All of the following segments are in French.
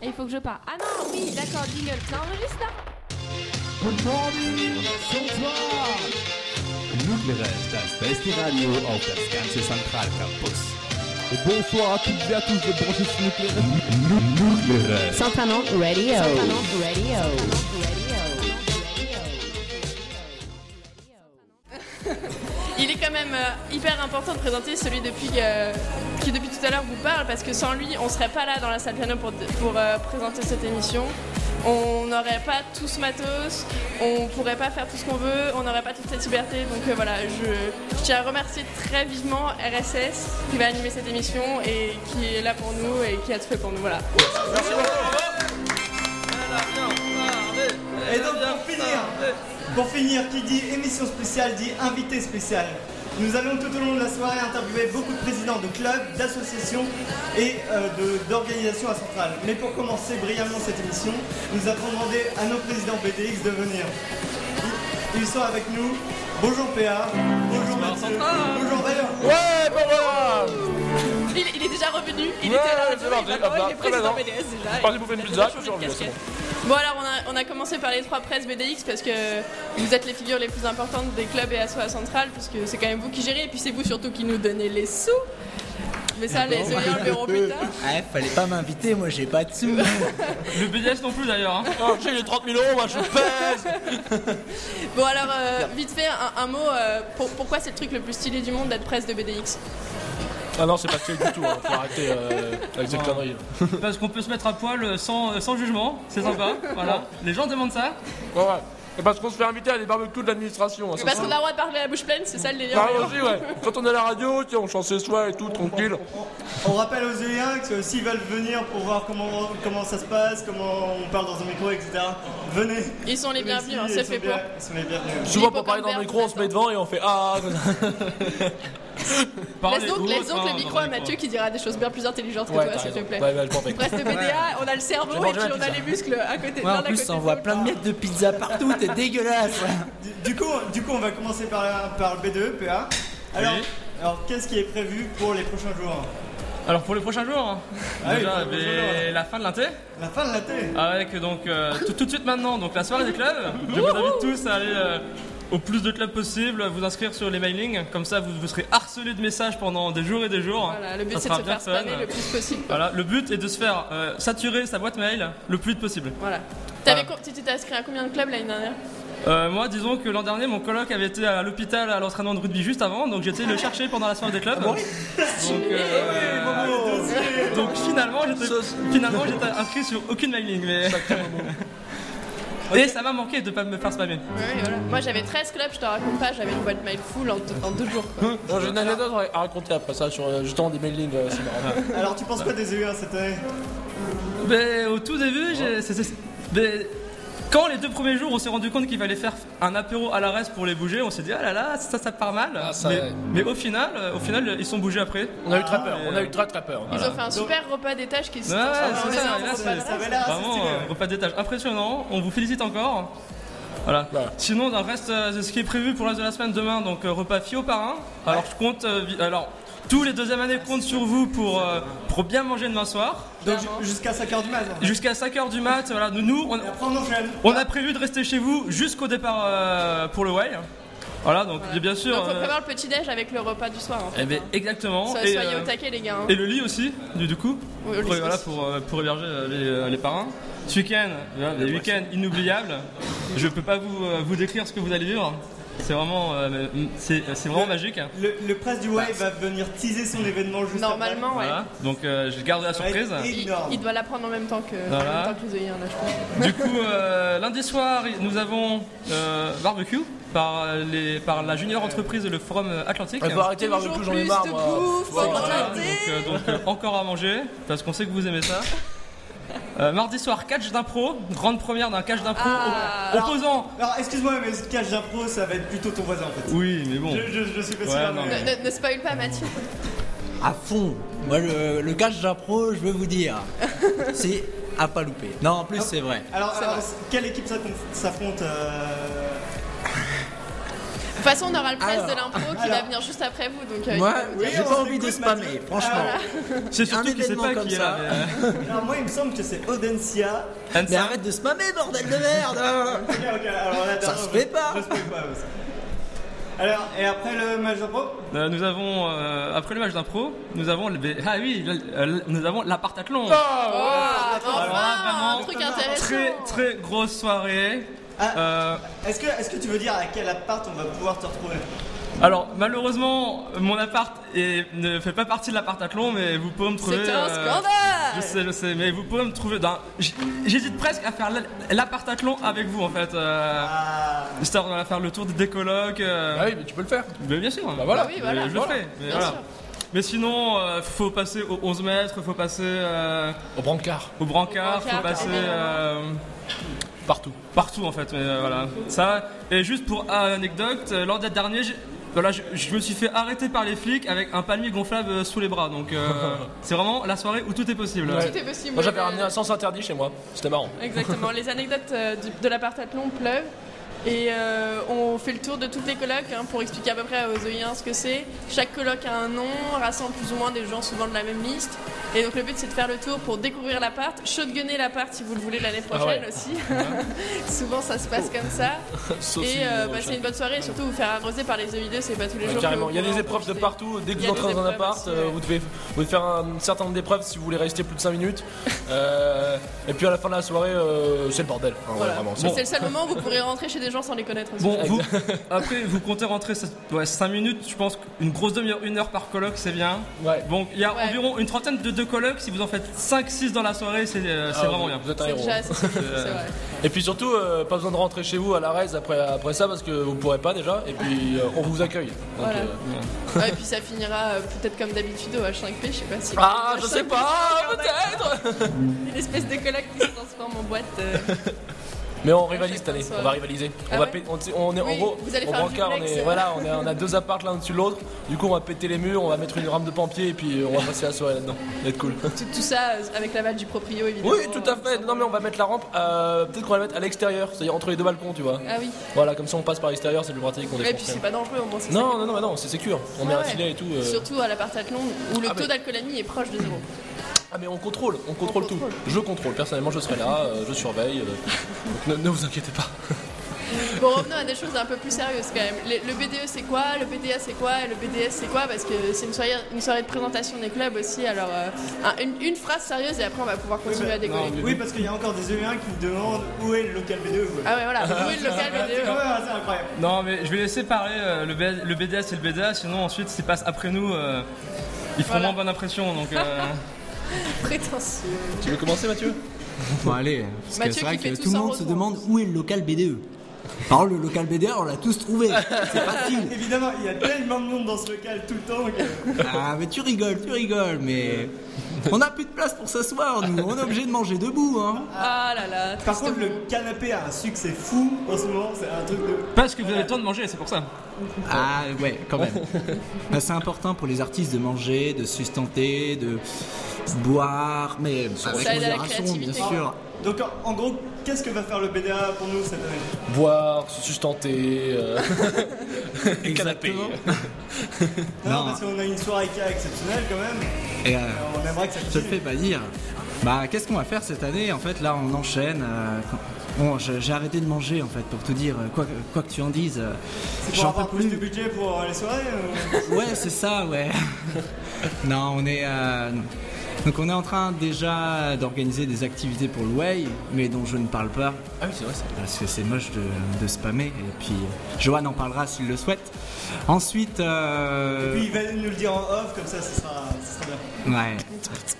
Et il faut que je parle. Ah non, oui, d'accord, jingle. Ça enregistre hein. là Good morning, Sonntag! Nuclere, das beste Radio auf das ganze Zentralcampus. Et bonsoir à toutes et à tous de brancher sur Nuclere. Nuclere, Santanon Radio. Saint-Amand Radio. Il est quand même euh, hyper important de présenter celui depuis, euh, qui depuis tout à l'heure vous parle parce que sans lui on serait pas là dans la salle piano pour, pour, euh, présenter cette émission. On n'aurait pas tout ce matos, on pourrait pas faire tout ce qu'on veut, on n'aurait pas toute cette liberté. Donc euh, voilà, je, je tiens à remercier très vivement RSS qui va animer cette émission et qui est là pour nous et qui a tout fait pour nous. Voilà. Et donc pour finir, pour finir, qui dit émission spéciale dit invité spécial. Nous allons tout au long de la soirée interviewer beaucoup de présidents de clubs, d'associations et euh, de- d'organisations à Centrale. Mais pour commencer brillamment cette émission, nous avons demandé à nos présidents BTX de venir. Ils- Ils sont avec nous. Bonjour PA, bonjour Mathieu, bonjour Valère. Ouais, bah voilà Il, il est déjà revenu, il Ouais, était là le c'est jour, parti, il, est maintenant, hop là, il est président très bien. BDS déjà. parti bouffer une Il a pizza, changé de je suis revenu, casquette. Bon alors on a, on a commencé par les trois presses BDX parce que vous êtes les figures les plus importantes des clubs et assos à Centrale puisque c'est quand même vous qui gérez et puis c'est vous surtout qui nous donnez les sous. Mais ça les auditeurs le verront plus tard. Ouais, Ah, fallait pas m'inviter, moi j'ai pas de sous. Le BDS non plus d'ailleurs. hein. Ah, Oh, j'ai les 30 000 euros, moi je pèse Bon alors euh, vite fait un, un mot euh, pour- pourquoi c'est le truc le plus stylé du monde d'être presse de BDX Ah non, c'est pas stylé du tout, hein. faut arrêter euh, avec cette Non. connerie. Parce qu'on peut se mettre à poil euh, sans, euh, sans jugement, c'est sympa. Voilà. Les gens demandent ça. Ouais, ouais. Et parce qu'on se fait inviter à des barbecues de l'administration. hein, c'est Parce ça. qu'on a hein. le droit de parler à la bouche pleine, c'est ça le délire. Bah, aussi, ouais. Quand on est à la radio, tiens, on chante chez soi et tout, tranquille. On rappelle aux Euliens que s'ils veulent venir pour voir comment, comment ça se passe, comment on parle dans un micro, etc., venez. Ils sont les bienvenus, hein, Ils c'est sont fait bien- pour. Ils sont les bienvenus. Souvent, pour parler dans le micro, on se met devant et on fait Ah Laisse donc, laisse hein, donc le micro à Mathieu qui dira des choses bien plus intelligentes que Ouais, toi, t'as s'il te raison. plaît. Ouais, bah, je m'en fais. Reste BDA, on a le cerveau J'ai et mangé puis ma on a pizza. les muscles à côté. Ouais, l'un en à plus, côté on de voit l'autre. plein de miettes de pizza partout, t'es dégueulasse. Du, du coup, du coup, on va commencer par, la- par le B2, PA. Alors, Oui. alors qu'est-ce qui est prévu pour les prochains jours Alors pour les prochains jours, hein, Ah oui, déjà, pour les ben, prochains jours, ouais. la fin de l'inté, La fin de la thé avec donc euh, tout, tout de suite maintenant, donc la soirée des clubs. Je vous invite tous à aller euh, au plus de clubs possible, à vous inscrire sur les mailings, comme ça vous, vous serez harcelé de messages pendant des jours et des jours. Voilà, le but Ça c'est de sera se bien faire spammer fun. le plus possible. quoi. Voilà, le but est de se faire euh, saturer sa boîte mail le plus vite possible. Voilà. T'avais co- Tu t'es inscrit à combien de clubs l'année dernière Euh, moi, disons que l'an dernier, mon coloc avait été à l'hôpital à l'entraînement de rugby juste avant, donc j'étais le chercher pendant la soirée des Ah clubs. donc, euh, donc finalement, j'étais finalement, j'étais inscrit sur aucune mailing, mais. Et ça m'a manqué de pas me faire spammer. Ouais, voilà. Hmm. Moi j'avais 13 clubs, je te raconte pas, j'avais une boîte mail full en deux, en deux jours. Quoi. Non, J'ai une anecdote à raconter après ça sur euh, justement des mailings, euh, c'est marrant. Alors, tu penses quoi des Euliens hein, cette année Mais Ben, au tout début, j'ai- c'est- c'est- mais quand les deux premiers jours, on s'est rendu compte qu'il fallait faire un apéro à la reste pour les bouger, on s'est dit ah là là, ça ça part mal. Ah, ça, mais, ouais. mais au final, euh, au final, ils sont bougés après. euh, On a eu Ah, très peur, on a eu très très peur. Ils ont fait un super repas d'étage qui se Ouais, transforme c'est ça, en et un là, repas c'est- de Ça rêve. va là, c'est Vraiment, euh, stylé. repas d'étage impressionnant. On vous félicite encore. Voilà. Voilà. Sinon, dans le reste, euh, c'est ce qui est prévu pour le reste de la semaine demain, donc euh, repas fille au parrain. Alors, je compte. euh, vi- alors, tous les deuxièmes années comptent sur vous pour, euh, pour bien manger demain soir. Donc, ju- jusqu'à 5h du mat. en fait. Jusqu'à 5h du mat, voilà, nous, nous, on, Et après, on enchaîne. on a prévu de rester chez vous jusqu'au départ euh, pour le Way. Voilà, donc bien sûr. Donc faut euh, prévoir le petit déj avec le repas du soir. En fait, eh ben, hein. exactement. So- Et, soyez euh, au taquet les gars. hein. et le lit aussi, du, du coup. Oui, au lit pour, voilà, aussi. pour, euh, pour héberger euh, les, euh, les parrains. Ce week-end, voilà, des week-ends inoubliables. Je peux pas vous, euh, vous décrire ce que vous allez vivre. C'est vraiment, euh, c'est c'est vraiment magique. Le, le presse du Way va Bah, venir teaser son événement juste Normalement, ouais. Voilà. Donc euh, je garde la après. Ça va être surprise. énorme. Il, il doit l'apprendre en même temps que, Voilà. en même temps que les œillères, là, je pense. Du coup, euh, lundi soir, nous avons euh, barbecue par, euh, les, par la junior entreprise et le Forum Atlantique. Il faut arrêter de voir le Toujours plus, j'en ai plus marre. de moi. bouffe, Faut arrêter. voilà. Voilà, donc, euh, donc, euh, encore à manger, parce qu'on sait que vous aimez ça. Euh, mardi soir, catch d'impro, grande première d'un catch d'impro Ah. op- opposant. Alors, excuse-moi, mais ce cache d'impro, ça va être plutôt ton voisin en fait. Oui, mais bon. Je, je, je suis pas Ouais, sûr. non, mais- Ne, ne- ne spoil pas Mathieu. À fond. Moi, le, le catch d'impro, je veux vous dire, c'est à pas louper. Non, en plus, c'est vrai. Alors, alors, quelle équipe s'affronte- s'affronte euh, toute façon, on aura le presse Alors. de l'impro qui va venir juste après vous. Donc, euh, Moi, Oui, j'ai on pas envie de s'écoute, spammer, Mathieu. Ah, franchement. C'est Un surtout qu'il sait événement pas comme qui est ça. là. mais, euh, Alors moi, il me semble que c'est Audencia. Ah, Anne, Mais ça- arrête de spammer, bordel de merde Ok, ok, alors là, Ça attends, se je- fait pas. je se fait pas, parce que- Alors, et après le Major Pro Euh, nous avons, euh, après le match d'impro, nous avons, le, ah oui, le- euh, nous avons l'Apartathlon. Ah, enfin, vraiment, un truc intéressant. Très très grosse soirée. Ah. Euh, Est-ce que, est-ce que tu veux dire à quel appart on va pouvoir te retrouver alors malheureusement mon appart est- ne fait pas partie de l'appartathlon mais vous pouvez me trouver. C'est un euh, scandale Je sais, je sais, mais vous pouvez me trouver dans. j'- J'hésite presque à faire l'A- l'appartathlon avec vous en fait. Euh, Ah, Histoire de faire le tour des décolocs. euh, Ah oui, mais tu peux le faire. Mais bien sûr, bah voilà. Bah oui, voilà. je le Voilà. fais. Mais, Bien voilà. sûr. Mais sinon, euh, faut passer aux 11 mètres, faut passer euh, Au brancard, au brancard, Au brancard, faut passer évidemment. euh, partout. partout en fait. mais, euh, voilà. Ça. Et juste pour euh, anecdote, euh, lors des derniers, j'ai- voilà, je, je me suis fait arrêter par les flics avec un palmier gonflable euh, sous les bras. Donc euh, c'est vraiment la soirée où tout est possible. Tout est possible. Moi, j'avais Euh, ramené un sens interdit chez moi. C'était marrant. Exactement, les anecdotes euh, du- de l'apartathlon pleuvent. Et euh, on fait le tour de toutes les colocs hein, pour expliquer à peu près aux OIens ce que c'est. Chaque coloc a un nom, rassemble plus ou moins des gens souvent de la même liste. Et donc le but c'est de faire le tour pour découvrir l'appart, shotgunner l'appart si vous le voulez l'année Ah prochaine ouais. aussi. souvent ça se passe comme ça. Sauce Et une- euh, bah, c'est une bonne soirée et surtout vous faire arroser par les EID, c'est pas tous les Ouais, jours. que Euh, carrément, vous il y a pourrez des en épreuves de profiter. partout. Dès que Il y vous a des entrez dans un épreuves appart, aussi, euh, ouais. vous, devez, vous devez faire un certain nombre d'épreuves si vous voulez rester plus de 5 minutes. Euh, et puis à la fin de la soirée, euh, c'est le bordel. hein, ouais, Voilà. vraiment, c'est C'est le seul moment où vous pourrez rentrer chez des gens sans les connaître aussi. Bon, vous, après, vous comptez rentrer 5 minutes, je pense qu'une grosse demi-heure, une heure par colloque, c'est bien. Ouais. Bon, il y a Ouais. environ une trentaine de deux colloques, si vous en faites 5-6 dans la soirée, c'est euh, c'est Ah, vraiment vous- bien. Euh, Vous êtes un c'est héros. Euh, déjà assez- c'est vrai. Et puis surtout, euh, pas besoin de rentrer chez vous à la raise après, après ça parce que vous pourrez pas déjà. Et puis euh, on vous accueille. Donc, Voilà. euh, Ouais, et puis ça finira euh, peut-être comme d'habitude au H5P, je sais pas si. Ah, Au je H5P, sais pas, peut-être Une espèce de colloque qui se transforme en boîte. euh. Mais on rivalise cette Chacun année, son- on va rivaliser. Ah on va ouais péter- on, on est en Oui, gros, vous allez au faire un brancard, on duplex. est, voilà, on, est- on a deux apparts l'un dessus l'autre. Du coup, on va péter les murs, on va mettre une rame de pampier et puis euh, on va passer la soirée là-dedans. Ça va être cool. Tout, tout ça euh, avec l'aval du proprio, évidemment. Oui, tout à fait. Non, mais on va mettre la rampe, euh, peut-être qu'on va la mettre à l'extérieur, c'est-à-dire entre les deux balcons, tu vois. Ah oui. Voilà, comme ça on passe par l'extérieur, c'est plus pratique, on est Et puis c'est confiant. pas dangereux, au moins c'est Non, non, non, mais non, c'est sécure. On ça. met Ah un ouais. filet et tout. euh. Surtout à l'appartathlon où le Ah, taux mais- d'alcoolémie est proche de zéro. Ah, mais on contrôle, on contrôle tout. contrôle. Je contrôle, personnellement, je serai là, euh, je surveille. euh, donc ne- ne vous inquiétez pas. Bon, revenons à des choses un peu plus sérieuses quand même. Le, le BDE c'est quoi Le BDA c'est quoi Et le BDS c'est quoi Parce que c'est une soirée, une soirée de présentation des clubs aussi. Alors, euh, un- une, une phrase sérieuse et après on va pouvoir continuer à décoller. Oui, parce qu'il y a encore des EU1 qui me demandent où est le local B2. ouais. Ah ouais, voilà, où est le local C'est BDE quand même assez incroyable. Non, mais je vais laisser parler euh, le, B- le BDS et le BDA, sinon ensuite, s'ils passent après nous, euh, ils feront Voilà. moins bonne impression. Donc, euh, Prétentieux. Tu veux commencer, Mathieu Bon allez, parce que Mathieu c'est vrai qui fait que tout tout le sans monde se retour. demande où est le local BDE. Par le local BDE, on l'a tous trouvé. C'est facile. Évidemment, il y a tellement de monde dans ce local tout le temps que. Ah mais tu rigoles, tu rigoles, mais on n'a plus de place pour s'asseoir, nous. On est obligé de manger debout, hein. Ah là là. Par triste contre, monde. le canapé a un succès fou en ce moment, c'est un truc de. parce que vous avez le temps de manger, c'est pour ça. Ah ouais, quand même. Bah, c'est important pour les artistes de manger, de sustenter, de boire, mais avec aide à la modération, bien créativité. sûr. Donc en, en gros, qu'est-ce que va faire le BDA pour nous cette année Boire, se sustenter. euh, Exactement. Non, Non. parce qu'on a une soirée qui est exceptionnelle quand même. Et, euh, On aimerait que ça Je te le continue. fais pas dire. Bah, qu'est-ce qu'on va faire cette année En fait, là, on enchaîne. euh, bon, je- j'ai arrêté de manger, en fait, pour te dire, euh, quoi, que- quoi que tu en dises. euh, C'est pour J'en avoir peux plus de plus. budget pour euh, les soirées euh, Ouais, c'est ça, ouais. non, on est. euh, donc, on est en train déjà d'organiser des activités pour le Way, mais dont je ne parle pas, Ah oui, c'est vrai, ça. parce que c'est moche de, de spammer. Et puis, euh, Johan en parlera s'il le souhaite. Ensuite. euh, Puis il va nous le dire en off, comme ça, ce sera, ce sera bien. Ouais.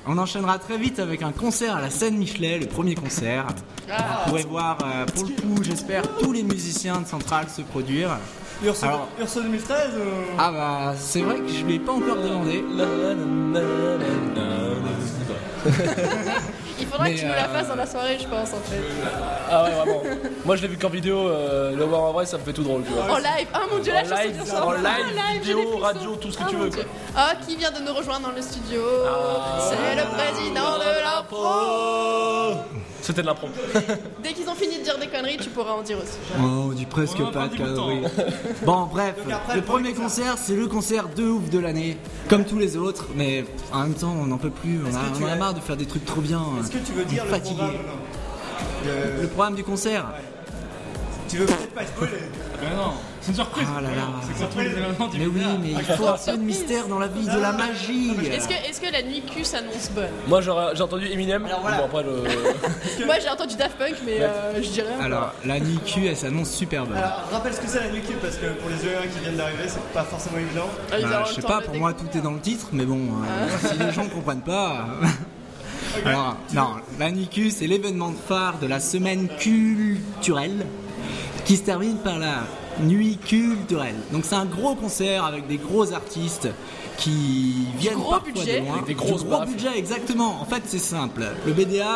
On enchaînera très vite avec un concert à la scène Michelet, le premier concert. Ah, Vous pourrez voir, euh, pour le coup, j'espère, tous les musiciens de Centrale se produire. Urso, Alors- Urso 2013 euh, Ah bah, c'est vrai que je ne l'ai pas encore demandé. Il faudra Mais, que tu nous la euh, fasses dans la soirée, je pense, en fait. Ah ouais, vraiment. Moi, je l'ai vu qu'en vidéo, euh, le voir en vrai, ça me fait tout drôle, tu vois. En live. Oh mon dieu, la En chanson live, vient en sur- live, j'ai vidéo, des frissons. radio, tout ce que Oh tu mon veux, Ah. Dieu. Oh, Ah, qui vient de nous rejoindre dans le studio C'est le président de l'impro C'était de l'impro. Dès qu'ils ont fini de dire des conneries, tu pourras en dire aussi. Oh, on dit presque On en a pas de perdu du temps. calories. Bon, bref, Donc après, le le premier premier concert, c'est le concert de ouf de l'année, comme tous les autres, mais en même temps, on n'en peut plus, on a, que tu on a as- marre de faire des trucs trop bien. Est-ce que tu veux on est dire le fatigué. programme ou non Le Le- programme du concert Tu veux peut-être pas spoiler Mais non, c'est une surprise. Ah là là. C'est quoi tous les événements du Mais oui, Pilar mais il faut un peu de mystère dans la vie, de la magie. Est-ce que, est-ce que la nuit Q s'annonce bonne Moi j'aurais- j'ai entendu Eminem. Bon après le. Moi j'ai entendu Daft Punk, mais euh, je dirais. Alors, la NICU, elle s'annonce super bonne. Alors, rappelle ce que c'est la nuit Cube, parce que pour les EE1 qui viennent d'arriver, c'est pas forcément évident. Ah, ils Bah, auront je le sais temps pas, de pour le Ah. moi tout est dans le titre, mais bon, euh, si les gens comprennent pas. euh, Alors, non, la NICU, c'est l'événement phare de la semaine culturelle qui se termine par la nuit culturelle. Donc, c'est un gros concert avec des gros artistes qui viennent gros parfois budget. de loin. Avec des Du grosses gros baffes. budget, exactement. En fait, c'est simple. Le BDA.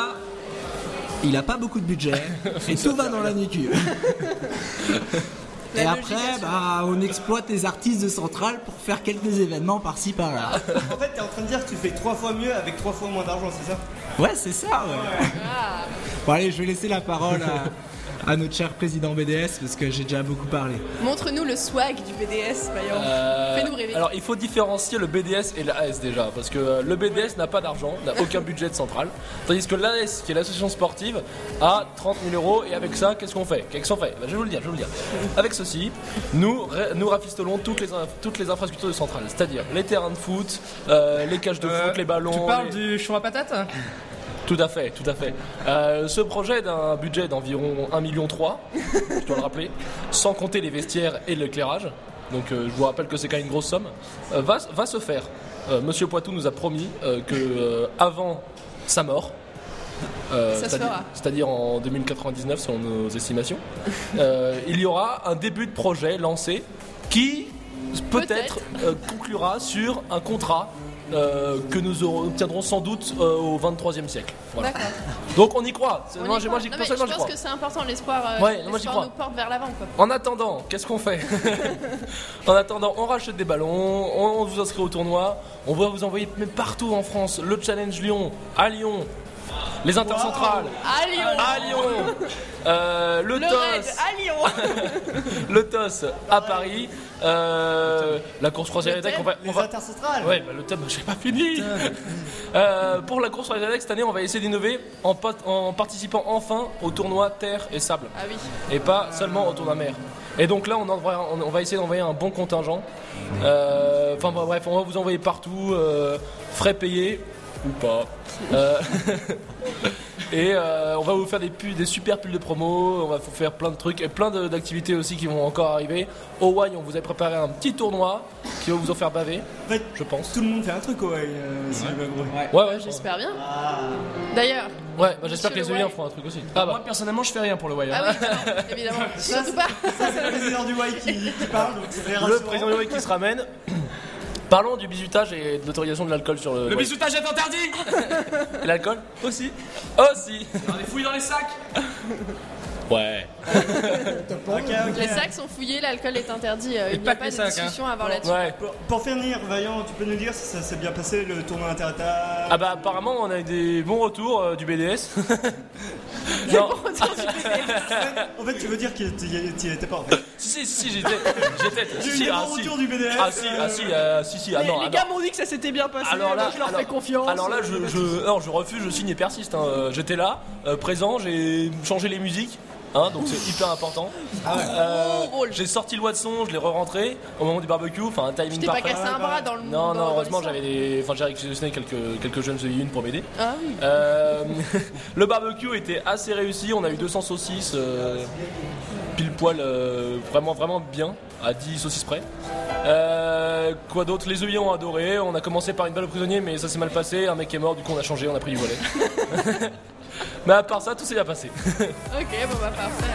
Il n'a pas beaucoup de budget et tout va dans la NICU. La Et logique après, assure. bah, on exploite les artistes de Centrale pour faire quelques événements par-ci par-là. En fait, t'es en train de dire que tu fais trois fois mieux avec trois fois moins d'argent, c'est ça Ouais, c'est ça. Ouais. Ah, Bon allez, je vais laisser la parole à, à notre cher président BDS parce que j'ai déjà beaucoup parlé. Montre-nous le swag du BDS, Maillon. Euh, Fais-nous rêver. Alors il faut différencier le BDS et l'AS déjà parce que euh, le BDS n'a pas d'argent, n'a aucun budget de centrale, tandis que l'AS qui est l'association sportive a 30 000 euros et avec ça qu'est-ce qu'on fait Qu'est-ce qu'on fait Bah, Je vais vous le dire, je vais vous le dire. Avec ceci, nous ra- nous rafistolons toutes les inf- toutes les infrastructures de centrale, c'est-à-dire les terrains de foot, euh, les cages de Euh, foot, les ballons. Tu parles les- du chou à patate Tout à fait, tout à fait. Euh, ce projet d'un budget d'environ 1,3 million, je dois le rappeler, sans compter les vestiaires et l'éclairage, donc euh, je vous rappelle que c'est quand même une grosse somme, euh, va, va se faire. Euh, Monsieur Poitou nous a promis euh, que euh, avant sa mort, euh, Ça se c'est-à-dire- fera. c'est-à-dire en 2099 selon nos estimations, euh, il y aura un début de projet lancé qui peut-être euh, conclura sur un contrat euh, que nous aurons- obtiendrons sans doute euh, au 23e siècle. Voilà. D'accord. Donc on y croit. C'est- On y moi, j'ai- croit. moi, j'y- Non, mais personnellement, je j'y pense crois. que c'est important l'espoir. euh, Ouais, non, moi, j'y l'espoir crois. nous porte vers l'avant quoi. En attendant, qu'est-ce qu'on fait En attendant, on rachète des ballons, on, on vous inscrit au tournoi, on va vous envoyer même partout en France le Challenge Lyon, à Lyon, les Intercentrales, À Lyon. à Lyon, euh, le, Le raid TOS, à Lyon. le TOS à Paris, euh, la course croisière Le et d'ac, on thème, va- on Les va- intercentrales Ouais, bah, le thème, j'ai pas fini. Euh, pour la course sur les Alex, cette année, on va essayer d'innover en, pot- en participant enfin au tournoi terre et sable Ah oui. et pas seulement au tournoi mer. Et donc là, on, envoie- on- on va essayer d'envoyer un bon contingent. Euh, Enfin bah, bref, on va vous envoyer partout, euh, frais payés ou pas. Euh, et euh, on va vous faire des, pu- des super pulls de promo, on va vous faire plein de trucs et plein de- d'activités aussi qui vont encore arriver. Au Wai, on vous a préparé un petit tournoi qui va vous en faire baver, En fait, je pense. tout le monde fait un truc, ouais, euh, si j'ai bien compris. Ouais, ouais, je pense. J'espère bien. D'ailleurs. Ouais, bah, j'espère que les Monsieur Euliens Wai. feront un truc aussi. Ah, Bah, Moi, personnellement, je fais rien pour le Wai. Ah oui, évidemment, évidemment. Surtout pas. Ça, c'est le président du Y qui, qui parle, donc c'est très Le rassurant. président du Wai qui se ramène. Parlons du bizutage et de l'autorisation de l'alcool sur le. Le Wai. bisoutage est interdit Et l'alcool Aussi. Aussi Dans les fouilles dans les sacs Ouais. Ok, ok. Les sacs sont fouillés, l'alcool est interdit. euh, Et Il n'y pas a que pas les de sacs, hein. discussion à avoir là-dessus. Ouais. Pour, pour finir, Vaillant, tu peux nous dire si ça s'est bien passé le tournoi interata Ah bah apparemment on a eu des bons retours euh, du BDS. non, En fait, tu veux dire qu'il n'y était pas en fait. si si si j'étais j'étais J'ai eu si, des ah, bons si. retours du BDS, Ah si euh, ah si ah, si si ah non ah, non. m'ont dit que ça s'était bien passé. alors là, je leur alors- fais confiance. Alors là, je, je- non, je refuse, je signe et persiste. hein. Euh, J'étais là, euh, présent, j'ai changé les musiques, hein, donc c'est hyper important. Euh, Ah Gros rôle. j'ai sorti le Watson, je l'ai re-rentré au moment du barbecue, enfin un timing t'ai pas parfait. cassé un bras dans le Non, dans- dans non, heureusement l'histoire. j'avais des. Enfin, j'ai réquisitionné quelques, quelques jeunes de une pour m'aider. Ah oui. Euh, le barbecue était assez réussi, on a eu 200 saucisses, euh, pile poil, euh, vraiment vraiment bien, à 10 saucisses près. Euh, quoi d'autre Les œillets ont adoré, on a commencé par une balle au prisonnier mais ça s'est mal passé, un mec est mort, du coup on a changé, on a pris du volet. mais à part ça, tout s'est bien passé. Ok, bon bah parfait.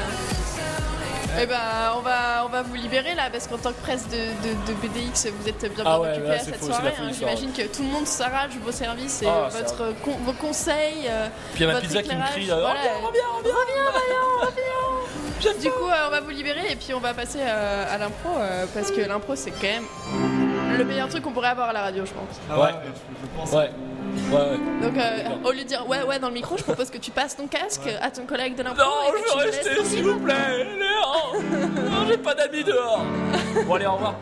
Et ben on va on va vous libérer là parce qu'en tant que presse de, de- de BDX vous êtes bien Ah bien ouais, occupé là, à c'est cette fou, c'est la soirée. folie, hein. ça. J'imagine que tout le monde s'arrache vos services et Ah, ça. votre con- vos conseils. euh, Puis il y a ma votre pizza qui me éclairage. crie là, Voilà. reviens, reviens, reviens. Du coup euh, on va vous libérer et puis on va passer euh, à l'impro euh, parce que l'impro c'est quand même le meilleur truc qu'on pourrait avoir à la radio je pense. Ah Ouais. je, je pense. Ouais, Ouais, ouais. Donc euh, au lieu de dire ouais ouais dans le micro, je propose que tu passes ton casque à ton collègue de l'impro. Non, et que je tu veux le laisses rester, tranquille. s'il vous plaît. Non, non j'ai pas d'amis dehors. Bon, allez, au revoir.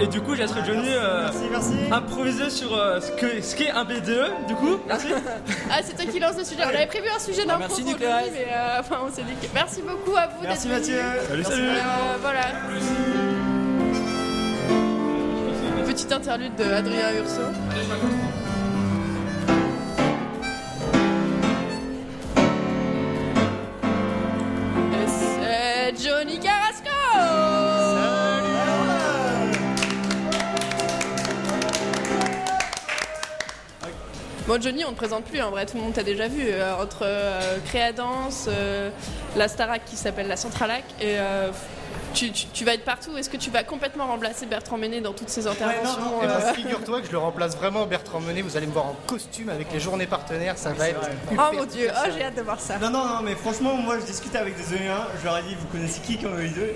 Et du coup, j'ai laisserai Johnny euh, Merci, merci. improviser sur euh, ce que- ce qu'est un BDE, du coup. Merci. Ah c'est toi qui lance le sujet. On avait prévu un sujet Bah, d'impro merci, pour aujourd'hui, Nicolas. mais euh, enfin on s'est dit que- merci beaucoup à vous. Merci d'être venus. Mathieu. Salut, salut. Euh, voilà. Petite interlude de Adrien Urso. Et Euh, C'est Johnny Carrasco Bon Johnny, on ne présente plus, en vrai tout le monde t'a déjà vu. euh, entre euh, Créadence, euh, la Starac qui s'appelle la Centralac, et euh, tu, tu- tu vas être partout. Est-ce que tu vas complètement remplacer Bertrand Ménet dans toutes ses Ouais, non, interventions non, eh euh, ben, figure-toi que je le remplace vraiment Bertrand Menet, vous allez me voir en costume avec les journées partenaires, ça va être Oh mon dieu, oh, j'ai hâte de voir ça. Non, non, non, mais franchement, moi je discutais avec des Onéens, je leur ai dit, vous connaissez qui comme les deux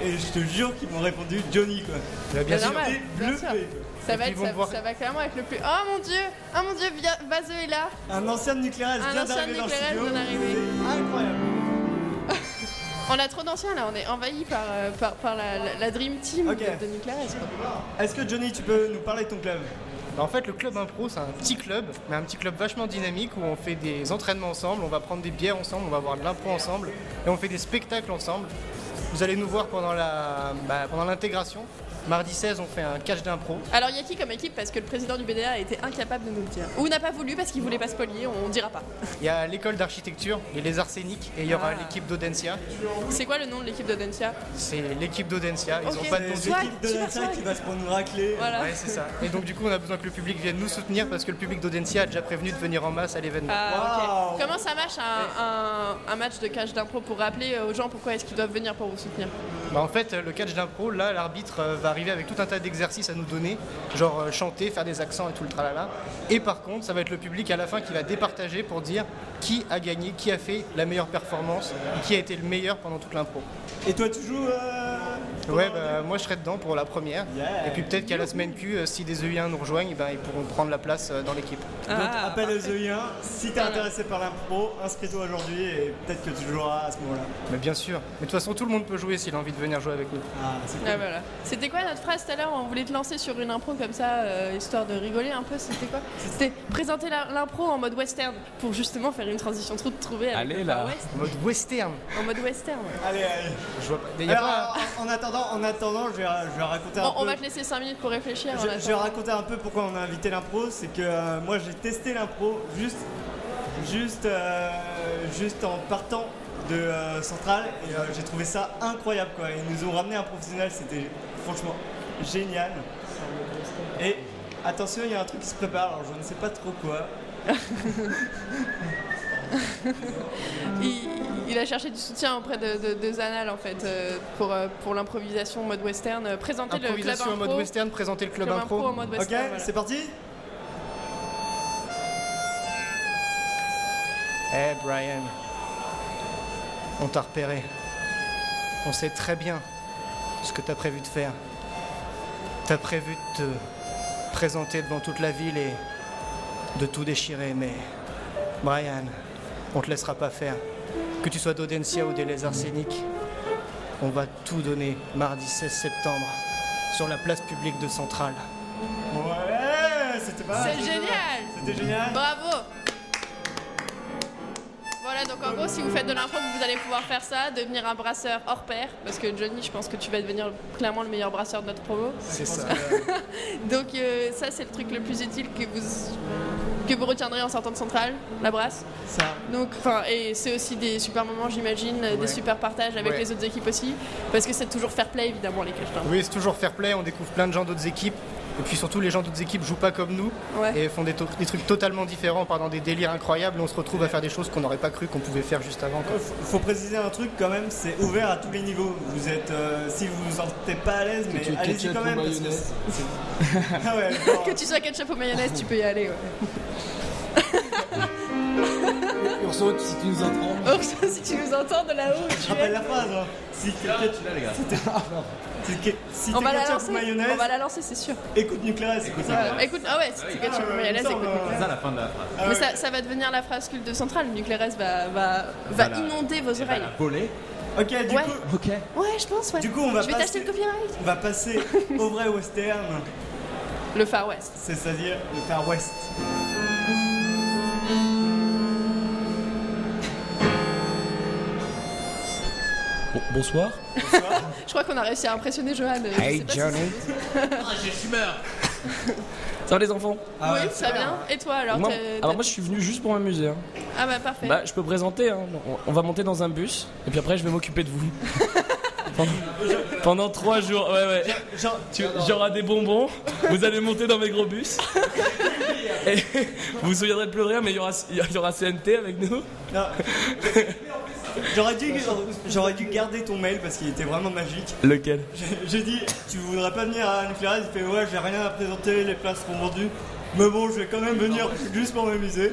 et, et je te jure qu'ils m'ont répondu Johnny quoi. Bah, bien C'est sûr. normal, J'étais bien sûr. bluffé. Ça va, E. puis être, ils vont ça, voir- ça va clairement être le plus. Oh mon dieu, oh mon dieu, viens, Vaseux est là. Un ancien de nucléaire Un vient ancien d'arriver dans le nucléaire studio. vient d'arriver. C'est incroyable. On a trop d'anciens là, on est envahi par, euh, par, par la, la- la Dream Team Ok. de, de Nucleares, quoi. Est-ce que Johnny, tu peux nous parler de ton club Bah, en fait, le club impro, c'est un petit club, mais un petit club vachement dynamique où on fait des entraînements ensemble, on va prendre des bières ensemble, on va voir de l'impro ensemble et on fait des spectacles ensemble. Vous allez nous voir pendant la bah, pendant l'intégration. Mardi 16, on fait un catch d'impro. Alors il y a qui comme équipe Parce que le président du BDA a été incapable de nous le dire. Ou n'a pas voulu parce qu'il voulait pas se polier, on dira pas. Il y a l'école d'architecture, les lézards scéniques, et il y aura Ah. l'équipe d'Audencia. C'est quoi le nom de l'équipe de Dentia C'est l'équipe d'Audencia, ils Ok. ont pas de nom C'est Soit, l'équipe de super Nathan soit. qui va se prendre une raclée. Voilà. Ouais, c'est ça. Et donc, du coup, on a besoin que le public vienne nous soutenir parce que le public d'Audencia a déjà prévenu de venir en masse à l'événement. Ah, ok. Wow. Comment ça marche un, un- un match de cash d'impro pour rappeler euh, aux gens pourquoi est-ce qu'ils doivent venir pour vous soutenir Bah, en fait, le catch d'impro, là, l'arbitre euh, va arriver avec tout un tas d'exercices à nous donner, genre euh, chanter, faire des accents et tout le tralala. Et par contre, ça va être le public à la fin qui va départager pour dire qui a gagné, qui a fait la meilleure performance, et qui a été le meilleur pendant toute l'impro. Et toi, tu joues euh, Ouais, bah, moi je serais dedans pour la première. Yeah. Et puis peut-être qu'à la semaine Q, euh, si des EI1 nous rejoignent, eh ben, ils pourront prendre la place euh, dans l'équipe. Donc, Ah. appelle aux Oéens, si t'es intéressé par l'impro, inscris-toi aujourd'hui et peut-être que tu joueras à ce moment-là. Mais bien sûr. Mais de toute façon, tout le monde peut jouer s'il a envie de venir jouer avec nous. Ah, c'est cool. Ah, voilà. C'était quoi notre phrase tout à l'heure On voulait te lancer sur une impro comme ça, euh, histoire de rigoler un peu. C'était quoi C'était présenter la- l'impro en mode western pour justement faire une transition trop trouvée avec Allez, le là. Far West. En mode western. En mode western. ouais. Allez, allez. Je vois pas. Il y a pas- Alors, en, en attendant, en attendant, je vais, je vais raconter un Bon, peu. on va te laisser 5 minutes pour réfléchir. en Je, je vais attendant. raconter un peu pourquoi on a invité l'impro, c'est que euh, moi j'ai testé l'impro juste, juste, euh, juste en partant de euh, Centrale et euh, j'ai trouvé ça incroyable quoi. Ils nous ont ramené un professionnel, c'était franchement génial. Et attention, il y a un truc qui se prépare, alors je ne sais pas trop quoi. Il, il a cherché du soutien auprès de, de- de Zanal en fait euh, pour, euh, pour l'improvisation en mode western. euh, Présenter le club Improvisation impro, en mode western, présenter le club, club impro. impro en mode Ok, western. voilà. c'est parti Eh Brian, on t'a repéré. On sait très bien ce que t'as prévu de faire. T'as prévu de te présenter devant toute la ville et de tout déchirer, mais Brian, on te laissera pas faire. Que tu sois d'Audencia ou des lézards scéniques, on va tout donner mardi 16 septembre sur la place publique de Centrale. Ouais, c'était Bah, pas mal. C'est génial C'était génial Bravo Voilà, donc en gros, si vous faites de l'impro, vous allez pouvoir faire ça, devenir un brasseur hors pair, parce que Johnny, je pense que tu vas devenir clairement le meilleur brasseur de notre promo. C'est ça. Donc euh, ça, c'est le truc le plus utile que vous que vous retiendrez en sortant de centrale, la brasse. Ça. Donc, enfin, et c'est aussi des super moments, j'imagine, euh, des Ouais. super partages avec Ouais. les autres équipes aussi, parce que c'est toujours fair play évidemment les caches. Oui, c'est toujours fair play, on découvre plein de gens d'autres équipes. Et puis surtout, les gens d'autres équipes jouent pas comme nous Ouais. et font des, to- des trucs totalement différents, part dans des délires incroyables. Et on se retrouve à faire des choses qu'on n'aurait pas cru qu'on pouvait faire juste avant. quoi. Faut- Faut préciser un truc quand même, c'est ouvert à tous les niveaux. Vous êtes, euh, si vous vous sentez pas à l'aise, mais tu es allez-y ketchup quand ou même. parce que mayonnaise. c'est- ah ouais. bon. Que tu sois ketchup ou mayonnaise, tu peux y aller. ouais. Et on se Orso, si tu nous entends. Orso, si tu nous entends de là-haut, où tu Rappelle es. la phrase. hein. Si quelqu'un tu l'as les gars. Si t'es si On t'es va la ketchup lancer, ou on mayonnaise, va la lancer, c'est sûr. écoute nucléaire, c'est ça. Écoute, ah ouais, si tu ketchup ou mayonnaise, écoute. C'est ça la fin de la phrase. Ah Mais ça, ça va devenir la phrase culte centrale. Nucléaire va, va, va Voilà. inonder vos oreilles. Volée. Ok, du Ouais. coup, Ok. Ouais, je pense, ouais. Du coup, on va Je vais passer- t'acheter le copyright. on va passer au vrai western, Le Far West. c'est-à-dire le Far West. Bon- bonsoir. Je crois qu'on a réussi à impressionner Johan. euh, Je sais pas si- Ça va les enfants oui, ça va bien. Et toi alors Ah Moi- t'es- Alors t'as- moi je suis venu juste pour m'amuser. hein. Ah bah parfait. Bah je peux présenter. hein. On- On va monter dans un bus et puis après je vais m'occuper de vous. Pendant- Pendant trois jours, ouais ouais. Genre, Tu- J'aurai des bonbons, vous allez monter dans mes gros bus. Et vous vous souviendrez de plus rien, mais il y aura, il y aura CNT avec nous. non. J'aurais dû, j'aurais dû garder ton mail parce qu'il était vraiment magique. Lequel J'ai dit, tu voudrais pas venir à Nuclear Il fait, ouais, j'ai rien à présenter, les places sont vendues. Mais bon, je vais quand même venir juste pour m'amuser.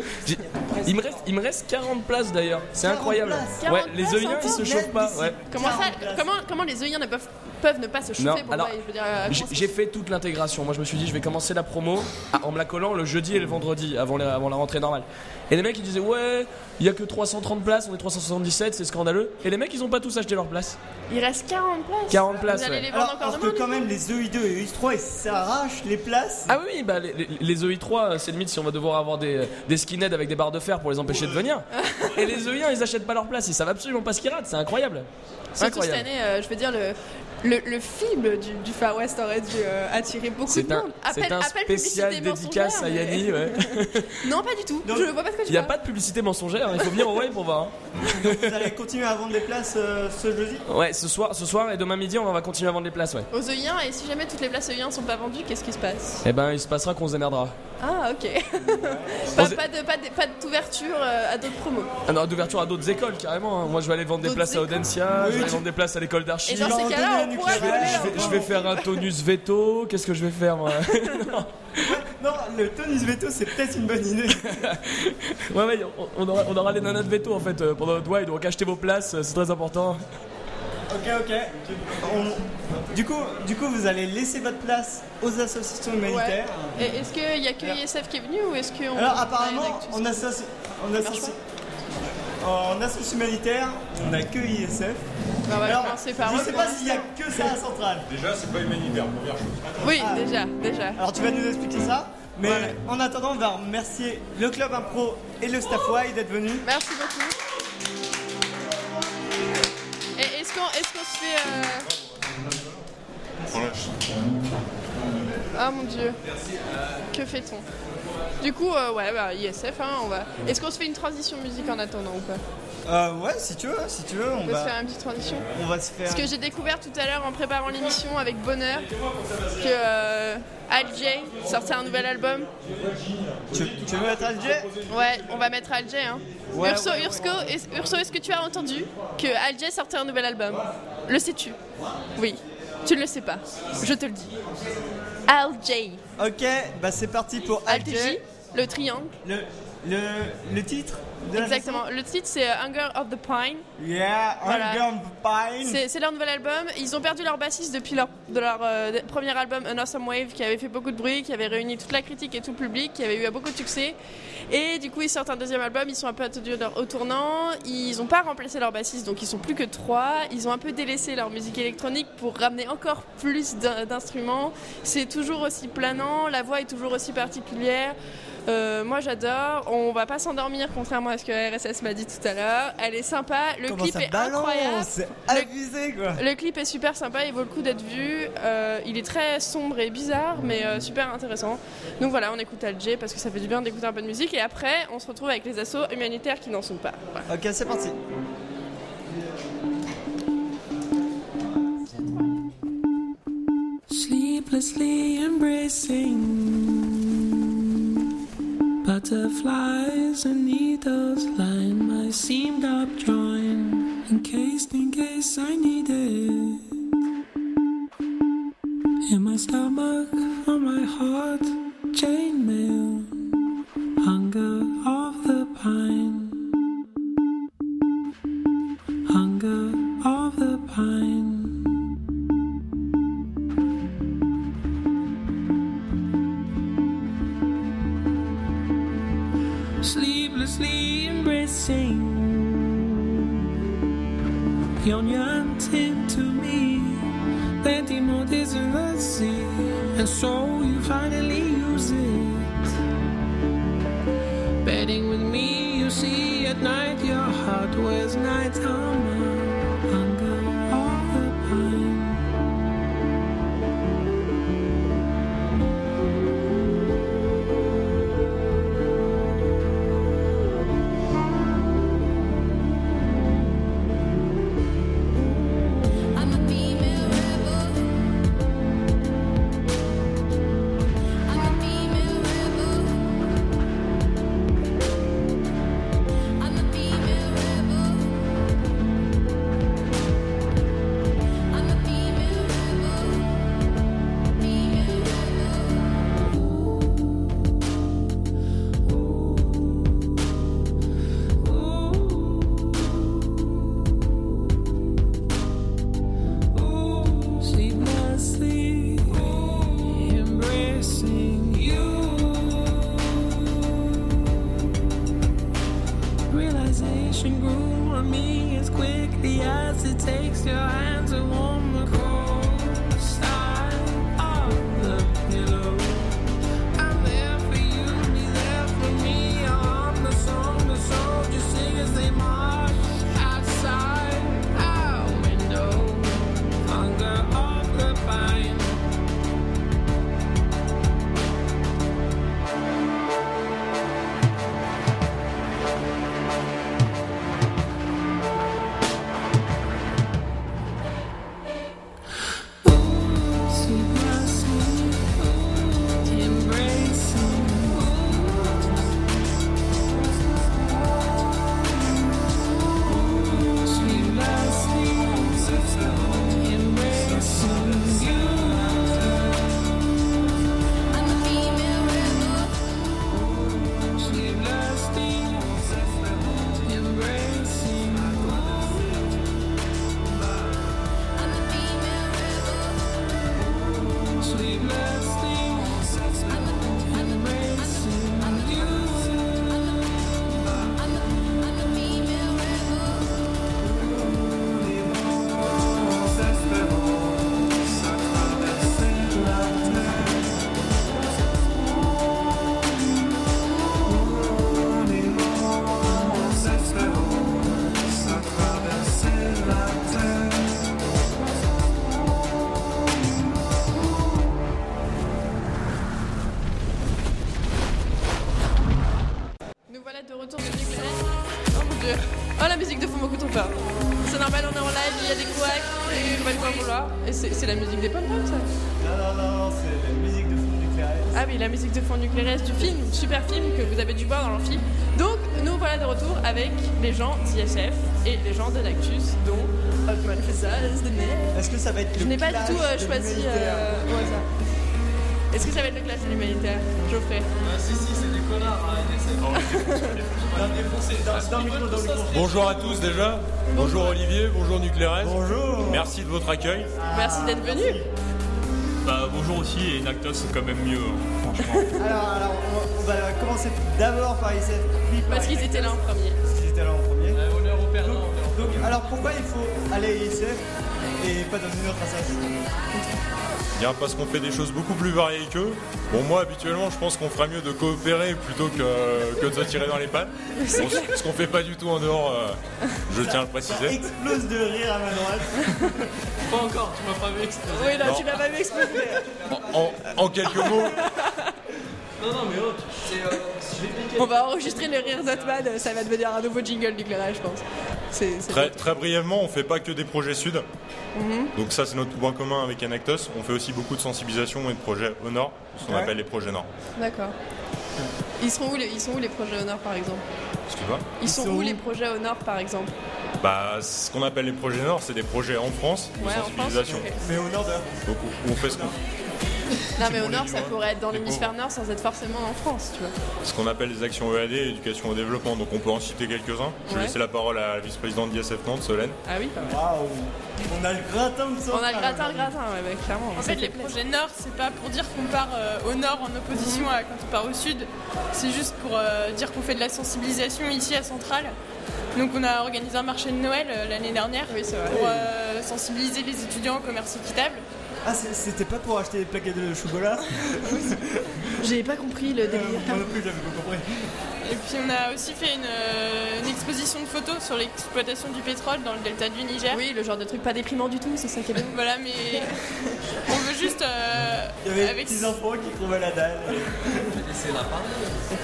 il me, reste, il me reste 40 places d'ailleurs, c'est 40 incroyable. places ouais, 40 les places œillets ils encore se chauffent pas. d'ici. Ouais. comment, ça, comment, comment les œillets ne peuvent, peuvent ne pas se chauffer Non, pour alors, moi Je veux dire, euh, J'ai comment ça- j'ai fait toute l'intégration. Moi, je me suis dit, je vais commencer la promo à- en me la collant le jeudi et le vendredi avant la, avant la rentrée normale. Et les mecs, ils disaient, ouais, il y a que 330 places, on est 377, c'est scandaleux. Et les mecs, ils ont pas tous acheté leur place. Il reste 40 places. 40 places, Vous allez ouais. les vendre Alors, encore alors que demain quand même, les EI2 et EI3, ils s'arrachent les places. Ah oui, bah, les, les, les EI3, euh, c'est limite si on va devoir avoir des, euh, des skinheads avec des barres de fer pour les empêcher de venir. Et les EI1, ils achètent pas leur place, ils savent absolument pas ce qu'ils ratent, c'est incroyable. Surtout cette Incroyable. année, euh, je veux dire, le, le, le film du, du Far West aurait dû euh, attirer beaucoup C'est de un, monde. c'est Appel- un appel spécial publicité dédicace à mensongère, mais- Yanni. ouais. Non, pas du tout. Non. Je vois pas de quoi Il tu n'y a parles. pas de publicité mensongère, il faut venir au Way pour voir. hein. Vous allez continuer à vendre des places euh, ce jeudi Ouais, ce soir, ce soir et demain midi, on va continuer à vendre les places, ouais. Aux œillets, et si jamais toutes les places œillets sont pas vendues, qu'est-ce qui se passe Eh ben, il se passera qu'on se démerdera. Ah, ok. pas, On- pas de, pas de- pas d'ouverture euh, à d'autres promos. Ah non, d'ouverture à d'autres écoles carrément. hein. Moi, je vais aller vendre des D'autres places à écoles Audencia, je vais aller tu- vendre des places à l'école Et d'archi. dans ces cas-là, on pourrait hein. Je vais- voler Je vais, je vais faire un tonus veto. Qu'est-ce que je vais faire moi Non, le tonus veto, c'est peut-être une bonne idée. Ouais, ouais, on, on aura, on aura les nanas de veto en fait euh, pendant notre wide, donc achetez vos places, euh, c'est très important. Ok, ok. On- Du, coup, du coup, vous allez laisser votre place aux associations Ouais. humanitaires. Et Est-ce qu'il y a que ISF qui est venu ou est-ce Alors, qu'on. on a une apparemment, actus en associ... en associ... En associ humanitaire, on a que ISF. Bah, On va Alors, commencer par je eux sais pour pas s'il y a que ça à Centrale. Ah, Déjà, c'est pas humanitaire, première chose. Oui, déjà, déjà. Alors, tu vas nous expliquer ça. Mais en attendant, on va remercier le club impro et le staff Y d'être venus. Merci beaucoup. Et est-ce qu'on est-ce qu'on se fait. euh, Ah mon dieu. Que fait-on Du coup, euh, ouais, bah, ISF, hein, on va. Est-ce qu'on se fait une transition musique en attendant ou pas Euh, ouais, si tu veux, si tu veux, on On peut se va, faire une petite transition on va se faire. Parce que j'ai découvert tout à l'heure en préparant l'émission avec bonheur que euh, Al Jay sortait un nouvel album. Tu, tu veux être Alger Ouais, on va mettre Al Jay. Hein. Ouais, Urso, ouais, ouais, Urso, est- Urso, est-ce que tu as entendu que Al Jay sortait un nouvel album Le sais-tu Oui. Tu ne le sais pas. Je te le dis. Al Jay. Ok, bah c'est parti pour Al Alger. Jay, le triangle. Le, le, le titre de la Exactement. Le titre, c'est euh, Hunger of the Pine. chanson Yeah, Voilà. I'm gonna pine. C'est c'est leur nouvel album. Ils ont perdu leur bassiste depuis leur, de leur euh, de- premier album An Awesome Wave qui avait fait beaucoup de bruit, qui avait réuni toute la critique et tout le public, qui avait eu beaucoup de succès. Et du coup, ils sortent un deuxième album. Ils sont un peu attendus leur- au tournant. Ils n'ont pas remplacé leur bassiste, donc ils sont plus que trois. Ils ont un peu délaissé leur musique électronique pour ramener encore plus d'in- d'instruments. C'est toujours aussi planant. La voix est toujours aussi particulière. Euh, moi j'adore, on va pas s'endormir contrairement à ce que RSS m'a dit tout à l'heure. Elle est sympa, le Comment clip ça est incroyable. balance C'est abusé quoi. Le clip est super sympa, il vaut le coup d'être vu. Euh, il est très sombre et bizarre, mais euh, super intéressant. Donc voilà, on écoute Alger parce que ça fait du bien d'écouter un peu de musique. Et après, on se retrouve avec les assauts humanitaires qui n'en sont pas. Voilà. Ok, c'est parti. sleeplessly embracing butterflies and needles line my seamed up joint encased in case I need it in my stomach on my heart chainmail hunger of the pine Yanting to me, planting all this in the sea, and so you finally use it. Betting with me, you see at night your heart wears night's armor under all the pine. I'm a female rebel. I'm a female rebel. I'm a female rebel. I'm a female rebel. Female Sleeplessly embracing you, realization grew on me as quickly as it takes your hand to warm the cold side of the pillow. I'm there for you, be there for me. I'm the song the soldiers sing as they march outside our window hunger of the vine. Embracing. Sweet blessings, embracing you. I'm a female rebel. Sweet blessings, embracing I'm a female you. Sweet blessings, embracing you. rebel. I'm a female rebel. Nous voilà de retour de Nuclear. Oh mon dieu. Oh la musique de fond beaucoup trop fort. C'est normal, on est en live, il y a des couacs, et il va le vouloir. Et c'est c'est la musique des pommes ça Non, non, non, c'est la musique de fond nucléaire. Ah oui, la musique de fond nucléaire du film, super film que vous avez dû voir dans l'amphi. Donc nous voilà de retour avec les gens d'ISF et les gens de l'actus, dont Hotman Fessaz, de Ney. Est-ce que ça va être le Je n'ai pas clash du tout euh, de choisi l'humanitaire euh, au hasard. Est-ce que ça va être le clash de l'humanitaire Geoffrey Ah, Si, si, c'est des connards, hein, Bonjour à tous déjà. Bonjour Olivier, bonjour Nuclérez. Bonjour. Merci de votre accueil. Merci d'être venu. Euh, Bah, bonjour aussi et Nactos c'est quand même mieux. hein, franchement. Alors, alors, on va, on va commencer d'abord par ICF, puis par Parce qu'ils étaient là en premier. Parce qu'ils étaient là en premier. Honneur au perdant. Donc, alors pourquoi il faut aller à ICF et pas dans une autre association Bien parce qu'on fait des choses beaucoup plus variées qu'eux. Bon moi habituellement je pense qu'on ferait mieux de coopérer plutôt que, que de se tirer dans les pattes. Bon, C'est ce ce qu'on fait pas du tout en dehors, euh, je tiens à le préciser. Explose de rire à ma droite. Pas encore, tu m'as pas vu exploser. Oui, là, Non. tu l'as pas vu exploser. En, en quelques mots, Non, non, mais oh, c'est. euh, je vais piquer. On va enregistrer le rire d'Otman, ça va devenir un nouveau jingle du Clara, je pense. C'est Mhm. c'est- très, très brièvement, on fait pas que des projets sud. Donc ça c'est notre point commun avec Anactos. On fait aussi beaucoup de sensibilisation et de projets au nord, ce qu'on Ouais. appelle les projets nord. D'accord. Ils, seront où les- ils sont où les projets au nord, par exemple Excuse-moi. Ils sont où les projets au nord, par exemple Bah, ce qu'on appelle les projets Nord, c'est des projets en France de Ouais, en France sensibilisation. ok. Mais au nord de la France. Donc, on fait ce qu'on, Non, mais au pour les nord, ça Lillois, pourrait être dans les l'hémisphère nord sans être forcément en France, tu vois. ce qu'on appelle les actions EAD, éducation au développement. Donc, on peut en citer quelques-uns. Je vais Ouais. laisser la parole à la vice-présidente d'ISF Nantes, Solène. Ah oui, pas mal. Waouh On a le gratin de ça. On a le gratin, le gratin, ouais, bah, clairement. En fait, les projets Nord, c'est pas pour dire qu'on part euh, au Nord en opposition Mhm. à quand on part au Sud. C'est juste pour euh, dire qu'on fait de la sensibilisation ici à Centrale Donc on a organisé un marché de Noël euh, l'année dernière pour euh, sensibiliser les étudiants au commerce équitable. Ah, c'est- c'était pas pour acheter des plaquettes de chocolat Euh, J'ai pas compris le délire. Moi non plus, j'avais pas compris. Et puis on a aussi fait une, euh, une exposition de photos sur l'exploitation du pétrole dans le delta du Niger. Oui, le genre de truc pas déprimant du tout, c'est ça qui est bien. Voilà, mais on veut juste euh, Il y avait des avec petits enfants qui trouvaient la dalle.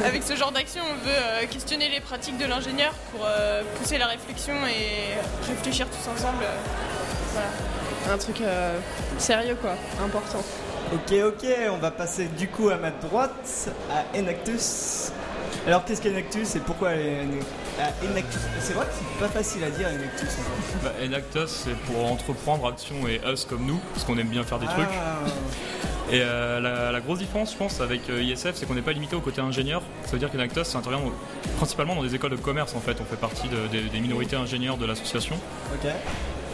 Avec ce genre d'action, on veut euh, questionner les pratiques de l'ingénieur pour euh, pousser la réflexion et réfléchir tous ensemble. euh, Un truc euh, sérieux quoi, important. Ok, ok, on va passer du coup à ma droite, à Enactus. Alors qu'est-ce qu'Enactus et pourquoi elle est à Enactus C'est vrai que c'est pas facile à dire Enactus. en Bah, Enactus, c'est pour entreprendre action et us comme nous, parce qu'on aime bien faire des Ah. trucs. Et euh, la, la grosse différence, je pense, avec euh, ISF, c'est qu'on n'est pas limité au côté ingénieur. Ça veut dire qu'Enactus, ça intervient au- principalement dans des écoles de commerce, en fait. On fait partie de- des- des minorités ingénieurs de l'association. fait. Ah, Ok.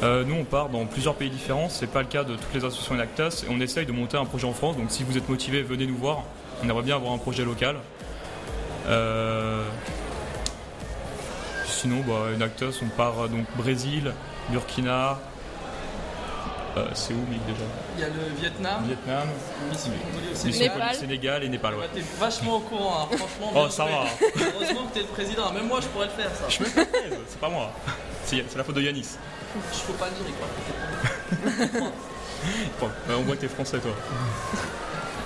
Euh, nous, on part dans plusieurs pays différents. C'est pas le cas de toutes les associations Enactus. Et on essaye de monter un projet en France. Donc, si vous êtes motivé, venez nous voir. On aimerait bien avoir un projet local. Euh, Sinon, bah, Enactus, on part euh, donc Brésil, Burkina. euh, c'est où, mec, déjà Il y a le Vietnam. Vietnam, Mission Mongolie au Mission Mongolie, Sénégal. Sénégal et Népal, ouais. T'es vachement au courant, hein, franchement. Oh, bien ça joué. va. Heureusement que t'es le président, même moi je pourrais le faire ça. Je me fais plaisir, c'est pas moi. C'est c'est la faute de Yanis. Je peux pas dire quoi. Bon, euh, on voit que t'es français, toi.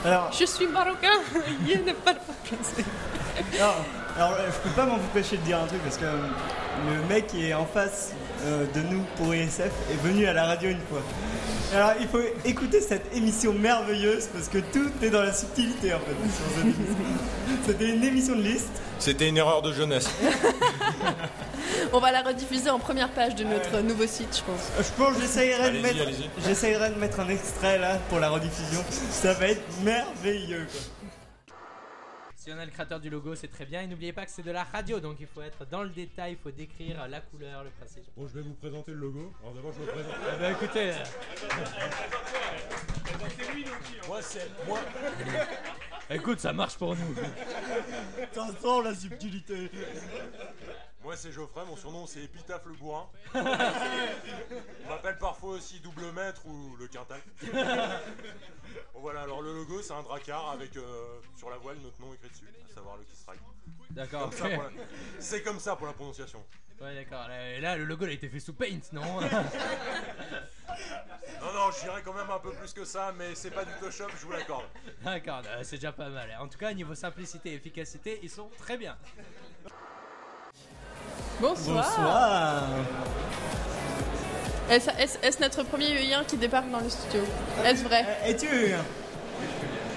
Alors, Je suis marocain, il n'est pas alors, alors, euh, je peux pas m'empêcher de dire un truc parce que euh, le mec qui est en face euh, de nous pour ISF est venu à la radio une fois. Alors il faut écouter cette émission merveilleuse parce que tout est dans la subtilité en fait. sur cette émission. C'était une émission de liste. C'était une erreur de jeunesse. On va la rediffuser en première page de notre nouveau site, je pense. Euh, Je pense que j'essayerai de, mettre- j'essayerai de mettre un extrait là pour la rediffusion. Ça va être merveilleux quoi. Si on a le créateur du logo, c'est très bien. Et n'oubliez pas que c'est de la radio, donc il faut être dans le détail, il faut décrire la couleur, le principe. Bon, je vais vous présenter le logo. Alors d'abord, je me présente. Eh ben, écoutez. euh, Moi, c'est moi. Écoute, ça marche pour nous. Ça sent la subtilité. Moi, c'est Geoffrey. Mon surnom, c'est Épitaphe le bourrin. On m'appelle parfois aussi double maître ou le quintal. Bon, voilà. Alors le logo, c'est un dracard avec euh, sur la voile notre nom écrit dessus, à savoir Lucky Strike. D'accord. Comme ça pour la- C'est comme ça pour la prononciation. Ouais, d'accord. Là, là, le logo, il a été fait sous paint, non Non, non, je dirais quand même un peu plus que ça, mais c'est pas du Photoshop, je vous l'accorde. D'accord, euh, c'est déjà pas mal. En tout cas, niveau simplicité et efficacité, ils sont très bien. Bonsoir. Ah, Bonsoir. Est-ce est-ce- est-ce notre premier UIN qui débarque dans le studio Est-ce vrai Euh, Es-tu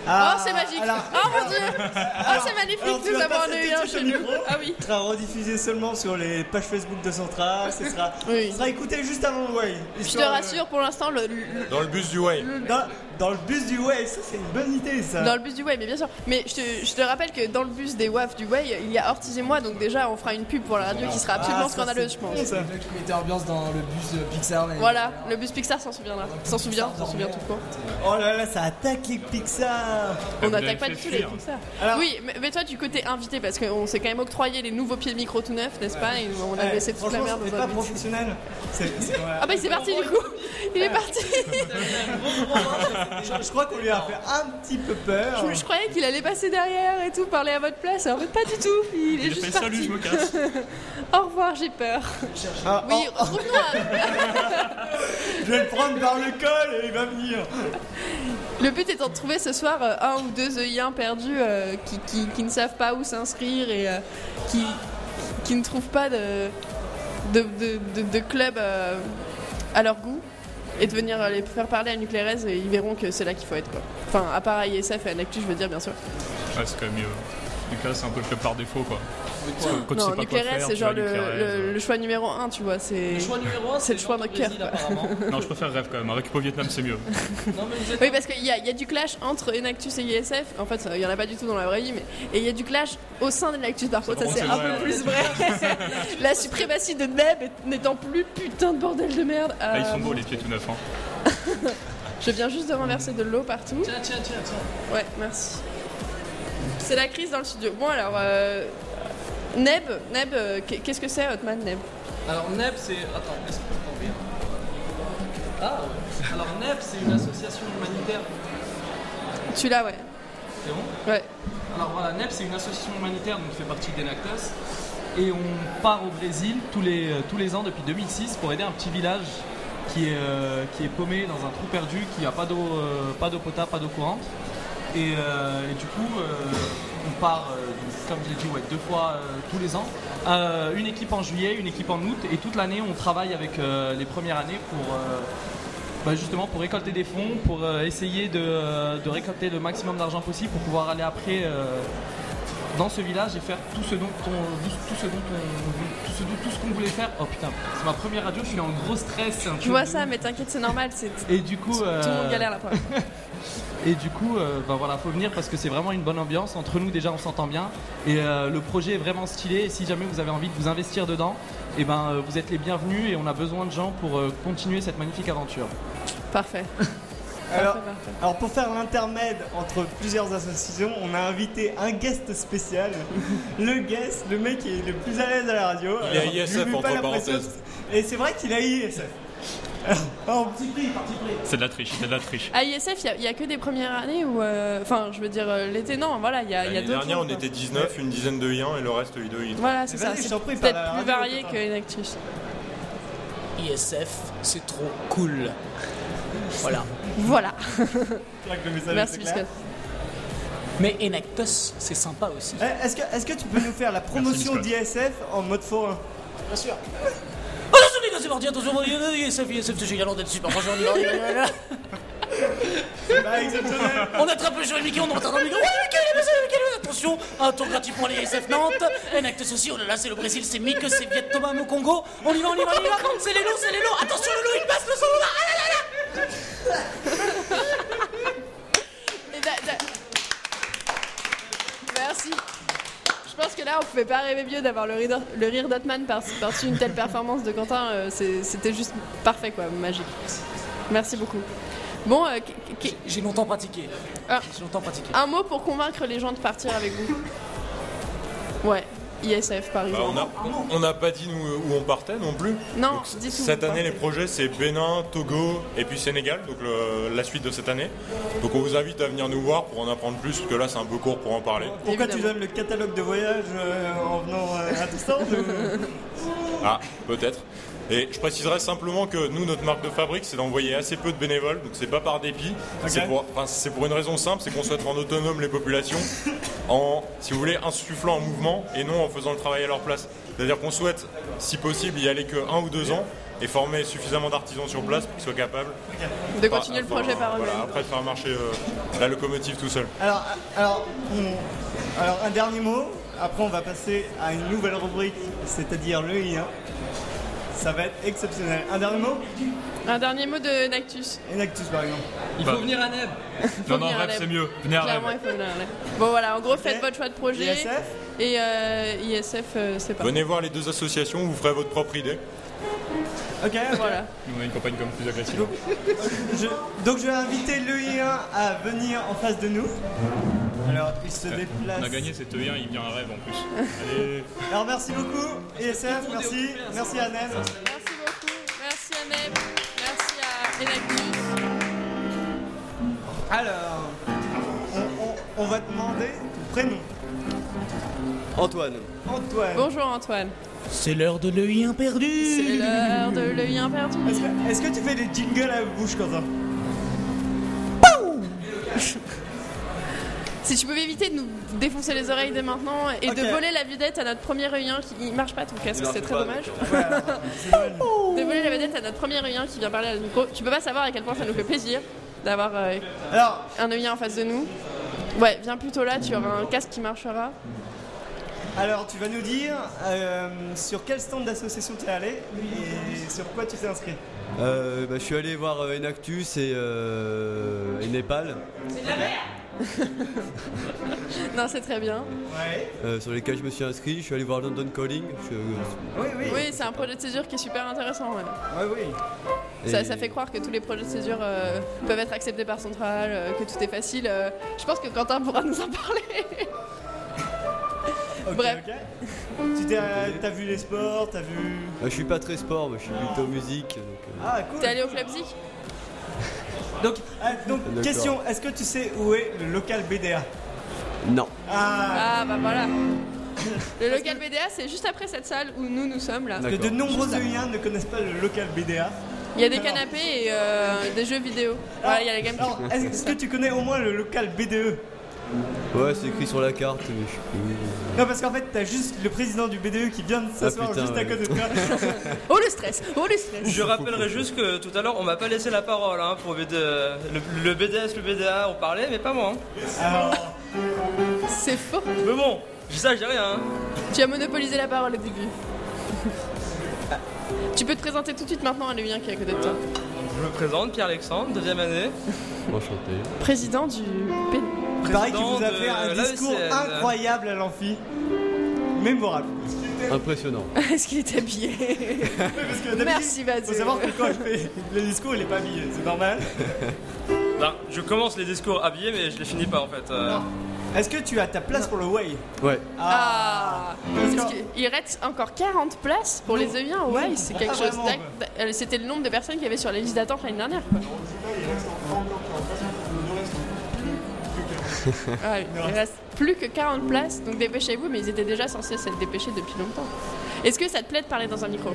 Ah, Oh, c'est magique Oh mon dieu Oh, c'est magnifique, alors, tu nous vas avons pas un sauter UIN dessus chez au nous micro Ah oui Ah. Ce sera rediffusé seulement sur les pages Facebook de Centra. Ce sera, ce sera écouté juste avant le Way. Je te rassure, pour l'instant, le- le- Dans le bus du Way. Dans, dans le bus du Way, ça c'est une bonne idée ça. Dans le bus du Way, mais bien sûr. Mais je te, je te rappelle que dans le bus des WAF du Way, il y a Ortiz et moi, donc déjà on fera une pub pour la radio qui sera absolument Ah, ça, scandaleuse, je c'est pense. bon, ça. qui mettait ambiance dans le bus euh, Pixar. l'année Voilà, le bus Pixar s'en souviendra. S'en souvient, s'en souvient tout court. Oh là là, ça attaque les Pixar. On n'attaque pas du tout les Pixar. Alors- Oui, mais, mais toi du côté invité, parce qu'on s'est quand même octroyé les nouveaux pieds de micro tout neufs, n'est-ce pas Et on a Ouais, laissé toute la franchement, merde c'était dans pas un bus. professionnel. C'est- c'est- voilà. Ah bah il s'est parti du coup Il est parti je, je crois qu'on lui a fait un petit peu peur. je, je croyais qu'il allait passer derrière et tout, parler à votre place, en fait pas du tout Il est Il a juste fait, parti Salut, je me casse. Au revoir, j'ai peur Ah, Oui, retrouve-nous à- Je vais le prendre par le col et il va venir. Le but étant de trouver ce soir euh, un ou deux œillins perdus euh, qui, qui- qui ne savent pas où s'inscrire et euh, qui, qui ne trouvent pas de, de, de- de- de club euh, à leur goût et de venir euh, les faire parler à Nuclérez et ils verront que c'est là qu'il faut être. Quoi. Enfin, à part à ISF et à Nactu, je veux dire, bien sûr. Ouais, c'est quand même mieux. Donc là, c'est un peu le club par défaut, quoi. Parce que quand tu sais non, pas quoi Nuclérez, faire, c'est tu genre vas à le, Nuclérez. le- le choix numéro un, tu vois. C'est le choix numéro un, c'est le choix de cœur. quoi. Non, je préfère rêve quand même. Avec au Vietnam, c'est mieux. Oui, parce qu'il y a, il y a du clash entre Enactus et ISF. En fait, il n'y en a pas du tout dans la vraie vie, mais et il y a du clash au sein d'Enactus. Par contre, ça, c'est un peu plus vrai. la suprématie de Neb est- n'étant plus putain de bordel de merde. Ah, ils euh, sont beaux, les pieds tout neufs. Hein. Je viens juste de renverser de l'eau partout. Tiens, tiens, tiens, tiens. Ouais, merci. C'est la crise dans le studio. Bon, alors, euh, Neb, Neb, euh, qu'est- qu'est-ce que c'est Hotman Neb Alors NEP c'est. Attends, laisse moi tomber. Ah ouais. Alors NEP c'est une association humanitaire. Tu l'as, ouais. C'est bon Ouais. Alors voilà, NEP c'est une association humanitaire donc qui fait partie d'Enactus. Et on part au Brésil tous les, euh, tous les ans depuis 2006 pour aider un petit village qui est, euh, qui est paumé dans un trou perdu, qui n'a pas d'eau euh, pas d'eau potable, pas d'eau courante. Et, euh, et du coup, euh, on part, euh, donc, comme je l'ai dit, ouais, deux fois euh, tous les ans. Euh, une équipe en juillet, une équipe en août. Et toute l'année, on travaille avec euh, les premières années pour, euh, bah, justement pour récolter des fonds, pour euh, essayer de, euh, de récolter le maximum d'argent possible pour pouvoir aller après euh, dans ce village et faire tout ce dont on, tout, ce- tout ce dont on- tout ce, tout ce qu'on voulait faire. Oh putain, c'est ma première radio, je suis en gros stress. c'est un Je truc vois de ça, mais t'inquiète, c'est normal. c'est- Et du coup, Tout le monde euh, galère la première. fois. et du coup, euh, ben voilà, faut venir parce que c'est vraiment une bonne ambiance. Entre nous, déjà, on s'entend bien. Et euh, le projet est vraiment stylé. Et si jamais vous avez envie de vous investir dedans, et ben euh, vous êtes les bienvenus. Et on a besoin de gens pour euh, continuer cette magnifique aventure. Parfait. Alors, alors, pour faire l'intermède entre plusieurs associations, on a invité un guest spécial. le guest, le mec qui est le plus à l'aise à la radio. Il a Alors, je ISF, lui mets pas entre la pression. parenthèses. Et c'est vrai qu'il a ISF. Alors, oh, petit prix, parti prix. C'est de la triche, c'est de la triche. À ISF, il n'y a, que des premières années ou. euh, Enfin, je veux dire, euh, l'été, non, voilà, il y a, il y a L'année d'autres. dernière, jours, on quoi. était 19, une dizaine de I1 et le reste I2, I3. Voilà, c'est ça. C'est peut-être plus varié qu'une actrice. ISF, c'est trop cool. Voilà. Voilà. le message Merci, était clair. Biscotte. Mais Enactus, c'est sympa aussi. Eh, Est-ce que, est-ce que tu peux nous faire la promotion Merci, d'ISF en mode forain Bien sûr. Attention les gars, c'est parti, attention, ISF, ISF, c'est génial, on est super, franchement, on y va, on y va, on y va. On attrape le jeu Mickey, on entend dans le micro. Ouais, Mickey, il est passé, Mickey, il est passé. attention, un tour gratuit pour les SF Nantes. Un acte aussi, oh là là, c'est le Brésil, c'est Mick, c'est Vietnam au Congo. On y va, on y va, on y va. C'est les loups, c'est les loups. Attention, le loup, il passe le son là. Ah là là là. Et da- da- Merci. Je pense que là, on pouvait pas rêver mieux d'avoir le rire, le rire d'Otman par- par-dessus une telle performance de Quentin. euh, c'est- C'était juste parfait, quoi, magique. Merci beaucoup. Bon, euh, qu- qu- J'ai longtemps pratiqué. Ah. J'ai longtemps pratiqué. un mot pour convaincre les gens de partir avec vous. Ouais, ISF par Bah, exemple. on n'a on n'a pas dit nous, où on partait non plus. Non, dis tout. Cette année, les projets, c'est Bénin, Togo et puis Sénégal, donc le- la suite de cette année. Donc on vous invite à venir nous voir pour en apprendre plus, parce que là, c'est un peu court pour en parler. Pourquoi tu donnes le catalogue de voyage euh, en venant euh, à ton stand ou- Ah, peut-être. Et je préciserai simplement que nous, notre marque de fabrique, c'est d'envoyer assez peu de bénévoles, donc c'est pas par dépit. Ok. C'est pour, enfin, c'est pour une raison simple, c'est qu'on souhaite rendre autonomes les populations en, si vous voulez, insufflant en mouvement et non en faisant le travail à leur place. C'est-à-dire qu'on souhaite, si possible, y aller que un ou deux ans et former suffisamment d'artisans sur place pour qu'ils soient capables De continuer le projet par voilà, eux-mêmes. après de faire marcher euh, la locomotive tout seul. Alors, alors, on- alors, un dernier mot, après on va passer à une nouvelle rubrique, c'est-à-dire le I1. Ça va être exceptionnel. Un dernier mot Un dernier mot de Nactus. Enactus par exemple. Il faut Bah. venir à Neb. Non, non, venir à rêve, Neb. c'est mieux. Venez à rêve. Clairement, il faut venir à Neb. Bon, voilà, en gros, faites votre choix de projet. ISF Et euh, ISF, euh, c'est pas. Venez voir les deux associations, vous ferez votre propre idée. Ok, voilà. Nous, on a une campagne comme plus agressive. Je- donc je vais inviter le I1 à venir en face de nous. Alors il se Ouais. déplace. On a gagné, E c'est bien, il vient à rêve en plus. Allez. Alors merci beaucoup, ISF, merci, merci Anel. Merci beaucoup. Merci à Neb. Merci à Enactus. Alors, on, on- on va te demander ton prénom. Antoine. Antoine. Bonjour Antoine. C'est l'heure de l'œil imperdu. C'est l'heure de l'œil imperdu. Est-ce que, est-ce que tu fais des jingles à bouche comme ça Si tu pouvais éviter de nous défoncer les oreilles dès maintenant et de Ok. voler la vedette à notre premier œil qui il marche pas ton casque, Il marche c'est très pas, dommage. de voler la vedette à notre premier œil qui vient parler à notre micro. Tu peux pas savoir à quel point ça nous fait plaisir d'avoir euh, Alors, un œil en face de nous. Ouais, viens plutôt là, tu auras un casque qui marchera. Alors, tu vas nous dire euh, sur quel stand d'association tu es allé et sur quoi tu t'es inscrit. Euh, bah, je suis allé voir euh, Enactus et, euh, et Népal Non, c'est très bien. euh, sur lesquels je me suis inscrit. Je suis allé voir London Calling. je- euh, Oui, c'est un projet de césure qui est super intéressant. ouais. Et- Ça, ça fait croire que tous les projets de césure euh, peuvent être acceptés par Centrale, euh, que tout est facile. euh, je pense que Quentin pourra nous en parler. Bref. Tu t'es, euh, t'as vu les sports, t'as vu. je suis pas très sport, moi, je suis plutôt musique. donc, Ah, cool. T'es allé au club Zik Donc, euh, donc D'accord. question est-ce que tu sais où est le local BDA euh, Non. Ah, bah voilà. Le local BDA, c'est juste après cette salle où nous nous sommes là. Parce que de nombreux E hein. EUiens ne connaissent pas le local BDA. Il y a des canapés et euh, des jeux vidéo. Voilà, il y a la Ah. Alors, GameCube. est-ce que tu connais au moins le local E? BDE Ouais, c'est écrit sur la carte, mais je suis plus. Ah, Non, parce qu'en fait, t'as juste le président du BDE qui vient de s'asseoir putain, juste à ouais. côté de toi. Oh le stress, oh le stress. Je rappellerai juste que tout à l'heure, on m'a pas laissé la parole hein, pour BD... le, le BDS, le BDA, on parlait, mais pas moi. hein. C'est faux. Mais bon, je ça, j'ai rien. hein. Tu as monopolisé la parole au début. tu peux te présenter tout de suite maintenant à l'Eulien qui est à côté de toi. Je me présente, Pierre-Alexandre, deuxième année. Enchanté. Président du P. Il paraît qu'il vous a de fait un la discours ECN. euh, incroyable à l'amphi. Mémorable. Impressionnant. Est-ce qu'il est habillé Parce que d'habitude, Merci, Mathieu. Faut savoir que quand je fais le discours, il est pas habillé, c'est normal. Bah, je commence les discours habillés, mais je les finis pas en fait. euh. Est-ce que tu as ta place pour le Way Ouais. Ah, Parce que Il reste encore 40 places pour les Euliens. Ouais, c'est quelque Ah, chose vraiment, d'ac- d'ac- C'était le nombre de personnes qu'il y avait sur les listes d'attente l'année dernière. quoi. Ah, il reste plus que 40 places, donc dépêchez-vous, mais ils étaient déjà censés s'être dépêchés depuis longtemps. Est-ce que ça te plaît de parler dans un micro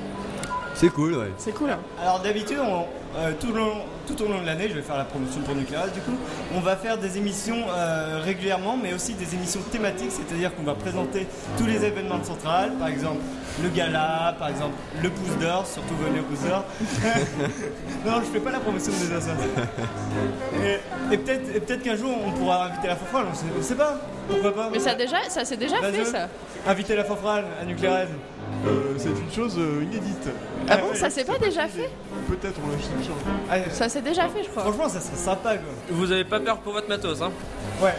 C'est cool, ouais. C'est cool, hein Alors d'habitude, on- euh, tout, le long- tout au long de l'année, je vais faire la promotion pour Nuclearas du coup, on va faire des émissions euh, régulièrement, mais aussi des émissions thématiques, c'est-à-dire qu'on va présenter tous les événements de Centrale, par exemple le gala, par exemple le pouce d'or, surtout venez au pouce d'or. non, je fais pas la promotion des assassins. Et, et peut-être et peut-être qu'un jour, on pourra inviter la fanfrale, on sait, on sait pas, pourquoi pas. Mais ça, déjà, ça s'est déjà fait, Vas-y. ça. Inviter la fanfrale à Nuclearas. Euh, c'est une chose inédite. Ah bon, ça s'est pas déjà fait Peut-être on l'a juste Ah, Ça s'est déjà fait, je crois. Franchement, ça serait sympa, quoi. Vous avez pas peur pour votre matos, hein Ouais.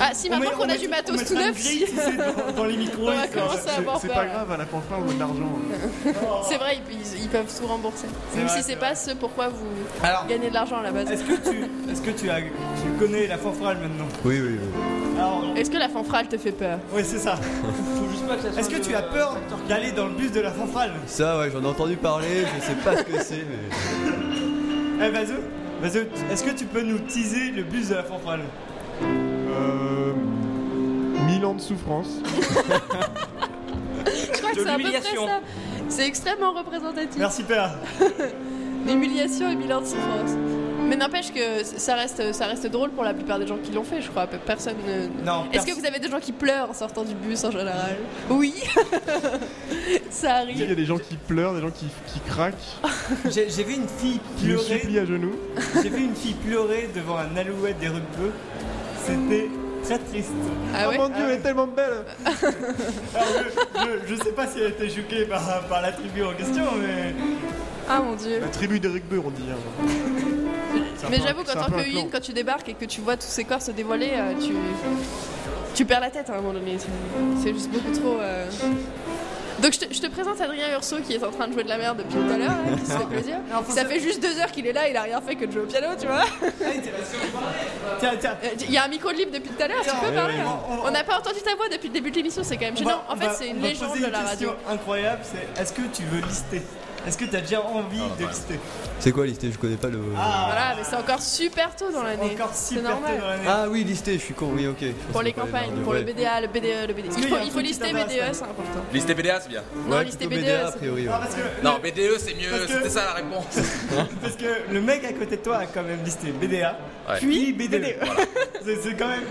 Ah, si, maintenant met- qu'on a met- du on matos mettra tout une neuf, grille, tu sais, dans, dans les micros. On va et ça- commencer à c'est- avoir c'est peur. pas grave, à la fin, on a de l'argent. c'est vrai, ils, ils- ils peuvent tout rembourser. euh, C'est Même vrai, si c'est c'est pas ce pourquoi vous Alors, gagnez de l'argent à la base. Est-ce que tu, est-ce que tu, as, tu connais la fanfrale maintenant Oui, oui, oui. Alors, Est-ce que la fanfrale te fait peur oui, c'est ça. Est-ce que tu as peur d'aller dans le bus de la fanfrale Ça, ouais, j'en ai entendu parler, je sais pas ce que c'est, mais. Eh, vas-y, vas-y. Est-ce que tu peux nous teaser le bus de la fanfrale Euh. Mille ans de souffrance. Je crois que De c'est à peu près l'humiliation. ça. C'est extrêmement représentatif. Merci, Père. Humiliation et bilan de souffrance. Mais n'empêche que c- ça reste, ça reste drôle pour la plupart des gens qui l'ont fait, je crois. Personne ne. Non, Est-ce perso- que vous avez des gens qui pleurent en sortant du bus en général Oui Ça Il y arrive. a des gens qui pleurent, des gens qui, qui craquent. J'ai j'ai vu une fille qui me pleurer. supplient à genoux. J'ai vu une fille pleurer devant un alouette des rues de Bœuf. C'était très triste. é Ah, Ah ouais oh mon dieu, elle est tellement belle Alors, je, je- je sais pas si elle a été choquée par, par la tribu en question, mais. Ah mon dieu. La tribu d'Eric Beur, on dit. hein. C'est un Mais peu un- j'avoue qu'en c'est un tant peu un que Yin, clan. quand tu débarques et que tu vois tous ces corps se dévoiler, euh, tu, tu perds la tête hein, à un moment donné. C'est- C'est juste beaucoup trop. euh. Donc je te, je te présente Adrien Urso qui est en train de jouer de la merde depuis tout à l'heure, hein, qui se fait plaisir. Ça fait juste deux heures qu'il est là, il a rien fait que de jouer au piano, tu vois. Ah, Tiens, tiens. Euh, Il y a un micro de libre depuis tout à l'heure, tu Tiens, peux ouais, parler. ouais, hein. On n'a pas entendu ta voix depuis le début de l'émission, c'est quand même On va- gênant. En on fait, va- c'est on une va légende poser de une la question radio. incroyable, c'est est-ce que tu veux lister Est-ce que t'as déjà envie Ah, de lister C'est quoi listé Je connais pas le. Voilà, mais c'est encore super tôt dans l'année. Ah. Encore C'est normal. Ah oui, listé, je suis con, oui, ok. Je pensais Pour les qu'on parlait campagnes, de- pour ouais. le BDA, le BDE, le BDE. Est-ce qu'il Il y faut, a un il faut truc qui lister t'intéresse, BDE, c'est important. Listez BDA, c'est bien. Non, Ouais, listez plutôt BDA, BDA, a c'est- Ah, priori, Non, parce que- Non, BDE, c'est mieux. Parce que- C'était ça la réponse. Parce que le mec à côté de toi a quand même listé BDA, Ouais. puis BDE. E. C'est- C'est quand même.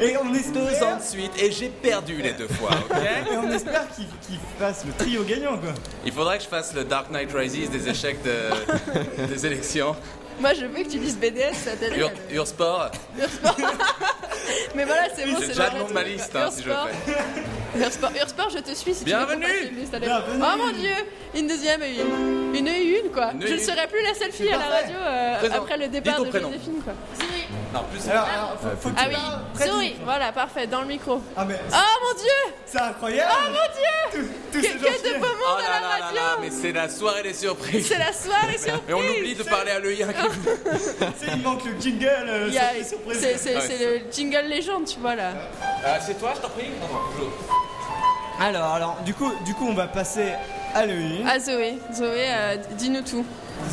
Et on Deux ans espère, de suite et j'ai perdu les deux fois, et on ok espère qu'il qu'il fasse le trio gagnant quoi. Il faudrait que je fasse le Dark Knight Rises des échecs de- des élections. Moi, je veux que tu lises BDS, ça t'aide. Ur, Ursport, Mais voilà, c'est bon, j'ai c'est déjà bon, le nom de là, ma tu- liste hein, si je le Ursport. fais. Ursport, Ursport, je te suis si Bienvenue. tu veux qu'on fasse une liste à la- Bienvenue. Oh mon dieu Une deuxième et une. Une et une, quoi. Une et je ne une. serai plus la seule fille C'est à la parfait. radio euh, Présent. après le Dis départ ton de prénom. Joséphine, quoi. Non, en plus. Alors, alors, faut- faut que tu Ah parles oui, près du Zoé, micro. voilà, parfait, dans le micro. Ah, mais. Oh mon dieu C'est incroyable Oh mon dieu Tous Que, ces gens que de fiers. beau monde Oh à là la là là radio là, mais c'est la soirée des surprises. C'est la soirée Ah. surprise Mais on oublie de parler à hein, l'œil. C'est- Il manque le jingle, euh, Il y a- surprise, surprise. Ah Ah, C'est c'est- c'est le jingle légende, tu vois là. c'est toi, je t'en prie Alors, alors, du coup, du coup, on va passer à Loïc. Ah Zoé, Zoé, euh, dis-nous tout.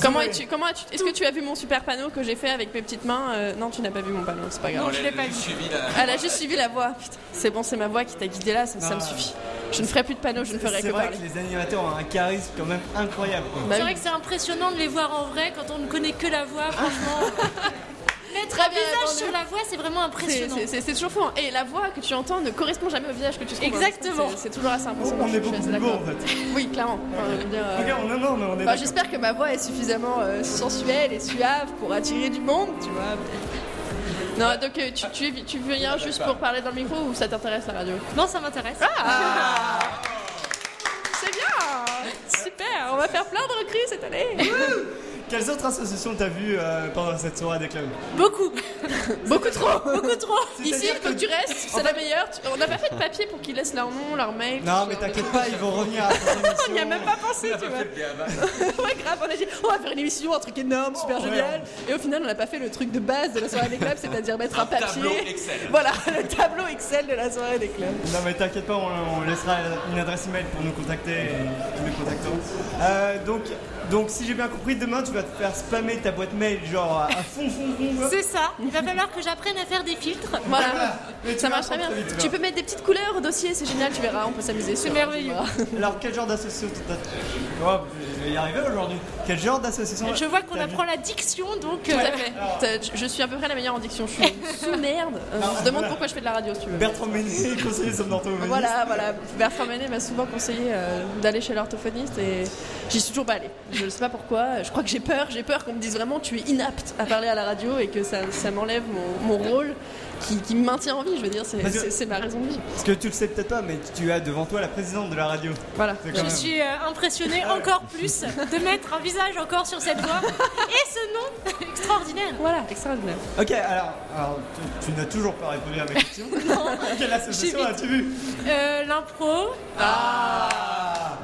Comment es-tu Comment as-tu Est-ce que tu as vu mon super panneau que j'ai fait avec mes petites mains Euh, Non, tu n'as pas vu mon panneau, c'est pas grave. Non, je l'ai pas vu. Elle a juste suivi la voix. Putain, c'est bon, c'est ma voix qui t'a guidé là, ça, ça me suffit. Je ne ferai plus de panneau, je ne ferai que C'est vrai parler. Bah que les animateurs ont un charisme quand même incroyable. quoi. C'est vrai que c'est impressionnant de les voir en vrai quand on ne connaît que la voix, franchement. Mettre un bien visage répondu. sur la voix, c'est vraiment C'est- impressionnant. c'est- C'est c'est toujours fou. hein. Et la voix que tu entends ne correspond jamais au visage que tu trouves. hein. Exactement. C'est c'est toujours assez impressionnant. On je est suis beaucoup assez plus beau d'accord. en fait. Oui, clairement. Enfin, je veux dire, euh, Regarde, non, non, mais on est enfin, d'accord. J'espère que ma voix est suffisamment euh, sensuelle et suave pour attirer du monde, tu vois. Non, donc euh, tu, tu, tu viens juste pour parler dans le micro ou ça t'intéresse la radio Ah Non, ça m'intéresse. C'est bien Super On va faire plein de recrues cette année Quelles autres associations t'as vues euh, pendant cette soirée des clubs Beaucoup Beaucoup trop Beaucoup trop Ici, C'est-à-dire faut que que- tu restes, c'est la meilleure. Tu- On n'a pas fait de papier pour qu'ils laissent leur nom, leur mail. Non, mais t'inquiète pas, ils vont revenir à la On n'y a même pas pensé, tu vois. bah. ouais, grave, on a dit, on va faire une émission, un truc énorme, super génial. Et au final, on n'a pas fait le truc de base de la soirée des clubs, c'est-à-dire mettre un, papier. tableau Excel. Voilà, le tableau Excel de la soirée des clubs. Non mais t'inquiète pas, on, on laissera une adresse email pour nous contacter et nous contacterons. Euh, donc, donc si j'ai bien compris, demain tu vas te faire spammer ta boîte mail genre euh, à, à Ah, fond, fond, fond. quoi. C'est ça, il va falloir que j'apprenne à faire des filtres. Voilà, ça marche très bien. très vite, tu Tu verras. peux mettre des petites couleurs au dossier, c'est génial, tu verras, on peut s'amuser. C'est merveilleux. Alors quel genre d'association t'as Oh, je vais y arriver aujourd'hui. Quel genre d'association Je vois qu'on t'as vu apprend la diction, donc. Tout euh, à fait. alors- T'as- je- Je suis à peu près la meilleure en diction. Je suis une sous-merde. Euh, Alors, On se demande voilà. pourquoi je fais de la radio, si tu veux. Bertrand Méné, conseiller somnanto-humaniste. Voilà, voilà. Bertrand Ménet m'a souvent conseillé euh, d'aller chez l'orthophoniste et j'y suis toujours pas allée. Je ne sais pas pourquoi. Je crois que j'ai peur. J'ai peur qu'on me dise vraiment tu es inapte à parler à la radio et que ça, ça m'enlève mon, mon rôle qui, qui me maintient en vie. Je veux dire, c'est- Parce que- c'est c'est ma raison de vie. Parce que tu le sais peut-être pas, mais tu as devant toi la présidente de la radio. Voilà. Je suis euh, impressionnée encore plus de mettre un visage encore sur cette voix et ce nom extraordinaire. Voilà, extraordinaire. Ok, alors, alors, tu, tu n'as toujours pas répondu à ma question. Quelle association as-tu vu Euh, L'impro, Ah.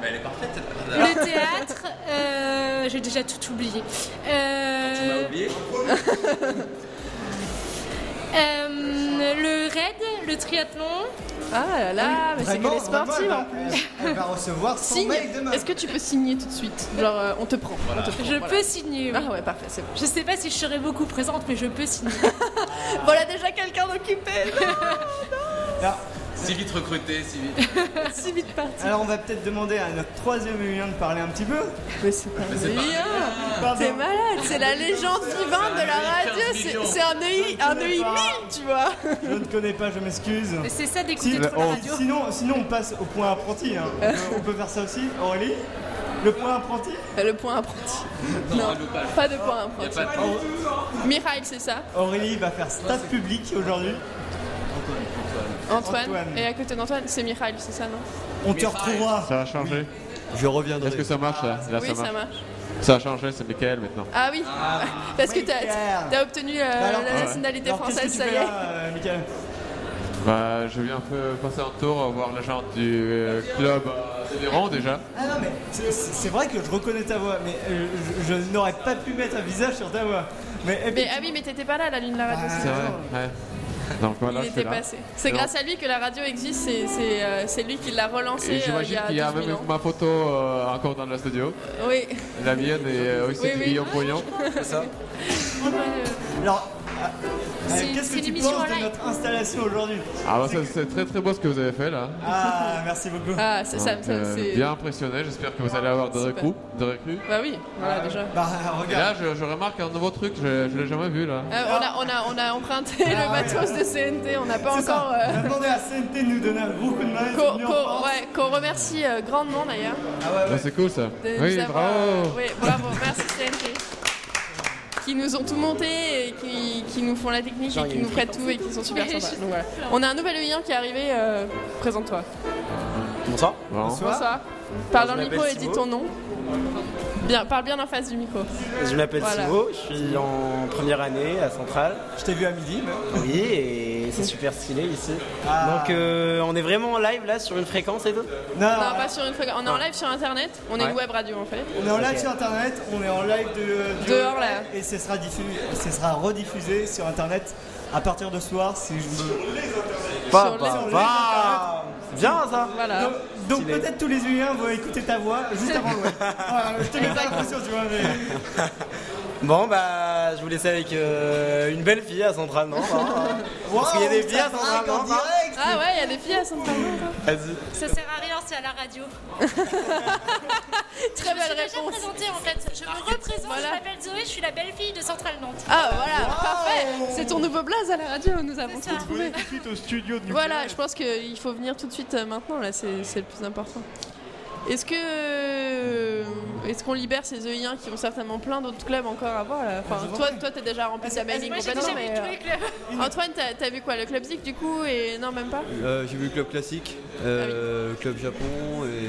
Mais elle est parfaite cette le théâtre, euh, j'ai déjà tout oublié. Euh, Tu m'as oublié euh, le raid, le triathlon. Ah là là, mais c'est que Vraiment, les vraiment, bah, sportifs elle va- en plus. Elle va recevoir son Signe. mail demain. Est-ce que tu peux signer tout de suite Genre, euh, on te prend. Voilà. on te prend, Je voilà. peux signer. oui. Ah ouais, parfait, c'est bon. Je sais pas si je serai beaucoup présente, mais je peux signer. voilà déjà quelqu'un d'occupé. Si vite recrutée, si vite. si vite parti. Alors on va peut-être demander à notre troisième humain de parler un petit peu. Mais c'est pas Mais c'est Bien. Pardon. T'es malade, c'est la légende vivante de la Ah, radio. c'est- C'est un œil, un œil mille, tu vois. Je ne connais pas, je m'excuse. oh, Mais c'est ça d'écouter trop la radio. Sinon, sinon on passe au point apprenti. hein. On, peut, on peut faire ça aussi, Aurélie. Le point apprenti. Euh, Le point apprenti. Non, pas de point apprenti. Mireille, c'est ça. Aurélie va faire stade public aujourd'hui. Antoine. Antoine. Et euh, à côté d'Antoine, c'est Mireille, c'est ça, non On te retrouvera. Ça a changé. Je reviendrai. Est-ce que ça marche là, Là, Oui, ça, ça marche. marche. Ça a changé, c'est Michael maintenant. Ah oui, parce que t'as t'as obtenu euh, Bah, alors, la ouais. nationalité Alors, qu'est-ce que française, tu ça y fais est. là, euh, Mickaël Bah, je viens un peu passer un tour, euh, voir l'agent du euh, club euh, adhérent déjà. Ah non, mais c'est- c'est vrai que je reconnais ta voix, mais euh, je, je n'aurais pas pu mettre un visage sur ta voix. Mais, euh, Mais ah oui, mais t'étais pas là, la ligne de la Ah. radio. C'est vrai, ouais. Donc voilà, Il je suis était là. passé. C'est Donc, grâce à lui que la radio existe, c'est- c'est euh, c'est lui qui l'a et relancée euh, il y J'imagine a qu'il y a 12 même 000 ans. ma photo euh, encore dans le studio. Oui. La mienne et euh, aussi Oui, de oui. Guillaume Boyon. C'est ça Alors, euh, euh, C'est- qu'est-ce c'est que tu l'émission penses en de live. notre installation aujourd'hui Ah bah ça, c'est très très beau ce que vous avez fait là. Ah, merci beaucoup. Ah, c'est ça, Donc, ça, euh, c'est. bien impressionné, j'espère que vous allez avoir des Super. recrues. Des recrues. Bah oui, voilà déjà. Bah, Et là, je, je remarque un nouveau truc, je, je l'ai jamais vu là. Euh, on, a, on, a, on a emprunté le matos de CNT, on n'a pas Ah C'est ça. encore. euh, On a demandé à CNT de nous donner un gros coup de main. ils sont Qu'on venus en qu'on- France. ouais, qu'on remercie euh, grandement d'ailleurs. Ah ouais, Bah, ouais. c'est cool ça. de nous Oui, avoir- euh, bravo. Oui, bravo, merci CNT. Qui nous ont tout monté et qui, qui nous font la technique Genre, et il y qui a nous une prêtent tout et qui sont super Oui, sympas. je- Donc voilà. On a un nouvel client qui est arrivé, euh, présente-toi. Bonsoir. Bonsoir. Parle dans Je le m'appelle micro et dis Thibaut. ton nom. Bien, parle bien en face du micro. Je m'appelle Voilà. Thibaut, je suis en première année à Centrale. Je t'ai vu à midi. Oui, et c'est super stylé ici. Ah. Donc euh, on est vraiment en live là sur une fréquence et tout Non, pas sur une fréquence. On est en live sur internet, on est Ouais. une web radio en fait. On est en live sur internet, on est en live de, du- Dehors, là. Et ce sera, diffu- ce sera rediffusé sur internet à partir de ce soir si je me. Bah, bah, bah. Bien ça Voilà. Donc, Donc peut-être tous les Uniens vont écouter ta voix juste avant Noël. Voilà, je te mets pas la pression, tu vois, mais. Bon, bah, je vous laisse avec euh, une belle fille à Centrale, non hein Parce qu'il y a des filles à Centrale, non hein Ah ouais, il y a des filles à Santa hein. Maria. Vas-y. Ça sert à rien, c'est à la radio. Très belle Je me suis déjà présentée en fait. Je me représente, je m'appelle Zoé, je suis la belle fille de Centrale Nantes. Ah voilà, parfait. C'est ton nouveau blaze à la radio, nous avons tout trouvé. Tout de suite au studio de Voilà, je pense qu'il faut venir tout de suite euh, maintenant, là, c'est c'est le plus important. Est-ce que est-ce qu'on libère ces œillens qui ont certainement plein d'autres clubs encore à voir là Enfin, toi, toi, t'as déjà rempli ta mailing Moi, j'ai déjà complètement, vu mais, tous les clubs. euh, Antoine, t'as t'as vu quoi Le club Zik du coup et non même pas Euh, J'ai vu le club classique, Ah euh, le club Japon et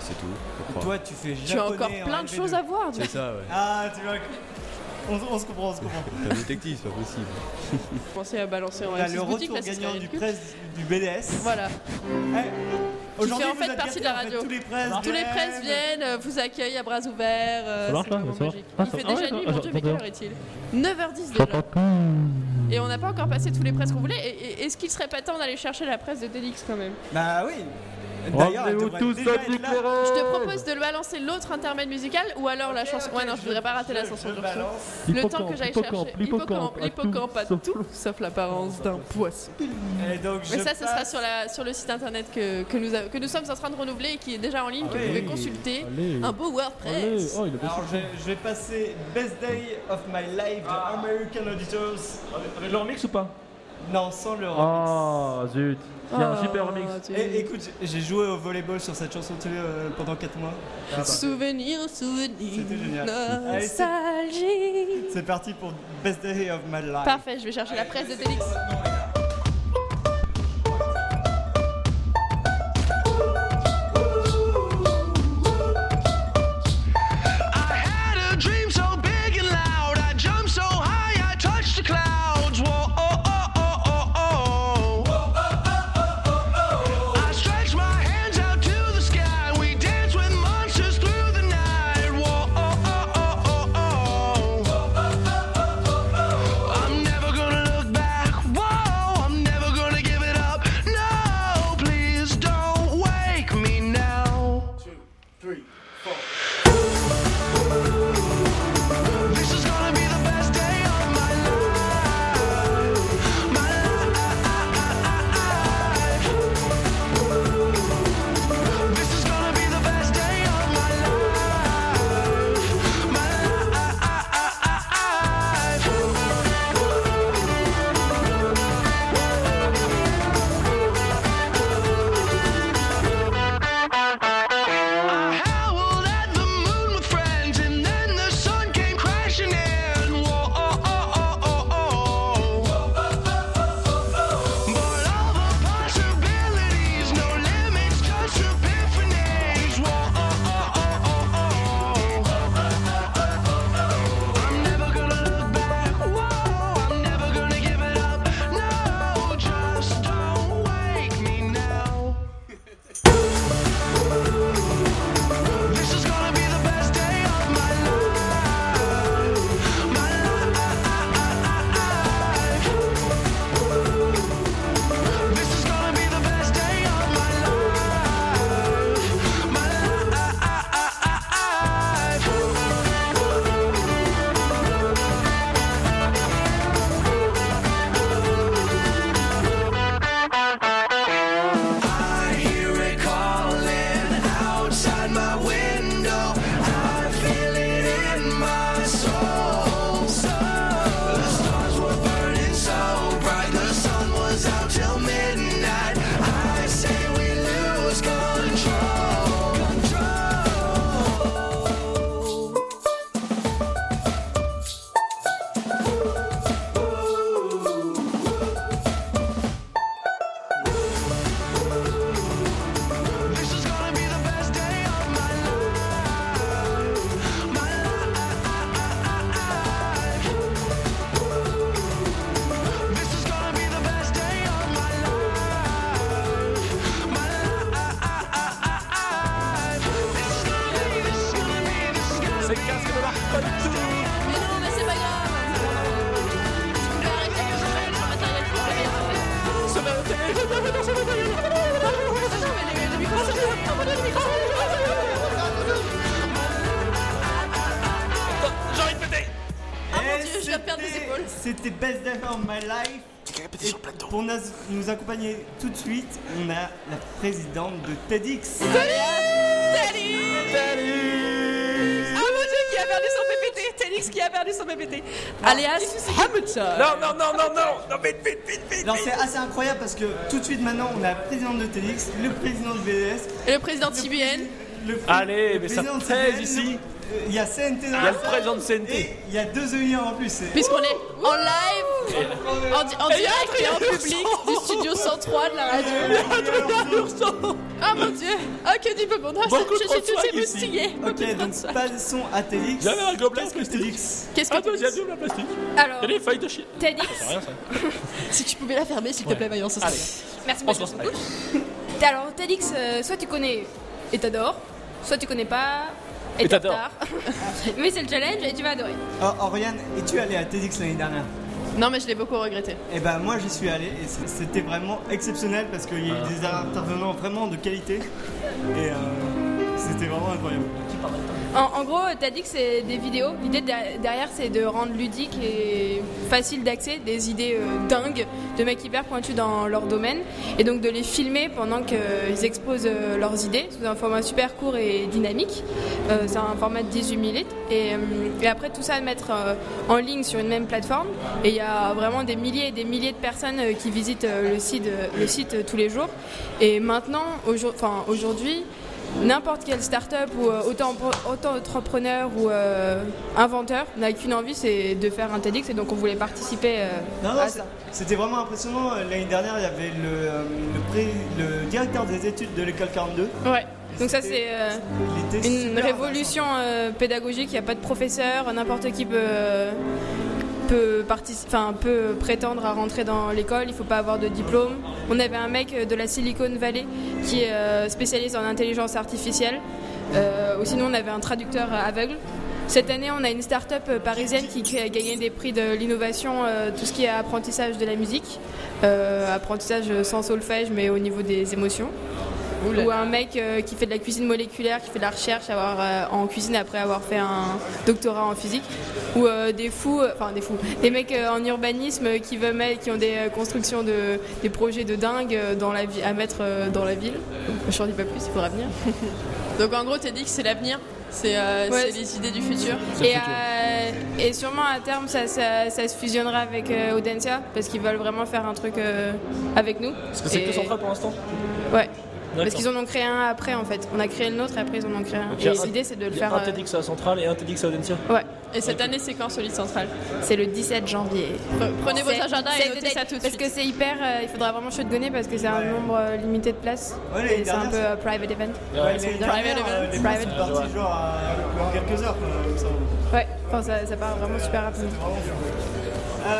c'est tout. je crois. Toi, tu fais japonais. Tu as encore plein de choses à voir. du C'est coup. ça, ouais. Ah, tu vois. On, on se comprend, on se comprend. Le détective, c'est pas possible. Pensez à balancer en On a M6 le boutique, retour là, ce serait gagnant du, ridicule. presse, du BDS. Voilà. Qui Aujourd'hui, fait en vous fait êtes partie de la radio. tous les presses Tous les viennent. presses viennent, euh, vous accueillent à bras ouverts. euh, Ça marche, c'est là vraiment Ça marche magique. Ah, Il ça- fait ah ouais, déjà ça- nuit, ah, mon dieu, mais quelle j'entends heure est-il 9h10 déjà. J'entends Et on n'a pas encore passé tous les presses qu'on voulait. Et- et- Est-ce qu'il serait pas temps d'aller chercher la presse de Délix quand même Bah oui. D'ailleurs, elle Rendez-vous devrait tous déjà au être là. Je te propose de balancer l'autre intermède musical ou alors la chanson. ouais, non, je voudrais pas rater la chanson. d'Urso. Le temps que j'aille Hippocampe, chercher. hippocampe, à l'hippocampe, à tout, sauf l'apparence d'un poisson. Et donc, Mais je ça, ce sera passe- sur, la, sur le site internet que, que nous, a- que nous sommes en train de renouveler et qui est déjà en ligne, que vous pouvez consulter. allez. Un beau WordPress. Oh, Alors, je, je vais passer Best Day of My Life de American Auditors. Avec leur mix ou pas Non, sans leur Ah zut, il y a un Ah, super mix. Et, écoute, j'ai- j'ai joué au volleyball sur cette chanson tu sais, euh, pendant 4 mois. Ah, Souvenir, souvenir, Ah, bah. C'était génial. Allez, c'est- nostalgie. C'est parti pour Best Day of My Life. Parfait, je vais chercher la presse de Délix. Ah, I had a dream so big and loud. I jumped so high, I touched the clouds. Whoa, oh, oh, oh, oh, oh. I stretched my hands out to the sky. We danced with monsters through the night. Whoa, oh, oh, oh, oh, oh. I'm never gonna look back. Whoa, I'm never gonna give it up. No, please don't wake me now. I howled at the moon with friends, and then the sun came crashing in. Whoa, oh, oh, oh, oh, oh. But all the possibilities, no limits, just epiphanies. Whoa, oh, oh, oh, oh, oh. I'm never gonna look back. Whoa, I'm never gonna give it up. No, just don't wake me now. I hear it calling outside my window. I feel it in my soul. The stars were burning so bright, the sun was out till midnight. I say we lose control. C'est le casque de Mais non, mais c'est pas grave. This is c'était Best Day of My Life. Et pour nous, nous accompagner tout de suite, on a la présidente de TEDx. Ah mon dieu, qui a perdu son PPT Télix qui a perdu son PPT Alias Hamilton non, Ah. non, non, non, non, vite, vite, vite, vite. Non, c'est assez incroyable parce que tout de suite maintenant, on a la présidente de TEDx, le président de BDS. Et le président de CBN. Allez, mais ça président de pèse CBN, ici. le- Il y a CNT dans Il y a le président de CNT. Et il y a deux EIA en plus. c'est- Puisqu'on est en live, en, di- en Et il y a un direct et en triangle public du studio 103 de la Euh, radio. Ah mon dieu, ah que du bobondage, Beaucoup je trop de suis toute swag ici. émoustillée. Ok, donc pas de son à Télix. J'avais un gobelet Qu'est-ce que Télix Qu'est-ce que Attends, il y a du la plastique. Alors, Il y a des feuilles de shit. Télix, C'est rien ça. si tu pouvais la fermer s'il te plaît, Vaillant, ça serait- Merci On beaucoup. se lance. Allez. Alors, Télix, euh, soit tu connais et t'adores, soit tu connais pas et Et t'as t'adores. tard. Mais c'est le challenge et tu vas adorer. Oh, Oriane, es-tu allée à TEDx l'année dernière Non, mais je l'ai beaucoup regretté. Eh ben moi j'y suis allé et c- c'était vraiment exceptionnel parce qu'il y a eu des intervenants vraiment de qualité et euh, c'était vraiment incroyable. En, en gros, t'as dit que c'est des vidéos. L'idée de- derrière, c'est de rendre ludique et facile d'accès des idées euh, dingues de mecs hyper pointus dans leur domaine. Et donc de les filmer pendant qu'ils exposent euh, leurs idées sous un format super court et dynamique. Euh, c'est un format de 18 minutes. Et, euh, et après, tout ça à mettre euh, en ligne sur une même plateforme. Et il y a vraiment des milliers et des milliers de personnes euh, qui visitent euh, le site, euh, le site euh, tous les jours. Et maintenant, aujourd- enfin, aujourd'hui, N'importe quelle start-up ou euh, autant, autant entrepreneur ou euh, inventeur n'a qu'une envie, c'est de faire un TEDx et donc on voulait participer. euh, Non, non, à c'est- ça. c'était vraiment impressionnant. Euh, L'année dernière il y avait le, euh, le, pré- le directeur des études de l'école 42. Ouais. Donc ça c'est euh, une révolution euh, pédagogique, il n'y a pas de professeur, n'importe qui peut, euh, peut, partici- enfin, peut prétendre à rentrer dans l'école, il ne faut pas avoir de diplôme. On avait un mec euh, de la Silicon Valley qui est euh, spécialiste en intelligence artificielle, Euh, ou sinon on avait un traducteur euh, aveugle. Cette année, on a une start-up euh, parisienne qui crée- a gagné des prix de l'innovation, euh, tout ce qui est apprentissage de la musique, euh, apprentissage sans solfège mais au niveau des émotions. Ouh là Ou là. un mec euh, qui fait de la cuisine moléculaire, qui fait de la recherche avoir, euh, en cuisine après avoir fait un doctorat en physique. Ou euh, des fous, euh, enfin des fous, des mecs euh, en urbanisme euh, qui, veulent mettre- qui ont des euh, constructions, de, des projets de dingue euh, dans la vi- à mettre euh, dans la ville. Je n'en dis pas plus, il faudra venir. Donc en gros, TEDx c'est l'avenir, c'est euh, Ouais, c'est les idées du futur. Et, euh, et sûrement à terme, ça, ça- ça se fusionnera avec euh, Audencia parce qu'ils veulent vraiment faire un truc euh, avec nous. Parce que c'est que Et- central pour l'instant. Ouais. Parce D'accord. qu'ils en ont créé un après en fait. On a créé le nôtre et après ils en ont créé un. Donc, il y Et a un- l'idée c'est de le il y a faire. Un euh, TEDx à Centrale et un TEDx à Audencia. Ouais. Et cette année, c'est quand Solide Central C'est le 17 janvier. euh, Prenez vos C'est- agendas c'est et notez peut-être- ça tout de Parce suite. que c'est hyper. euh, il faudra vraiment shotgunner parce que c'est un nombre euh, limité de places. Ouais, l'année Et c'est un dernière, peu euh, private event. Ouais, l'année Private dernière, euh, event. les Private. gens sont partis genre à- en quelques heures. quoi, comme ça. Ouais, enfin, ça, ça part vraiment super rapidement. Euh,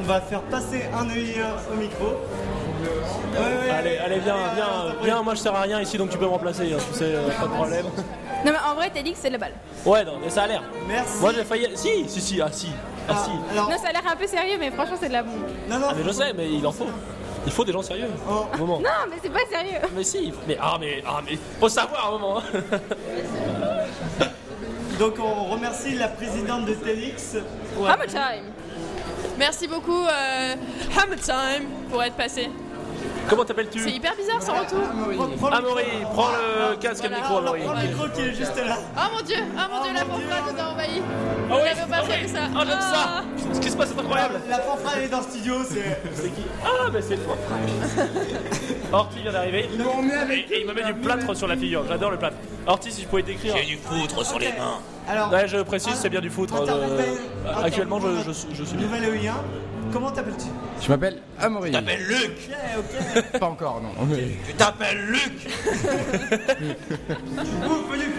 on va faire passer un œilleur au micro. Allez, allez, viens, viens, viens, moi je sers à rien ici donc tu peux me remplacer, hein, tu sais, euh, pas de problème. Non mais en vrai, t'as dit que c'est la balle. Ouais, non, mais ça a l'air. Merci. Moi j'ai failli. Si, si, si, ah si, ah, si. Non, ça a l'air un peu sérieux, mais franchement, c'est de la bombe. Ah, mais je sais, mais il en faut. Il faut des gens sérieux. Au moment. Non, mais c'est pas sérieux. Mais si, il faut- mais ah, mais ah, mais faut savoir au moment. hein. Donc on remercie la présidente de TEDx. pour- Ah, bah, Hammer time Merci beaucoup, euh, Hammer time, pour être passé. Comment t'appelles-tu C'est hyper bizarre sans retour. Amaury, prends le casque et le micro, Amaury. prends le micro qui est juste là. Oh mon dieu, oh mon dieu, la pauvre nous a envahis. Ah On oui, n'avait pas prévu ça. Ah, j'aime ça. Ah. Ce qui se passe, c'est incroyable. La fanfare est dans le studio, c'est. C'est qui Ah, mais c'est le fanfare. Orti vient d'arriver. Il avec et, il me met du plâtre sur la figure. J'adore le plâtre. Orti, si je pouvais décrire. J'ai du foutre sur les mains. Alors- ouais, je précise, c'est bien du foutre. hein, Internet- je- Internet- Actuellement, je, je, suis- je suis. Nouvel EI1, E comment t'appelles-tu Je m'appelle Amaury. Je m'appelle Luc. Ok, ok. Pas encore, non. Mais- Tu t'appelles Luc Ouvre les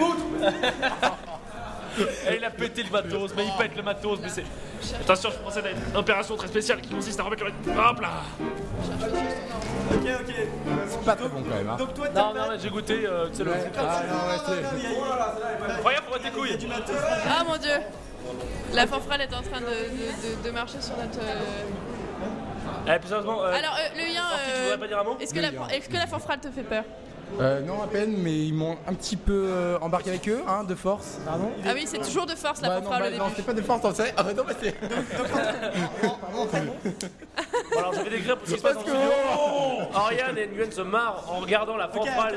Et il a pété le matos, mais il pète le matos, mais c'est. Attention, je pensais à une opération très spéciale qui consiste à remettre le. Hop là Ok, ok. C'est pas très bon quand même. Hein. Donc toi, Non, non, mais j'ai goûté, euh, tu sais, le. Ah, non, ouais, c'est- Regarde pour tes couilles Ah mon dieu. La fanfrale est en train de, de- de- de marcher sur notre. euh, Eh, plus sérieusement, euh, Alors, euh, le lien. voudrais pas dire un mot Est-ce que, la, est-ce que la fanfrale te fait peur Euh, non, à peine, mais ils m'ont un petit peu euh, embarqué avec eux, hein, de force. Pardon Ah oui, c'est toujours de force là Bah pour non, faire bah le non, début. c'est pas de force, on sait. Ah, bah non, bah c'est. Bon, alors je vais décrire ce qui se passe dans le studio. Ariane et Nguyen se marrent en regardant la euh, fanfare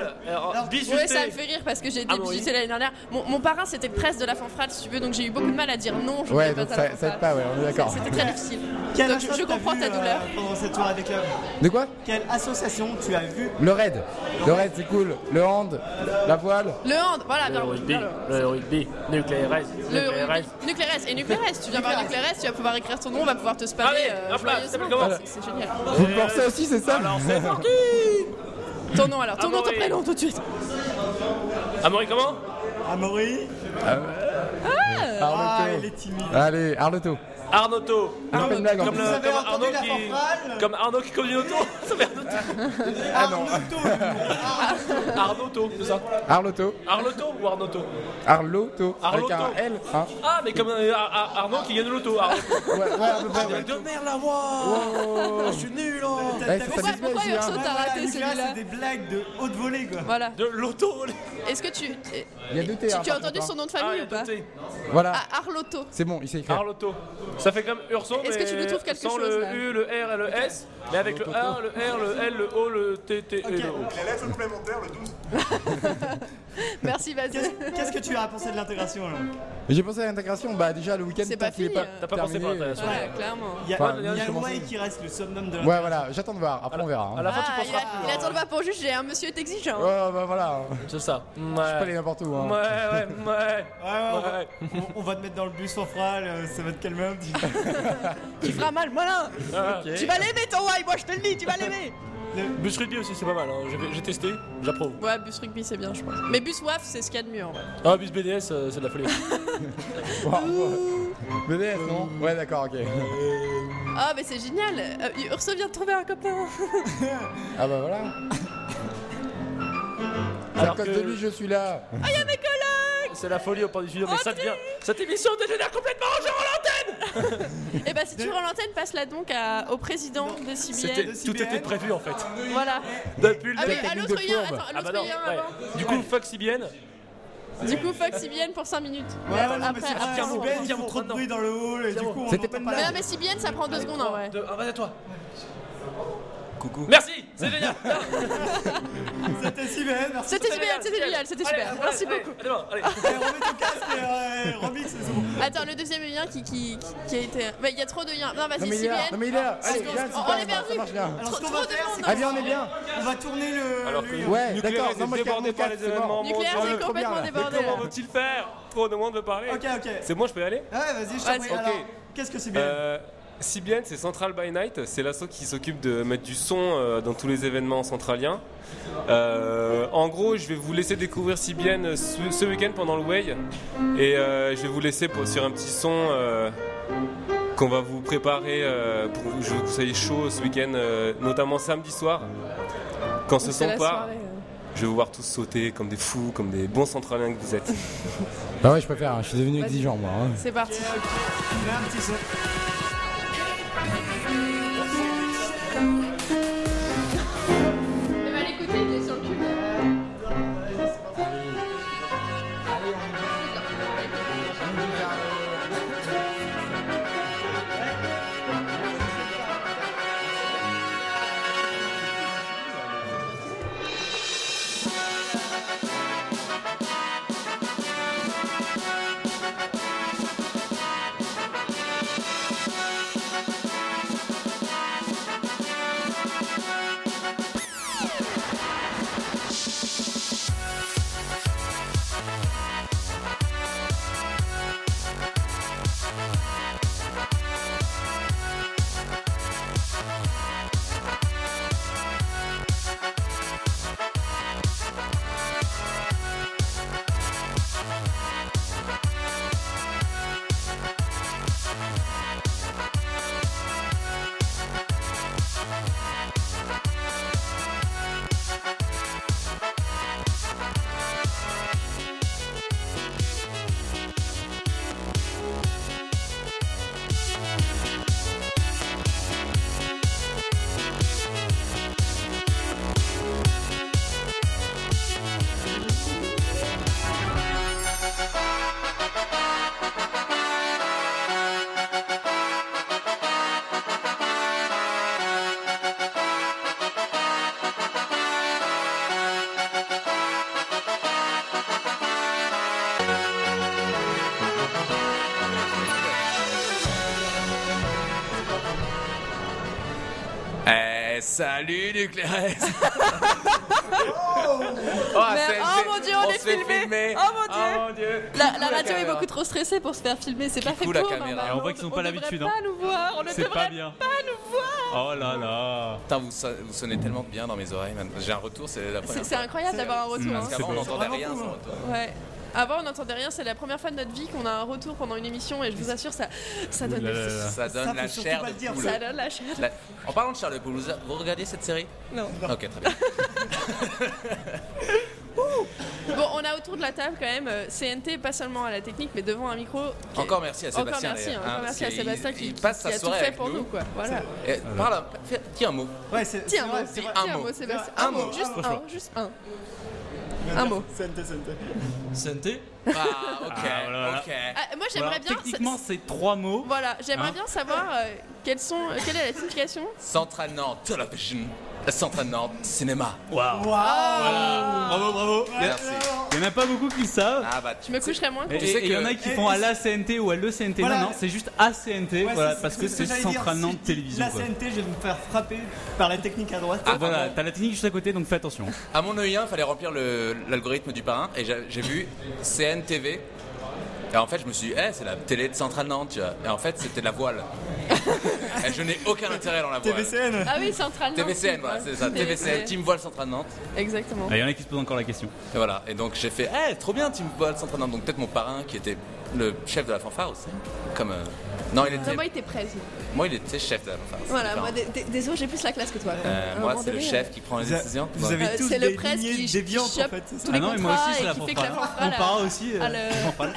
Ouais, ça me fait rire parce que j'ai été Ah bon, oui. bijutée l'année dernière. Mon, mon parrain c'était le presse de la fanfare, si tu veux, donc j'ai eu beaucoup de mal à dire non. Je Ouais, voulais donc pas à la ça, ça aide fanfare. pas, ouais, on est d'accord. C'était très difficile. Quelle Donc, je, je comprends ta douleur. pendant cette soirée des clubs De quoi Quelle association tu as vu Le raid. Le raid, c'est cool. Le hand, la voile. Le hand, Eh voilà, bien Le rugby, le rugby, nucléaire, nucléaire. Nucléaires et nucléaires, tu viens voir nucléaires, tu vas pouvoir écrire ton nom, on va pouvoir te spammer. euh, hop là, joyeusement. ça commence. C'est- c'est génial. Vous le pensez aussi, c'est ça Alors, c'est parti Ton nom alors, ton nom, ton Amaury. prénom tout de suite. Amaury comment Amaury Ah, il est timide. Allez, Arloto. Arnauto. Non, pas une blague, en Comme, plus. le- Vous avez comme entendu Arnaud la qui... Comme Arnaud qui conduit l'auto. Ça fait Ah non. Arnauto. Arnauto, c'est ça Arloto. Arlotto ou Arnauto Arloto. Arloto. Avec un L. hein. Ah, mais comme euh, Ar- Ar- Arnaud Ah, qui gagne l'auto. Ouais, ouais, à peu près, ouais. de merde Ah, la voix Je suis nul oh. Ouais, ça s'abîme pourquoi aussi, hein. Urso t'a raté celui-là Des blagues de haute volée quoi. Voilà. De l'auto. Est-ce que tu. Il y a deux Tu, T. hein, tu as par entendu contre, son hein. nom de famille ou pas Voilà. Ah, Arlotto. C'est bon, il s'est écrit. Arlotto. Ça fait comme Urso, mais Est-ce que tu lui trouves quelque sans chose, le là U, le R et le S, mais avec le A, le R, le L, le O, le T, T et le O. lettre complémentaire, le 12. Merci, vas-y. Qu'est-ce que tu as pensé de l'intégration alors J'ai pensé à l'intégration, bah déjà le week-end. C'est pas tant qu'il est fini, euh. T'as pas pensé terminé, pour l'intégration. Ouais, clairement. Il y a, Enfin, il y a j'ai commencé. Way qui reste le summum de Ouais, voilà, j'attends de voir, après on verra. hein. à la fin, Ah, il, a- il attend le pas pour juger, un monsieur est exigeant. Ouais, bah voilà. C'est ça. Ouais. Je peux pas aller n'importe où. Ouais, hein. ouais, ouais. Ouais, ouais, on, va, on- on va te mettre dans le bus en fral, euh, ça va te calmer un petit peu. Tu feras mal, malin Ah, ok. Tu vas l'aimer ton why, moi je te le dis, tu vas l'aimer Bus rugby aussi, c'est pas mal. hein. J'ai- J'ai testé, j'approuve. Ouais, bus rugby c'est bien, je pense. Mais bus waf, c'est ce qu'il y a de mieux en vrai. Ah, bus BDS, euh, c'est de la folie. BDS, non Ouais, d'accord, ok. Ah, mais c'est génial Euh, Urso vient de trouver un copain Ah bah voilà. C'est à Alors cause que- de lui, je suis là. Ah, y'a mes collègues C'est la folie au port du studio, Oh, mais ça devient. Cette émission dégénère complètement, je rends l'antenne Eh bah, si tu rends l'antenne, passe-la donc à- au président de C'était- CBL. Tout était prévu en fait. Ah, Voilà. Depuis le Ah oui, début. à l'autre Technique de lien, fourbe. attends, à Ah bah l'autre non, lien ouais. avant. Du coup, fuck CBN. Du coup, fuck CBN pour 5 minutes. Ouais, ouais, non, mais après, c'est après, pas on- bien, il faut trop de bruit dans le hall, et du coup, on C'était entend Mais non, mal. mais CBN ça prend 2 secondes en vrai. Ah, vas-y, à toi. Coucou. Merci, c'est génial. C'était CBL, merci. C'était génial, c'était génial, c'était Allez, super. allez, Merci allez, beaucoup. à demain, allez. Euh, remix, c'est bon. Attends, le deuxième lien qui, qui, qui- qui a été. Mais il y a trop de liens. Non, vas-y, Non, mais il est là, CBN. non, mais il est là. Parce Allez, qu'on- viens, c'est on- pas on est grave, ça perdu. marche bien. Eh Alors, ce qu'on Trop va de faire, monde. c'est Ah, bien, on est bien. On va tourner le. Alors le- que Ouais, Nucléaire d'accord. est Non, moi je garde débordé mon par casque, les c'est événements. mort. Nucléaire, Bon, c'est on est trop bien, complètement là. débordé. Comment veut-il faire pour ne moins me parler Ok, ok. C'est moi, je peux y aller Ouais, vas-y, je t'en prie. Vas-y. Alors, Ok. qu'est-ce que c'est bien Euh, CBN, c'est Central by Night, c'est l'asso qui s'occupe de mettre du son euh, dans tous les événements centraliens. Euh, en gros, je vais vous laisser découvrir CBN euh, ce, ce week-end pendant le Way et euh, je vais vous laisser pour- sur un petit son euh, qu'on va vous préparer euh, pour que vous soyez chaud ce week-end, euh, notamment samedi soir. Quand ce son C'est la part, soirée, euh. je vais vous voir tous sauter comme des fous, comme des bons centraliens que vous êtes. Bah ouais, je préfère, hein, je suis devenu Vas-y. exigeant moi. hein. C'est parti. ben, Mets un petit son. Mais va l'écouter, il est sur le cul. Thank Nuclérès. Salut Nuclérès. Mais- c'est- oh c'est- mon dieu, on, on est se fait filmé. filmer. Oh mon dieu. Oh mon Dieu. La, Coucou, la la radio est caméra. beaucoup trop stressée pour se faire filmer. C'est pas fait Coucou, pour. la normalement. caméra. On Et on voit qu'ils ne sont pas devrait l'habitude, Pas hein. nous voir. On ne C'est pas devrait bien. pas nous voir. Oh là là. Putain, vous, son- vous sonnez tellement bien dans mes oreilles. man. J'ai un retour, c'est la première. C'est- C'est fois. incroyable d'avoir un retour. Parce hein. qu'avant, on n'entendait rien sans retour. Ouais. Avant, on n'entendait rien. C'est la première fois de notre vie qu'on a un retour pendant une émission. Et je vous assure, ça, ça donne. Ouh là là là. Ça donne Ça, faut la surtout chair pas de le dire. poule. Ça donne la chair. de- La- En parlant de Charles de Gaulle, vous, vous regardez cette série Non. Ok, très bien. Bon, on a autour de la table quand même euh, CNT, pas seulement à la technique, mais devant un micro. qui est- Encore merci à Sébastien. Encore merci, d'ailleurs, hein, hein, encore parce merci à qu'il- Sébastien il qui, passe qui sa a tout soirée fait avec pour nous. quoi. Voilà. Eh, Parle, un- fais- dis un mot. Ouais, c'est. Dis un mot, dis un mot, Sébastien. Un mot, juste un, juste un. Un mot. Santé, santé. Santé. Ah, Bah, ok, ok. Ah, moi, j'aimerais bien- Techniquement, c'est trois mots. Voilà, j'aimerais Hein bien savoir euh, quelles sont, euh, quelle est la signification. Central Nord Television. Central Nord Cinéma. Waouh. Bravo, bravo. Merci. Il n'y en a pas beaucoup qui le savent. Ah bah, Je me coucherai moins. Et quand- et il y en a qui font à la CNT ou à le Eh, CNT. Voilà. Non, non, c'est juste ACNT, Ouais, voilà, c'est- parce c'est que ce c'est j'allais dire. central Nantes Si je dis télévision. La quoi. CNT, je vais me faire frapper par la technique à droite. Ah, voilà, t'as la technique juste à côté, donc fais attention. À mon œil, il fallait remplir le- l'algorithme du parrain et j'ai j'ai vu CNTV. Et en fait, je me suis dit, eh, c'est la télé de Central Nantes, tu vois. Et en fait, c'était de la voile. et je n'ai aucun intérêt dans la voile. TVCN Ah oui, Central Nantes, TVCN, Team voilà, Voile. c'est ça. TVCN, TVCN. Team Voile Central Nantes. Exactement. Ah, Ah, Il y en a qui se posent encore la question. Et voilà. Et donc, j'ai fait, eh, trop bien, Team Voile Central Nantes. Donc, peut-être mon parrain qui était le chef de la fanfare aussi. Comme. euh, Non, il était. Non, moi, il était presse. Moi, il était chef de la fanfare. c'est Voilà, différent. moi, dé- dé- désolé, j'ai plus la classe que toi. quand même. Euh, À un moi, moment c'est le donné, chef euh, qui prend les vous avez- décisions. vous avez Euh, tous c'est le des presse lignées qui- qui déviantes, en chope fait, c'est ça tous les Ah non, mais moi contrats aussi, c'est et la qui fait que la fanfare. fanfare, Mon là, parrain aussi. euh, à le- fanfare.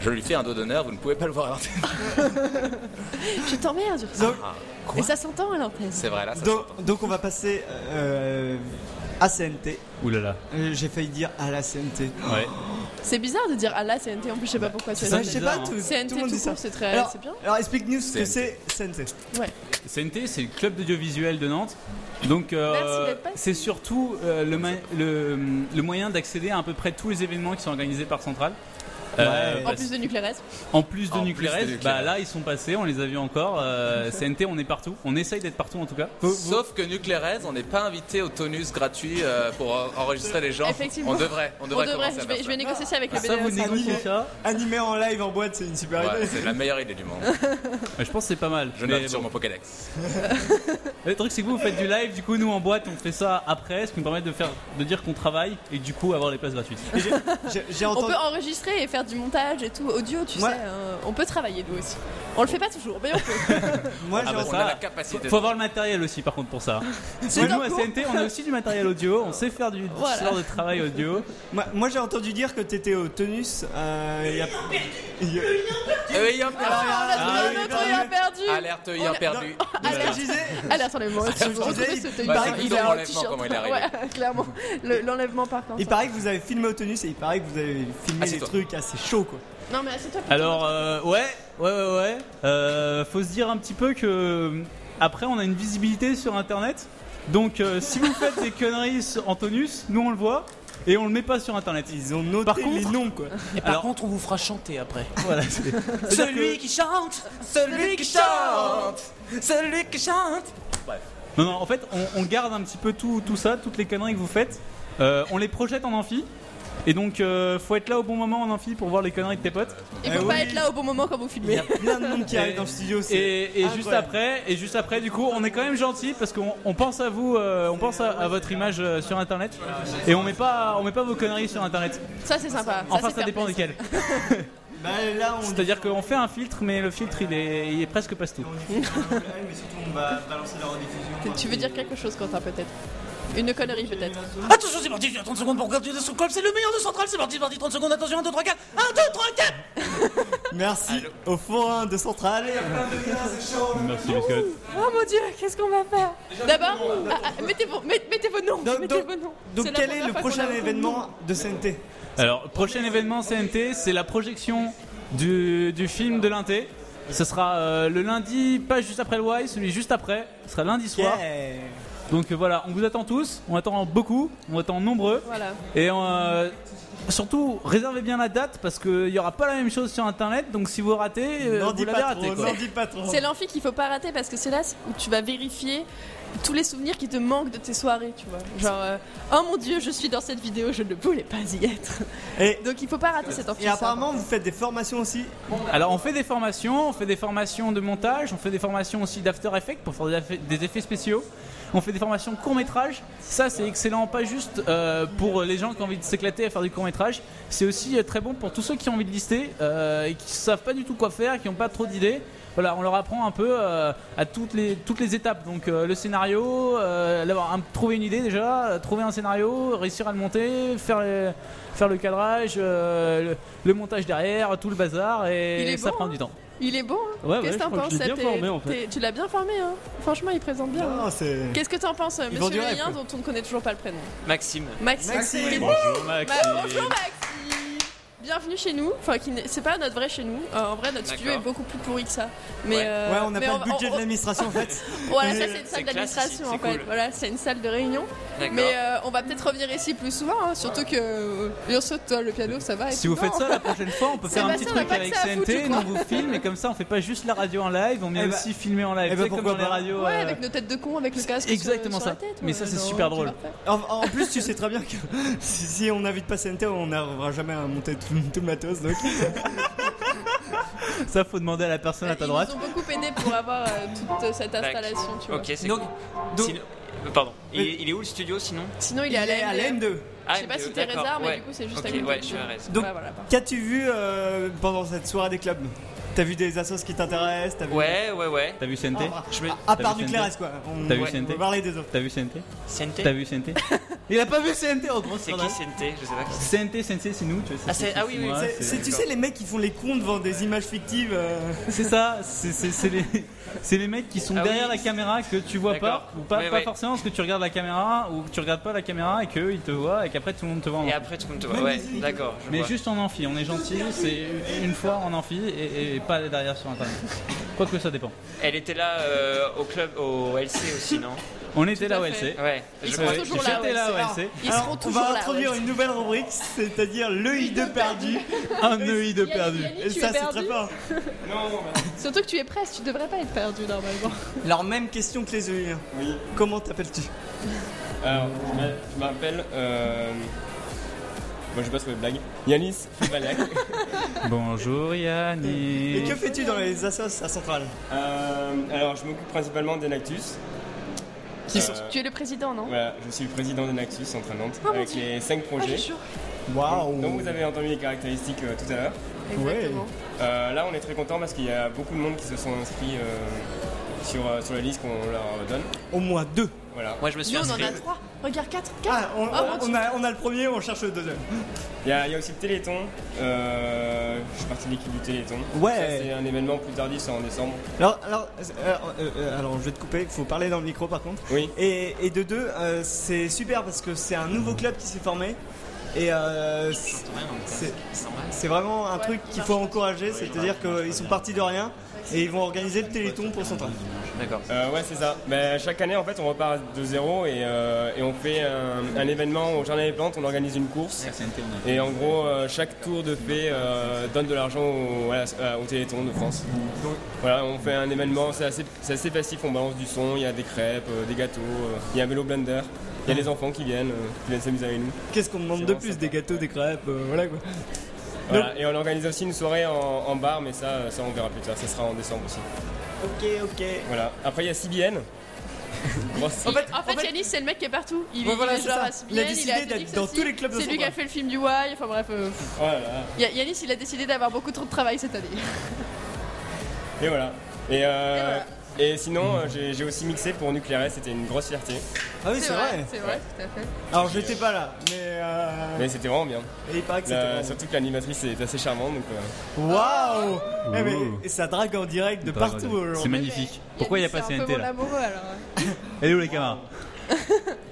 Je lui fais un dos d'honneur, vous ne pouvez pas le voir à l'antenne. Je t'emmerde, Ursula. Ah, Et ça s'entend à l'antenne. C'est vrai, là, ça donc, donc on va passer euh, à CNT. Oulala. Euh, J'ai failli dire à la CNT. Ouais. C'est bizarre de dire à la CNT, en plus, je sais pas pourquoi tu c'est as ça, dit je sais pas, tout- tout CNT le monde tout dit ça. court, c'est très. Alors- C'est bien. Alors explique-nous ce que c'est CNT. CNT. Ouais. CNT, c'est le club d'audiovisuel de Nantes. Donc, euh, Merci d'être passé. c'est surtout euh, le, ma- le- le moyen d'accéder à à peu près tous les événements qui sont organisés par Centrale. Euh, en parce- plus de Nuclérès. en plus de En plus Nuclérès, de Nuclérès. bah là ils sont passés, on les a vus encore. Euh, CNT, on est partout, on essaye d'être partout en tout cas. Sauf que Nuclérez, on n'est pas invité au tonus gratuit euh, pour euh, enregistrer les gens. Effectivement. On devrait, on devrait, commencer je, à faire vais, je ça. vais négocier ça avec Ah, le ça, vous BDS. négociez ça Animé en live en boîte, c'est une super Ouais, idée. c'est la meilleure idée du monde. Ouais, je pense que c'est pas mal. Je note sur mon Pokédex. Euh, Le truc c'est que vous, vous faites du live, du coup nous en boîte on fait ça après, ce qui nous permet de, faire, de dire qu'on travaille et du coup avoir les places gratuites. J'ai On peut enregistrer et faire du montage et tout, audio, tu sais. hein. On peut travailler, nous aussi. On le fait pas toujours, mais on peut. Moi, Ah j'ai bah entendu- ça, Faut avoir le matériel aussi, par contre, pour ça. C'est Mais nous, un à coup. CNT, on a aussi du matériel audio, on sait faire du du Voilà. genre de travail audio. Moi, moi, j'ai entendu dire que t'étais au tonus. Euh, il y a... il y a- Ayant perdu. Ah, on a trouvé un autre ayant perdu. Alerte ayant perdu. Ah, Allez, attendez, moi, Ah, je vous je disais, retrouve il ce paraît pareil, qu'il il a est un enlèvement, t-shirt. comment il est arrivé. Ouais, clairement. Le- L'enlèvement par contre. Il paraît que vous avez filmé au tonus et il paraît que vous avez Ah, filmé des trucs assez chauds quoi. Non, mais assieds-toi. plutôt. Alors, euh, ouais, ouais, ouais, ouais. Euh, faut se dire un petit peu que. euh, Après, on a une visibilité sur internet. Donc, euh, si vous faites des conneries en tonus, nous on le voit. Et on le met pas sur internet. Ils ont noté par contre, les noms quoi. Et par contre, on vous fera chanter après. Voilà, c'est- Celui qui chante, celui qui chante, celui qui chante. Non, non, en fait, on, on garde un petit peu tout, tout ça, toutes les conneries que vous faites. Euh, on les projette en amphi. Et donc, euh, faut être là au bon moment en amphi pour voir les conneries de tes potes. Il Eh faut pas être là au bon moment quand vous filmez. plein de monde qui arrive dans le studio. c'est Et, et juste incroyable. après, et juste après, du coup, on est quand même gentil parce qu'on on pense à vous, euh, on pense à, à votre image euh, sur internet, et on met pas, on met pas vos conneries sur internet. Ça, c'est sympa. c'est Enfin, ça fair dépend play. desquels. Bah, là, C'est-à-dire qu'on fait un filtre, mais le filtre il est, il est presque pas tout. Mais surtout, on va balancer la rediffusion. Tu veux dire quelque chose, Quentin, peut-être Une connerie, peut-être Attention, c'est parti, tu as 30 secondes pour continuer ce club, c'est le meilleur de Central, c'est parti, c'est parti, 30 secondes, attention, 1, 2, 3, 4, 1, 2, 3, 4 Merci au forain de Centrale. Merci, Biscotte. Oh mon dieu, qu'est-ce qu'on va faire D'abord, ah, ah, mettez, vos, met- mettez vos noms. mettez vos noms. Donc, C'est la quel est première le fois qu'on prochain a- événement de CNT Alors, prochain événement CNT, c'est la projection du, du film de l'Inté. Ce sera euh, le lundi, pas juste après le Y, celui juste après. Ce sera lundi soir. Yeah. Donc euh, voilà, on vous attend tous, on attend beaucoup, on attend nombreux. Voilà. Et euh, surtout, réservez bien la date parce qu'il n'y aura pas la même chose sur internet. Donc si vous ratez, euh, N'en vous dis l'avez pas raté. trop, quoi. n'en dis pas trop. C'est l'amphi qu'il faut pas rater parce que c'est là où tu vas vérifier tous les souvenirs qui te manquent de tes soirées, tu vois. Genre, euh, oh mon dieu, je suis dans cette vidéo, je ne voulais pas y être. Donc il faut pas rater cette enfance. Et apparemment, vous faites des formations aussi. Alors on fait des formations, on fait des formations de montage, on fait des formations aussi d'After Effects pour faire des affa- des effets spéciaux. On fait des formations court métrage. Ça c'est excellent, pas juste euh, pour les gens qui ont envie de s'éclater à faire du court métrage. C'est aussi euh, très bon pour tous ceux qui ont envie de lister euh, et qui savent pas du tout quoi faire, qui n'ont pas trop d'idées. Voilà, on leur apprend un peu euh, à toutes les, toutes les étapes. Donc euh, le scénario, euh, d'avoir un- trouver une idée déjà, euh, trouver un scénario, réussir à le monter, faire, les- faire le cadrage, euh, le, le montage derrière, tout le bazar Il et est hein ça bon, prend du temps. Il est bon. hein Ouais, ouais, Qu'est-ce je que t'en crois que penses je l'ai bien t'es- formé, en fait. t'es- Tu l'as bien formé. Hein Franchement, il présente bien. Ah, hein. c'est- Qu'est-ce que t'en penses, Ils vendent du Monsieur rêve, Leyen, quoi. dont on ne connaît toujours pas le prénom Maxime. Maxime. Qu'est-ce- Bonjour Bah, Maxime. bonjour Maxime. Bienvenue chez nous. Enfin, qui n'est- c'est pas notre vrai chez nous. Euh, en vrai, notre studio est D'accord. beaucoup plus pourri que ça. Mais Ouais. euh, Ouais, on n'a mais pas le budget on- de l'administration, en fait. voilà, ça Mais- c'est une C'est salle classe d'administration ici, en c'est fait. cool. Voilà, c'est une salle de réunion. D'accord. Mais euh, on va peut-être revenir ici plus souvent, hein, surtout que euh, Urso, toi, le piano, ça va. et Si tout. vous Non. faites ça la prochaine fois, on peut faire un petit Sébastien n'a truc pas avec que ça à foutre, je CNT, crois. on vous filme et comme ça on fait pas juste la radio en live, on met Eh bah- aussi filmer en live. eh Tu bah sais, comme pourquoi dans les pas. radios. Ouais, euh, avec nos têtes de con, avec le casque. sur- Exactement sur ça. la tête, Mais ouais, ça c'est non, super tu drôle. l'as fait. En, en plus, tu sais très bien que si, si on n'invite pas CNT, on n'arrivera jamais à monter tout, tout le matos. Donc. Ça, faut demander à la personne à ta droite. Ils ont beaucoup aidé pour avoir euh, toute euh, cette installation, tu vois. Ok, c'est donc, Sinon- euh, Pardon. Il, est- il est où le studio sinon Sinon, il est Il est à à la l'M2. Ah, Je sais pas M2, si t'es d'accord, Rézard, mais ouais. du coup, c'est juste Ok, à côté. ouais, je suis à Rézard. Donc, Ouais, voilà, parfait. qu'as-tu vu euh, pendant cette soirée des clubs T'as vu des assos qui t'intéressent T'as vu- Ouais, ouais, ouais. T'as vu CNT Ah, à part nucléaire, quoi. On- T'as vu ouais, CNT on va parler des autres. T'as vu CNT CNT T'as vu CNT Il a pas vu CNT en gros C'est Ah, qui CNT Je sais pas qui c'est. CNT, CNT, c'est nous. Tu vois, Ah, c'est- ah oui, oui, moi, c'est- C'est, tu sais, les mecs qui font les comptes devant des images fictives. euh, C'est ça, c'est- c'est c'est les, c'est les mecs qui sont Ah oui. derrière la caméra que tu vois pas, D'accord. ou pas, Ouais, pas ouais. forcément parce que tu regardes la caméra ou que tu regardes pas la caméra et qu'eux ils te voient et qu'après tout le monde te voit. en Et fait. après, tout le monde te voit. Ouais, d'accord. je Mais vois. juste en amphi, on est gentil, c'est une fois en amphi et, et pas derrière sur internet. Quoique ça dépend. Elle était là euh, au club, au LC aussi, non On était là au LC. Ouais. Ils je sont crois- toujours là, J'étais ouais, là, c'est ouais, marrant. c'est- Ils Alors, seront on toujours va là, introduire ouais. une nouvelle rubrique, c'est-à-dire l'œil de perdu. E Un œil de perdu. Et Yannick, tu ça, es c'est perdu très fort. Surtout que tu es presse, tu devrais pas être perdu normalement. Alors, même question que les œillères. Comment t'appelles-tu Alors, je m'a- je m'appelle. Euh... Moi, je passe mes blagues. Yanis Fubaliak. Bonjour Yannick. Et que fais-tu dans les assos à Centrale Euh, alors, je m'occupe principalement d'Enactus. Qui sont Tu es le président, non Voilà, je suis le président d'Enactus en train de Nantes Ah, mon avec Dieu. les 5 Ah, je projets. suis sûre. Waouh Donc, vous avez entendu les caractéristiques euh, tout à l'heure. Exactement. Euh, là, on est très content parce qu'il y a beaucoup de monde qui se sont inscrits euh, sur, euh, sur la liste qu'on leur donne. Au moins deux. Voilà. Moi, je me Nous, on en a trois. Regarde, quatre. quatre. on, Oh, mon on Dieu. a, on a le premier, on cherche le deuxième. Il y, a il y a aussi le Téléthon. Euh, je suis parti de l'équipe du Téléthon. Ouais. Ça, C'est un événement plus tardif, c'est en décembre. Alors, alors, euh, euh, euh, alors, je vais te couper, il faut parler dans le micro par contre. Oui. Et, et de deux, euh, c'est super parce que c'est un nouveau club qui s'est formé. Et euh, c'est- c'est- c'est vraiment un truc qu'il faut encourager, c'est-à-dire qu'ils sont partis de rien et ils vont organiser le Téléthon pour Centrale. D'accord. ouais, c'est ça. Bah, chaque année, en fait, on repart de zéro et, euh, et on fait un, un événement au Jardin des Plantes. On organise une course. Et en gros, euh, chaque tour de paix euh, donne de l'argent au, voilà, euh, au Téléthon de France. Voilà, on fait un événement, c'est assez, c'est assez passif. On balance du son, il y a des crêpes, euh, des gâteaux, euh, il y a un vélo blender, il y a les enfants qui viennent, euh, qui viennent s'amuser avec nous. Qu'est-ce qu'on demande de plus Des gâteaux, des crêpes, euh, voilà quoi. Voilà, Et on organise aussi une soirée en, en bar, mais ça, euh, ça on verra plus tard. Ça sera en décembre aussi. Ok, ok. Voilà. Après, il y a CBN. Grosse- En fait, Yanis, c'est le mec qui est partout. Il, Ouais, il voilà, est c'est genre ça. à Sibylline, Il a décidé à Phoenix d'être dans aussi. tous les clubs de C'est lui son qui a coin. fait le film du Y. Enfin bref, euh, pff. Oh là là. Ya- Yanis, il a décidé d'avoir beaucoup trop de travail cette année. Et voilà. Et, euh, et sinon, euh, j'ai- j'ai aussi mixé pour Nucléaire, c'était une grosse fierté. Ah oui, c'est vrai. C'est vrai, tout à fait. Alors, j'étais pas là, mais. euh, Mais c'était vraiment bien. Et il paraît que La- c'était vraiment Surtout que l'animatrice est assez charmante. Donc, euh, Waouh Eh mais- Ouh. Et ça drague en direct de partout aujourd'hui. C'est magnifique. Pourquoi il n'y a pas C'est un peu CNT mon là amoureux alors. Elle est où les camarades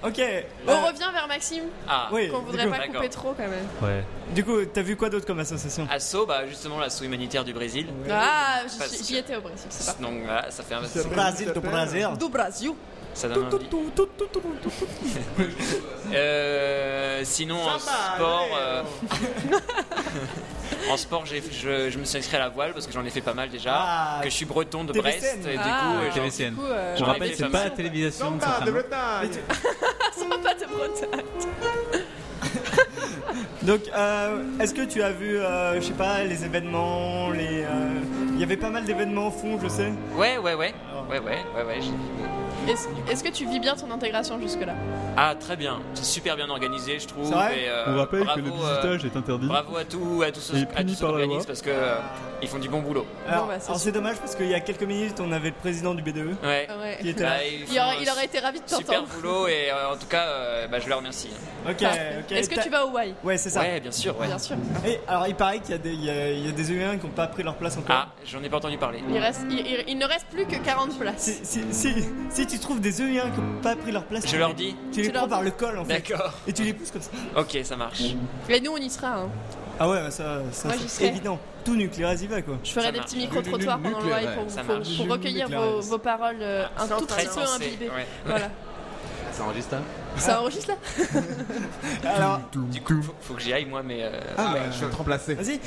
Ok. On revient vers Maxime. Ah, Bah. Oui, Qu'on du voudrait coup. pas D'accord. couper trop quand même. Ouais. Du coup, t'as vu quoi d'autre comme association Asso, bah justement l'assaut humanitaire du Brésil. Ah, j'y- Parce- j'y étais au Brésil, c'est pas. Donc voilà, ça fait un. Brasil do Brasil. Do Brasil. Ça donne envie. Tout, tout, tout, Euh, sinon, en sport, euh, en sport, j'ai- je, je me suis inscrit à la voile parce que j'en ai fait pas mal déjà. Ah. que je suis breton de TVCN. Brest et du coup, Ah. euh, j'en- TVCN. j'en ai fait Je rappelle, c'est mal. pas la télévision de Samba de Saint-Germain. Bretagne. Samba de Bretagne. Donc, euh, est-ce que tu as vu, euh, je sais pas, les événements, les. euh, Il y avait pas mal d'événements au fond, je sais. Ouais, ouais, ouais. Ouais, ouais, ouais, ouais. j'ai- Est-ce est-ce que tu vis bien ton intégration jusque-là Ah, très bien. C'est super bien organisé, je trouve. C'est vrai et, euh, On rappelle que bravo, le visitage est interdit. Bravo à tous, à tous ceux, Et à puni tous ceux qui par la loi. organisent parce que euh, ils font du bon boulot. Alors, alors, c'est dommage parce qu'il y a quelques minutes, on avait le président du E. BDE Ouais. Ah qui était là. Bah, ils il, font aurait, un il aurait été ravi de Super t'entendre. boulot et euh, en tout cas, euh, bah, je les remercie. Ok, Ah, Parfait. ok. Est-ce que T'as- tu vas au Hawaii Ouais, c'est ça. Ouais, bien sûr, ouais. Bien sûr. Et alors, il paraît qu'il y a des, il y a- il y a des humains qui n'ont pas pris leur place encore. Ah, j'en ai pas entendu parler. il, reste, il, il- il ne reste plus que 40 places. Si, si, si tu trouves des œillins qui n'ont pas pris leur place, Je tu leur les- dis. Tu les prends par le col en fait. D'accord. Et tu les pousses comme ça. Ok, ça marche. Et nous, on y sera. hein. Ah ouais, bah ça, ça Moi, j'y c'est serai. évident. Tout nucléaire, vas-y, va quoi. Je ferai des petits micro-trottoirs pendant le Hawaii pour, vous- pour, pour recueillir vos, vos paroles euh, Ah, un tout petit peu imbibées. Voilà. Ça enregistre hein. là Ça enregistre là Alors, du coup, faut, faut que j'y aille moi, mais. euh, Ah, bah, je vais te remplacer. Vas-y.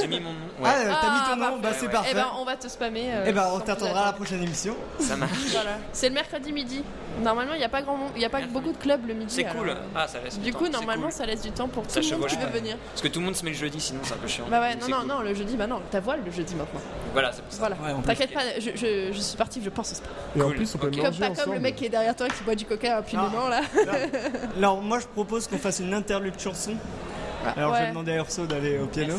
J'ai mis mon nom. Ah, euh, t'as mis ton Ah, nom, bah c'est Ouais, ouais. parfait. Eh ben, on va te spammer. euh, Eh ben, on sans t'attendra à la prochaine émission. Ça marche. plus attendre. Voilà. C'est le mercredi midi. Normalement, il n'y a pas grand monde, il n'y a pas beaucoup de clubs le midi. C'est alors. cool. Ah, ça laisse. Du temps, coup, c'est normalement, cool. ça laisse du temps pour tout Ça le monde chevauche qui veut pas. venir. Parce que tout le monde se met le jeudi, sinon c'est un peu chiant. Bah ouais, Donc, non, c'est non, cool. non, le jeudi, bah non, ta voile le jeudi maintenant. Voilà, c'est pour ça. Voilà, en plus. t'inquiète pas, je, je, je suis partie, je pense au sport. Et en plus, on peut Comme, pas comme le mec qui est derrière toi qui boit du coca Ah. impunément là. Alors, moi, je propose qu'on fasse une interlude chanson. Alors, je ouais. vais demander à Urso d'aller au piano.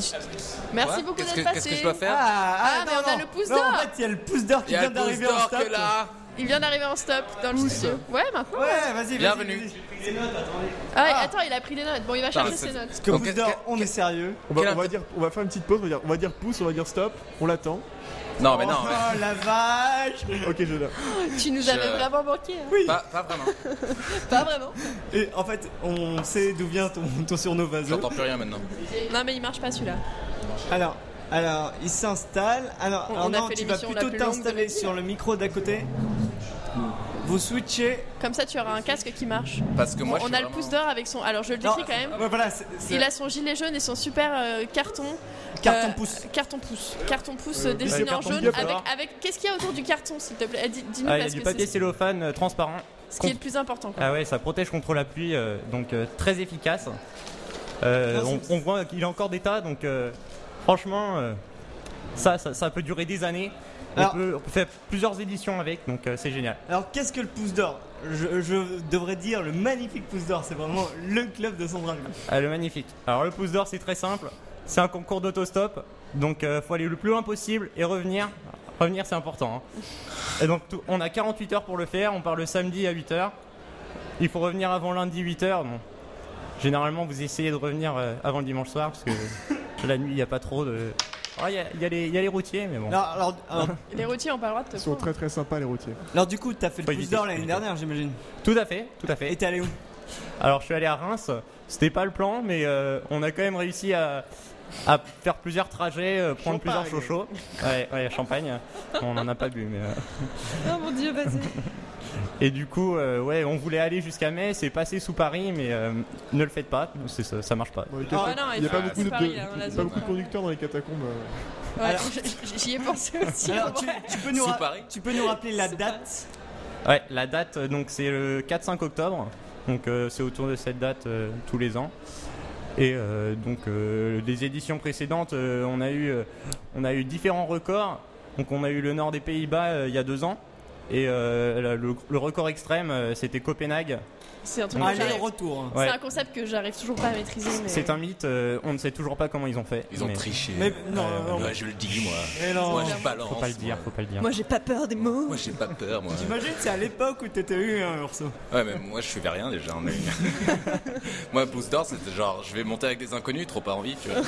Merci beaucoup Qu'est-ce d'être que- passé. qu'est-ce que je dois faire Ah, Ah, ah, mais non, on a non. le pouce Non, d'or. en fait, il y a le pouce d'or qui Il y a vient le pouce d'arriver en d'or stop. que là. Il vient d'arriver en stop dans le studio. Ouais, maintenant. Ouais, vas-y, vas-y. Bienvenue. vas-y. Ah, ouais, attends, il a pris des notes. Bon, il va chercher Parce- ses notes. Parce que pouce d'or, on est sérieux. On va, on va dire, on va faire une petite pause, on va dire, on va dire pouce, on va dire stop, on l'attend. Non, mais non. Oh la vache Ok, je l'ai. Tu nous Je- avais vraiment manqué. hein. Oui. Pas, pas vraiment. Pas vraiment. Et en fait, on sait d'où vient ton, ton surnom Vaso. J'entends plus rien maintenant. Non, mais il marche pas celui-là. Alors, alors, il s'installe. Alors, On- alors on a non, fait tu vas l'émission la plutôt plus longue de t'installer sur le micro d'à côté. Vous switchez. Comme ça, tu auras un casque qui marche. Parce que moi, on je suis a le pouce d'or avec son. Alors, je le décris quand même. Ouais, Ah, bah, voilà, c'est- c'est- Il a son gilet jaune et son super euh, carton. Euh, Carton pouce. Carton pouce. Carton pouce Euh, euh, dessiné ouais, carton en jaune. gueule, avec, alors. avec- Qu'est-ce qu'il y a autour du carton, s'il te plaît Eh, dis- Dis-nous Ah, il y a parce du que papier c'est cellophane euh, transparent. ce qui est le plus important. quoi. Ah ouais, ça protège contre la pluie, euh, donc euh, très efficace. Euh, Non, on, on voit qu'il y a encore des tas, donc euh, franchement, euh, ça, ça, ça peut durer des années. On, Alors- peut, on peut faire plusieurs éditions avec, donc euh, c'est génial. Alors, qu'est-ce que le pouce d'or je, je devrais dire le magnifique pouce d'or. C'est vraiment le club de son dragon. Ah, le magnifique. Alors le pouce d'or, c'est très simple. C'est un concours d'autostop, donc euh, faut aller le plus loin possible et revenir. Revenir, c'est important. hein. Et donc tout- on a 48 heures pour le faire. On part le samedi à 8 heures. Il faut revenir avant lundi 8 heures. Bon. Généralement, vous essayez de revenir euh, avant le dimanche soir parce que la nuit, il n'y a pas trop de. Ah, Il y, a- il y a les- il y a les Ah. routiers, mais bon. alors, euh, Les routiers ont pas le droit de te Ils sont prendre. très très sympas les routiers. Alors du coup, t'as fait le pouce d'or l'année dernière, j'imagine. Tout à fait, tout à fait. Et t'es allé où Alors je suis allé à Reims, c'était pas le plan, mais euh, on a quand même réussi à, à faire plusieurs trajets, euh, prendre Champagne. plusieurs chouchous. Ouais, ouais, champagne. Bon, on en a pas bu, mais. euh, Oh mon dieu, vas-y. Et du coup, euh, ouais, on voulait aller jusqu'à Metz et passer sous Paris, mais euh, ne le faites pas, c'est- ça, ça marche pas. Il Ah Ah n'y a, pas- il y a pas beaucoup, de, hein, pas beaucoup de conducteurs dans les catacombes. euh. Ouais, j- j'y ai pensé aussi. Alors, en tu, vrai. tu peux nous ra- tu peux nous rappeler la date Ouais, la date, euh, donc c'est le 4-5 octobre. Donc euh, c'est autour de cette date euh, tous les ans. Et euh, donc euh, des éditions précédentes, euh, on, a eu, euh, on a eu différents records. Donc on a eu le nord des Pays-Bas euh, il y a deux ans. Et euh, la- le, le record extrême, euh, c'était Copenhague. C'est un truc Donc, que j'arrive- retour. C'est un concept que j'arrive toujours pas à maîtriser. mais- C'est un mythe, euh, on ne sait toujours pas comment ils ont fait. Ils ont triché. Euh, Ouais, je le dis, moi. Mais non. Moi, je balance. Faut pas le dire, faut pas le dire. Moi, j'ai pas peur des mots. Moi, j'ai pas peur, moi. J'imagine c'est à l'époque où t'étais eu un Urso. Ouais, mais moi, je suis vers rien déjà. mais- moi, pouce d'or, c'était genre, je vais monter avec des inconnus, trop pas envie, tu vois.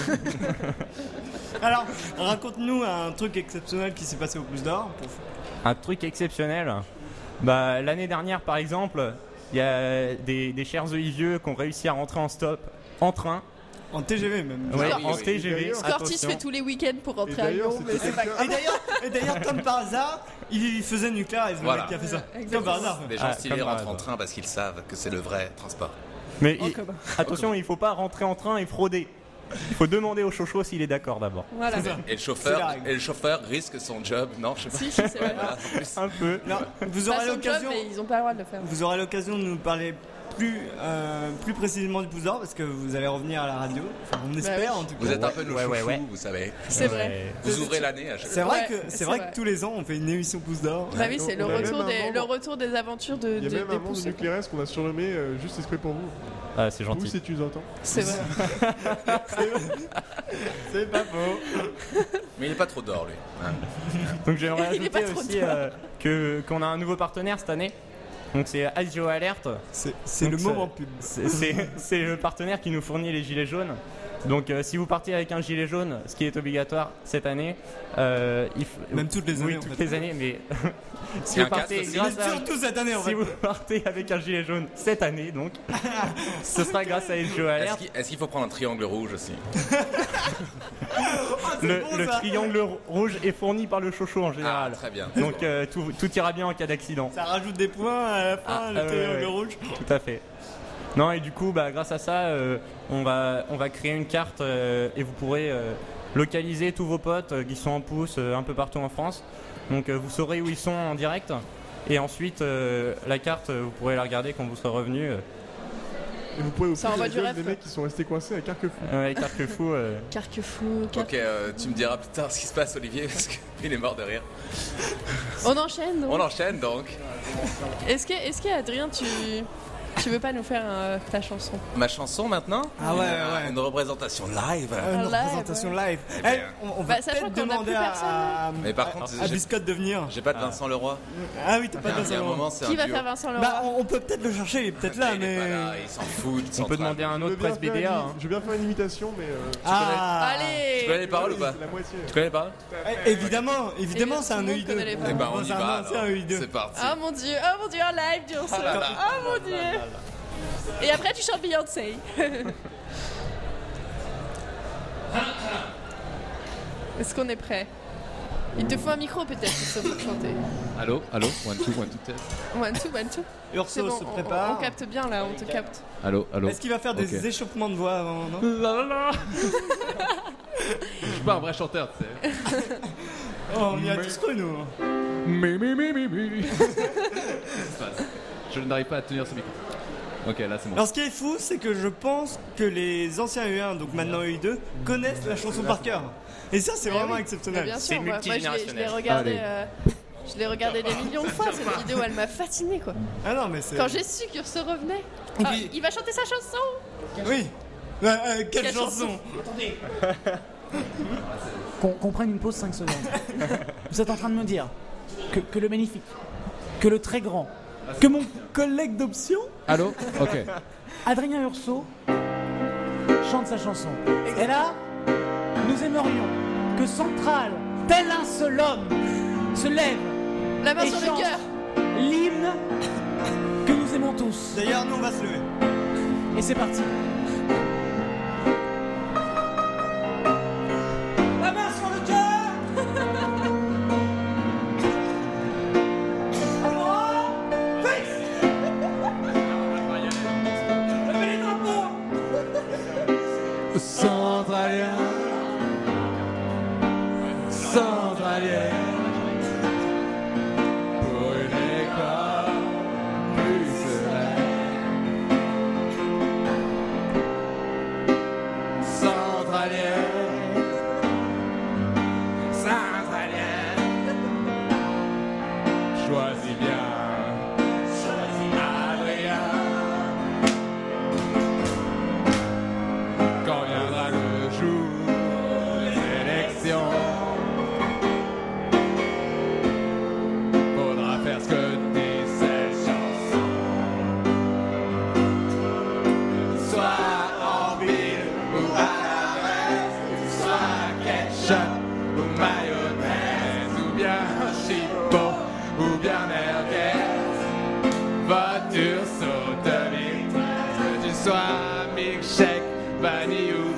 Alors, raconte-nous un truc exceptionnel qui s'est passé au pouce d'or. pour- Un truc exceptionnel. Bah, L'année dernière, par exemple, il y a des, des chers œilleux qui ont réussi à rentrer en stop en train. En TGV même. Ouais, en TGV. Scortis fait tous les week-ends pour rentrer à Lyon, mais c'est pas grave. Et d'ailleurs, et d'ailleurs, comme par hasard, il faisait nucléaire et c'est le Voilà. mec qui a fait ça. Comme Exactement. par hasard. Les gens Ah, stylés comme rentrent par en train parce qu'ils savent que c'est le vrai transport. Mais il- attention, il faut pas rentrer en train et frauder. Il faut demander au chocho s'il est d'accord d'abord. Voilà. Et le C'est la chauffeur, règle. et le chauffeur risque son job, non Je sais pas. Si, si, c'est vrai. Voilà. Un peu. Non, vous Pas aurez son job, l'occasion. mais ils ont pas le droit de le faire. Vous aurez l'occasion de nous parler plus, euh, plus précisément du pouce d'or parce que vous allez revenir à la radio. Enfin, Bah on espère en tout cas. Vous êtes un peu nos chouchous, vous savez. C'est vrai. Vous ouvrez l'année à chaque C'est fois. vrai Ouais, que c'est c'est vrai vrai. que tous les ans on fait une émission pouce d'or. Bah oui, c'est le Ouais. retour Même un des membre. le retour des aventures de Il y a de- même des un membre pouces. de nucléaire qu'on va surnommer euh, juste exprès pour vous. Ah, c'est Vous, gentil. si tu nous entends. C'est vrai. C'est pas faux. Mais il n'est pas trop d'or, lui. Hein. Donc j'aimerais Il est pas ajouter trop aussi dur. euh, que qu'on a un nouveau partenaire cette année. Donc c'est Asio Alert. c'est Donc, le ça- moment pub. c'est- C'est c'est le partenaire qui nous fournit les gilets jaunes. Donc euh, si vous partez avec un gilet jaune, ce qui est obligatoire cette année, euh, il f- Même toutes les oui, années, en toutes fait. les années, mais si Et vous un casque partez aussi. grâce Mais à- surtout cette année, en si fait. vous partez avec un gilet jaune cette année donc, ce sera grâce à Asio Est-ce Alert. qu'il est-ce qu'il faut prendre un triangle rouge aussi Le, bon, le ça. triangle rou- rouge est fourni par le chocho en général. Ah, très bien. Donc euh, tout, tout ira bien en cas d'accident. Ça rajoute des points à la fin, le Ah, ouais, triangle ouais. rouge. Tout à fait. Non et du coup bah, grâce à ça euh, on, va, on va créer une carte euh, et vous pourrez euh, localiser tous vos potes euh, qui sont en pouce euh, un peu partout en France. Donc euh, vous saurez où ils sont en direct et ensuite euh, la carte euh, vous pourrez la regarder quand vous serez revenu euh, Et vous pouvez aussi Ça envoie du les rêve, des mecs qui sont restés coincés à Carquefou. euh, avec Arquefou. euh. Carquefou. Car- Ok, euh, tu me diras plus tard ce qui se passe, Olivier, parce qu'il est mort de rire. On enchaîne. donc On enchaîne donc. Est-ce que est-ce que Adrien tu tu veux pas nous faire euh, ta chanson Ma chanson maintenant Ah ouais, Une- ouais, ouais. Une représentation live. Euh, Un une live, représentation live. Eh, bien. on, on Bah, va sachant peut-être qu'on a demander plus à, personne, à- Mais par contre, à j'ai- Biscotte de venir. j'ai pas de Vincent Leroy. Ah oui, t'as pas Il y besoin. a un moment, c'est un Qui va duo. faire Vincent Leroy Bah, on, on peut peut-être le chercher, il est peut-être là, Il est pas mais. là, il s'en fout. On peut demander à un Je veux autre bien presse faire BDA. une- Je veux bien faire une imitation, mais. euh, Ah, Tu connais Allez. les paroles ou pas C'est la moitié. Tu connais les paroles Eh, évidemment, évidemment, Et c'est tout un le monde œil connaît les paroles. Eh ben on y C'est un- Ah, va. c'est un alors. E2. C'est parti. Oh mon dieu, oh mon dieu, un live dur ça. là là. Oh mon dieu. Et après tu chantes Beyoncé. Est-ce qu'on est prêt Il te faut un micro peut-être si ça pour chanter. Allô, allô, one two, one two test. One two, one two. C'est Urso bon, se on- prépare. on- on capte bien là, on te capte. Allô, allô. Est-ce qu'il va faire des Ok. échauffements de voix avant, non Je suis pas un vrai chanteur, tu sais. Oh, On y a tous cru, nous. Mais, mais, mais, mais, mais. Qu'est-ce qui se passe Je n'arrive pas à tenir ce micro. Ok, là c'est bon. Alors, ce qui est fou, c'est que je pense que les anciens U1, donc maintenant U2, connaissent la chanson par cœur. Et ça, c'est vraiment Mais exceptionnel. Eh Bah bien sûr, C'est moi, moi, je l'ai- je l'ai multigénérationnel. regardé. Allez. euh, je l'ai regardé des millions de fois cette vidéo, elle m'a fascinée quoi. Ah non, mais c'est. euh. Quand j'ai su que se revenait, Ah, Oui. il va chanter sa chanson. Oui. Euh, Bah, euh, quelle, Quelle chanson, chanson Qu'on qu'on prenne une pause 5 secondes. Vous êtes en train de me dire que, que le magnifique, que le très grand, que mon collègue d'option, Allô Ok. Adrien Urso, chante sa chanson. Et là, nous aimerions que Central, tel un seul homme, se lève La main et sur chante le cœur. l'hymne que nous aimons tous. D'ailleurs, nous, on va se lever. Et c'est parti. La main sur le cœur. Alors, face. Levez les drapeaux. Centralien. Centralien. Pour une école plus sereine. Centralien. Centralien. Choisis bien. Choisis Adrien. quand viendra le jour des élections. Faudra faire ce que disent ces chansons. Soit en ville ou à la reste, soit ketchup ou mayonnaise, ou bien chipot ou bien merguez. Voiture saute vitre, que tu sois milkshake, vanille ou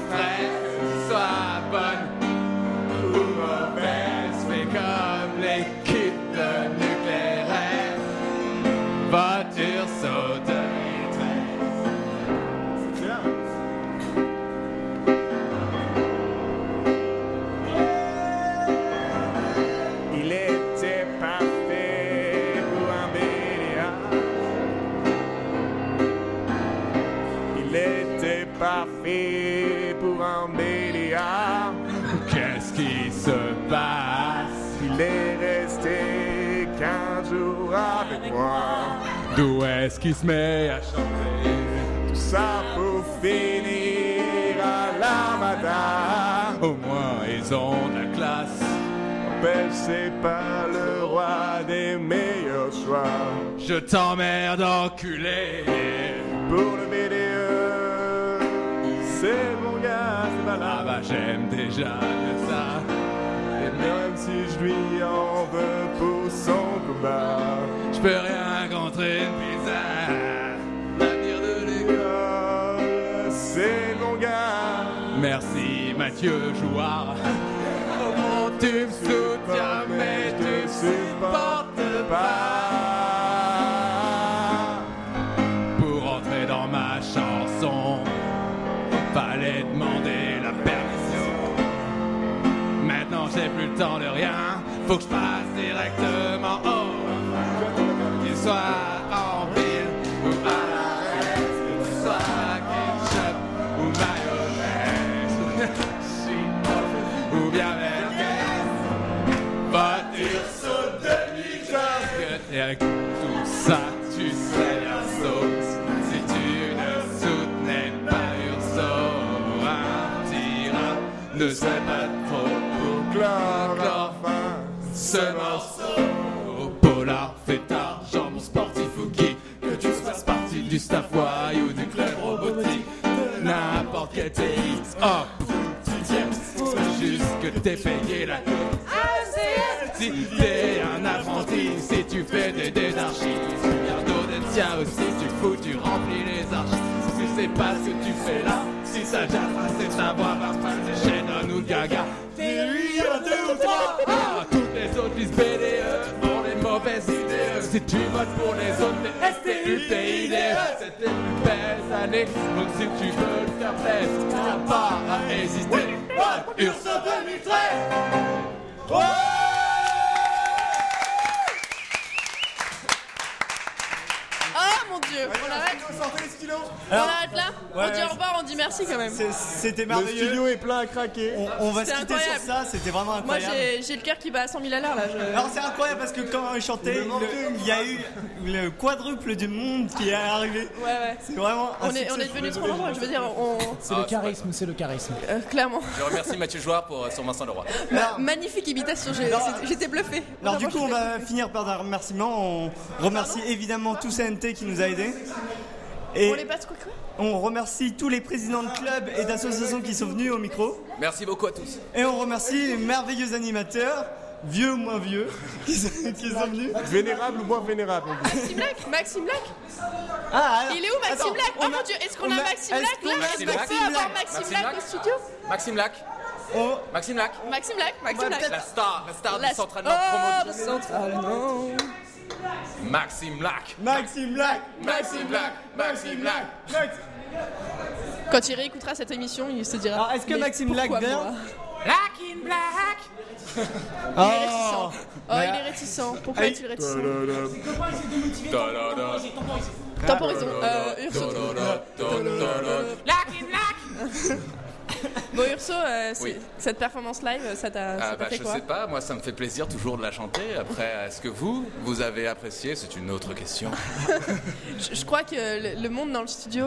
passe, il est resté 15 jours avec moi. D'où est-ce qu'il se met à chanter Tout ça pour finir à la madame. Au moins ils ont de la classe. Père, c'est pas le roi des meilleurs choix. Je t'emmerde, enculé. Pour le BDE, c'est mon gars, c'est pas là. bah, j'aime déjà mieux ça. Et même si je lui en veux pour son combat, je peux rien contre une pizza. L'avenir de Euh, l'école, c'est mon gars. Merci Mathieu Jouard. Comment tu me soutiens, mais tu me supportes pas. Pour entrer dans ma chanson, fallait demander la permission. Maintenant j'ai plus le temps de rien, faut que je passe directement au. Qu'il soit en ville ou à la reste, qu'il soit ketchup ou mayonnaise. Ou bien merguez, voiture saute de nuit, Et avec Ah, tout ça, tu serais la sauce. Si tu ne soutenais pas Urso, un tirage ne serait pas trop pour clore, clore fin ce morceau. Au polar, fêtard, jambon sportif ou geek, que tu fasses partie du staff Y ou du club robotique, de n'importe quel pays. Hop, tu tiens, c'est juste que t'es payé la queue. Si t'es un apprenti, si tu fais des dénarchies, bientôt des tiens aussi, tu fous, tu remplis les arches. Si tu sais pas ce que tu fais là, si ça jaffa, c'est savoir va pas de Shannon ou Gaga. T'es lui, un, deux ou trois. Ah, toutes les autres listes BDE ont E, les mauvaises idées. Si tu votes pour les autres, t'es STU, t'es IDE. C'était plus belles années, donc si tu veux le faire plaisir, t'as pas à hésiter. Vote Urso 2013 Ouais Oh mon dieu, on arrête. On Alors- arrête là Ouais, On dit ouais. au revoir, on dit merci quand même. C'est- C'était merveilleux. Le studio est plein à craquer. On, on va se C'était quitter incroyable. sur ça, c'était vraiment Moi incroyable. j'ai j'ai le cœur qui bat à 100 000 à l'heure là. je- Alors c'est incroyable parce que quand il chantait, le- il y a eu le quadruple du monde qui est arrivé. Ouais, ouais. C'est vraiment un On est, on succès. est devenu trop nombreux, je veux dire, on. C'est le charisme, c'est le charisme. Euh, clairement. Je remercie Mathieu Jouard pour euh, son Vincent Leroy. Ma- magnifique imitation, j'ai- Non. c'était- j'étais bluffé. Alors du coup on va finir par un remerciement. On remercie évidemment tout CNT qui nous a aidés. Et On les passe quoi quoi on remercie tous les présidents de clubs et d'associations qui sont venus au micro. Merci beaucoup à tous. Et on remercie les merveilleux animateurs, vieux ou moins vieux, qui sont, qui sont venus. Vénérable ou moins vénérable. Maxime Black Maxime Black Ah, alors- Il est où Maxime Attends, Black Oh on mon a- dieu, est-ce qu'on on a, a- Maxime est-ce Black qu'on là a Est-ce qu'on Maxime peut avoir Black Maxime Maxime Black Black au studio Maxime Lac. Maxime Lac. Maxime Black Maxime Black La star, la star du Central Nord Oh, Promo. le Ah, Central Nord. Maxime Lac. Maxime Black Maxime Lac. Maxime Lac. Quand il réécoutera cette émission, il se dira. Alors, est-ce que mais Maxime Lac pourquoi vient moi Black in black. Il est réticent. Oh, il est réticent. Pourquoi Aïe. est-il réticent Temporisons. Euh, Urso. Black in black. Bon, Urso, euh, c'est- Oui. cette performance live, euh, ça t'a ça Ah, t'a bah, fait je quoi sais pas, moi ça me fait plaisir toujours de la chanter. Après, est-ce que vous, vous avez apprécié C'est une autre question. Je, je crois que le, le monde dans le studio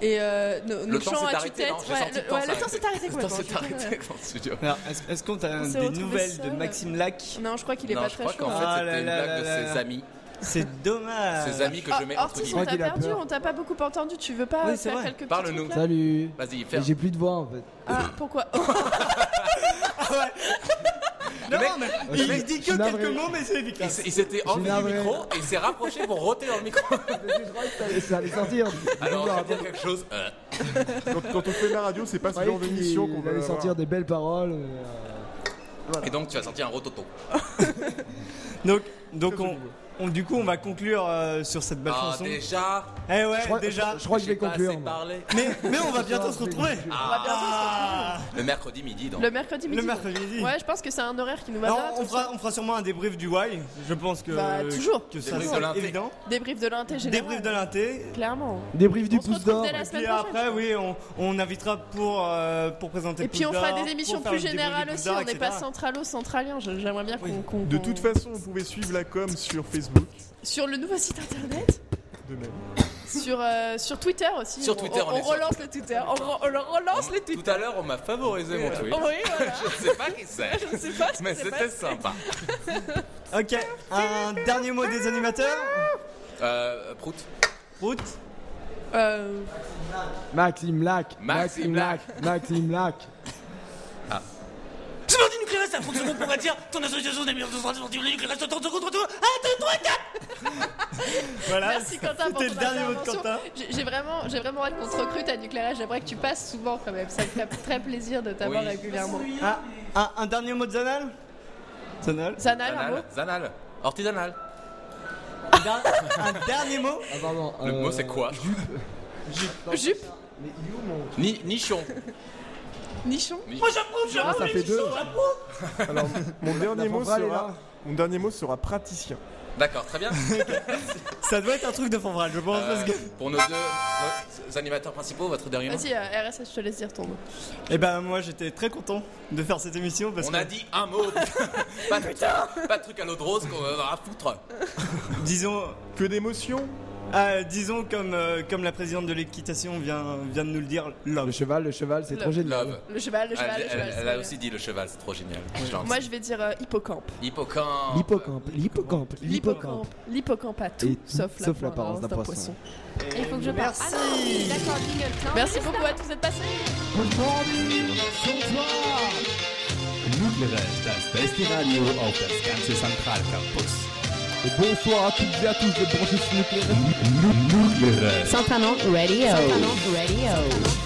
et euh, nos, nos temps chants s'est à arrêté, tue-tête. non J'ai ouais, senti le, le temps ouais, le temps s'arrêter. s'est arrêté. Le temps complètement, s'est je suis arrêté désolée. dans le studio. Alors, est-ce est-ce qu'on a On s'est des retrouvés nouvelles seuls. de Maxime Lac Non, je crois qu'il est Non, pas je très crois chaud. qu'en Ah fait, c'était une blague de ses amis. C'est dommage. Ses amis que je mets Ah, entre Ortiz, on guillemets. t'a perdu, on t'a pas beaucoup entendu. Tu veux pas Oui, euh, c'est faire vrai. quelques petits Parle-nous. trucs, là Salut. Vas-y, ferme. J'ai plus de voix en fait. Ah, pourquoi Non, mec- mais le il mec- dit je que suis navré. quelques mots, mais c'est efficace. Il s'était enlevé du micro et il s'est rapproché pour roter dans le micro. Et ça allait sortir. Alors, on va dire quelque chose. euh, Quand, quand on fait de la radio, c'est pas ce genre d'émission qu'on Il va allait avoir. sortir des belles paroles. mais, euh, Et donc, tu as sorti un rototo. Donc, donc on, on- du coup, on va conclure euh, sur cette belle Ah, chanson. déjà Eh ouais, Je crois- déjà. je crois que je vais J'ai pas conclure, assez moi. parlé. hein, Mais, mais on va bientôt se retrouver. Ah. Ah. Le mercredi midi, donc. Le mercredi midi. Le mercredi midi. Ouais, je pense que c'est un horaire qui nous va Alors, bien. on, fera, on fera sûrement un débrief du why. Je pense que, Bah, toujours. que ça Débrief de c'est l'inté. évident. Débrief de l'inté général. Débrief de l'inté. Clairement. Débrief du On se pouce retrouve d'or. dès la semaine Puis prochaine. après, oui, on, on invitera pour, euh, pour présenter Et le puis on Pouce fera d'Or, des émissions pour faire plus le débrief du générales Pouce aussi. d'Or, On n'est pas etc.. centralo-centralien. je- J'aimerais bien qu'on. qu'on- De toute façon, vous pouvez suivre la com sur Facebook. Sur le nouveau site internet De même. sur, euh, sur Twitter aussi. Sur On- Twitter, on, on est sur- relance le Twitter. On, re- on le relance le Twitter. Tout à l'heure, on m'a favorisé mon tweet. Oui, voilà. je ne sais pas qui c'est. Je ne sais pas ce que Mais c'est c'était passé. sympa. Ok, un dernier mot des animateurs. Euh, Prout. Prout. Euh, Maxime Lac. Maxime Lac. Maxime Lac. C'est parti, nucléaire, c'est à 30 secondes pour dire ton association des meilleurs de France, le nucléaire, reste 30 secondes, 30 secondes, 1, 2, 3, 4 Bah, Voilà. Merci Quentin pour C'était ton le dernier mot de intervention. Quentin. J'ai- J'ai vraiment, j'ai vraiment hâte qu'on te recrute à Nucléaire. J'aimerais que tu passes souvent quand même. Ça me ferait très plaisir de t'avoir Oui. régulièrement. Ah, un, un dernier mot de Zanal Zanal Zanal, un mot Zanal. Ortisanal. Un dernier mot Ah, pardon. Le mot, c'est quoi Jupe Ni, nichon. Nichon Moi j'approuve, j'approuve, Ça les fait petits deux. chauds, j'approuve Alors, mon dernier mot centrale est là. sera. Mon dernier mot sera praticien. D'accord, très bien. Ça doit être un truc de Fonvral, je pense. Euh, pour nos deux nos animateurs principaux, votre dernier mot Vas-y, euh, RSS, je te laisse dire ton mot. Et ben moi j'étais très content de faire cette émission parce On que a dit un mot. pas, de, pas de truc à l'eau de rose qu'on va à foutre. disons que d'émotion. disons comme euh, comme la présidente de l'équitation vient vient de nous le dire, l'homme. Le cheval, le cheval, c'est trop génial. Love. Le cheval, le Elle, cheval, le elle- cheval. elle c'est a bien. aussi dit le cheval, c'est trop génial. Je lance. Moi, je vais dire euh, hippocampe. Hippocampe. L'hippocampe. L'hippocampe. L'hippocampe. L'hippocampe a tout, Et tout, sauf, sauf l'apparence d'un poisson. Il faut que je parte. Ah Merci. non, oui, d'accord, jingle. Non, Merci mais c'est beaucoup ça. à tous d'être passés. Nucleare, das beste Radio auf das ganze Zentralcampus. Bonsoir à toutes et à tous de brancher sur Nucléaire. Nucleare. Centralement Radio. Centralement Radio.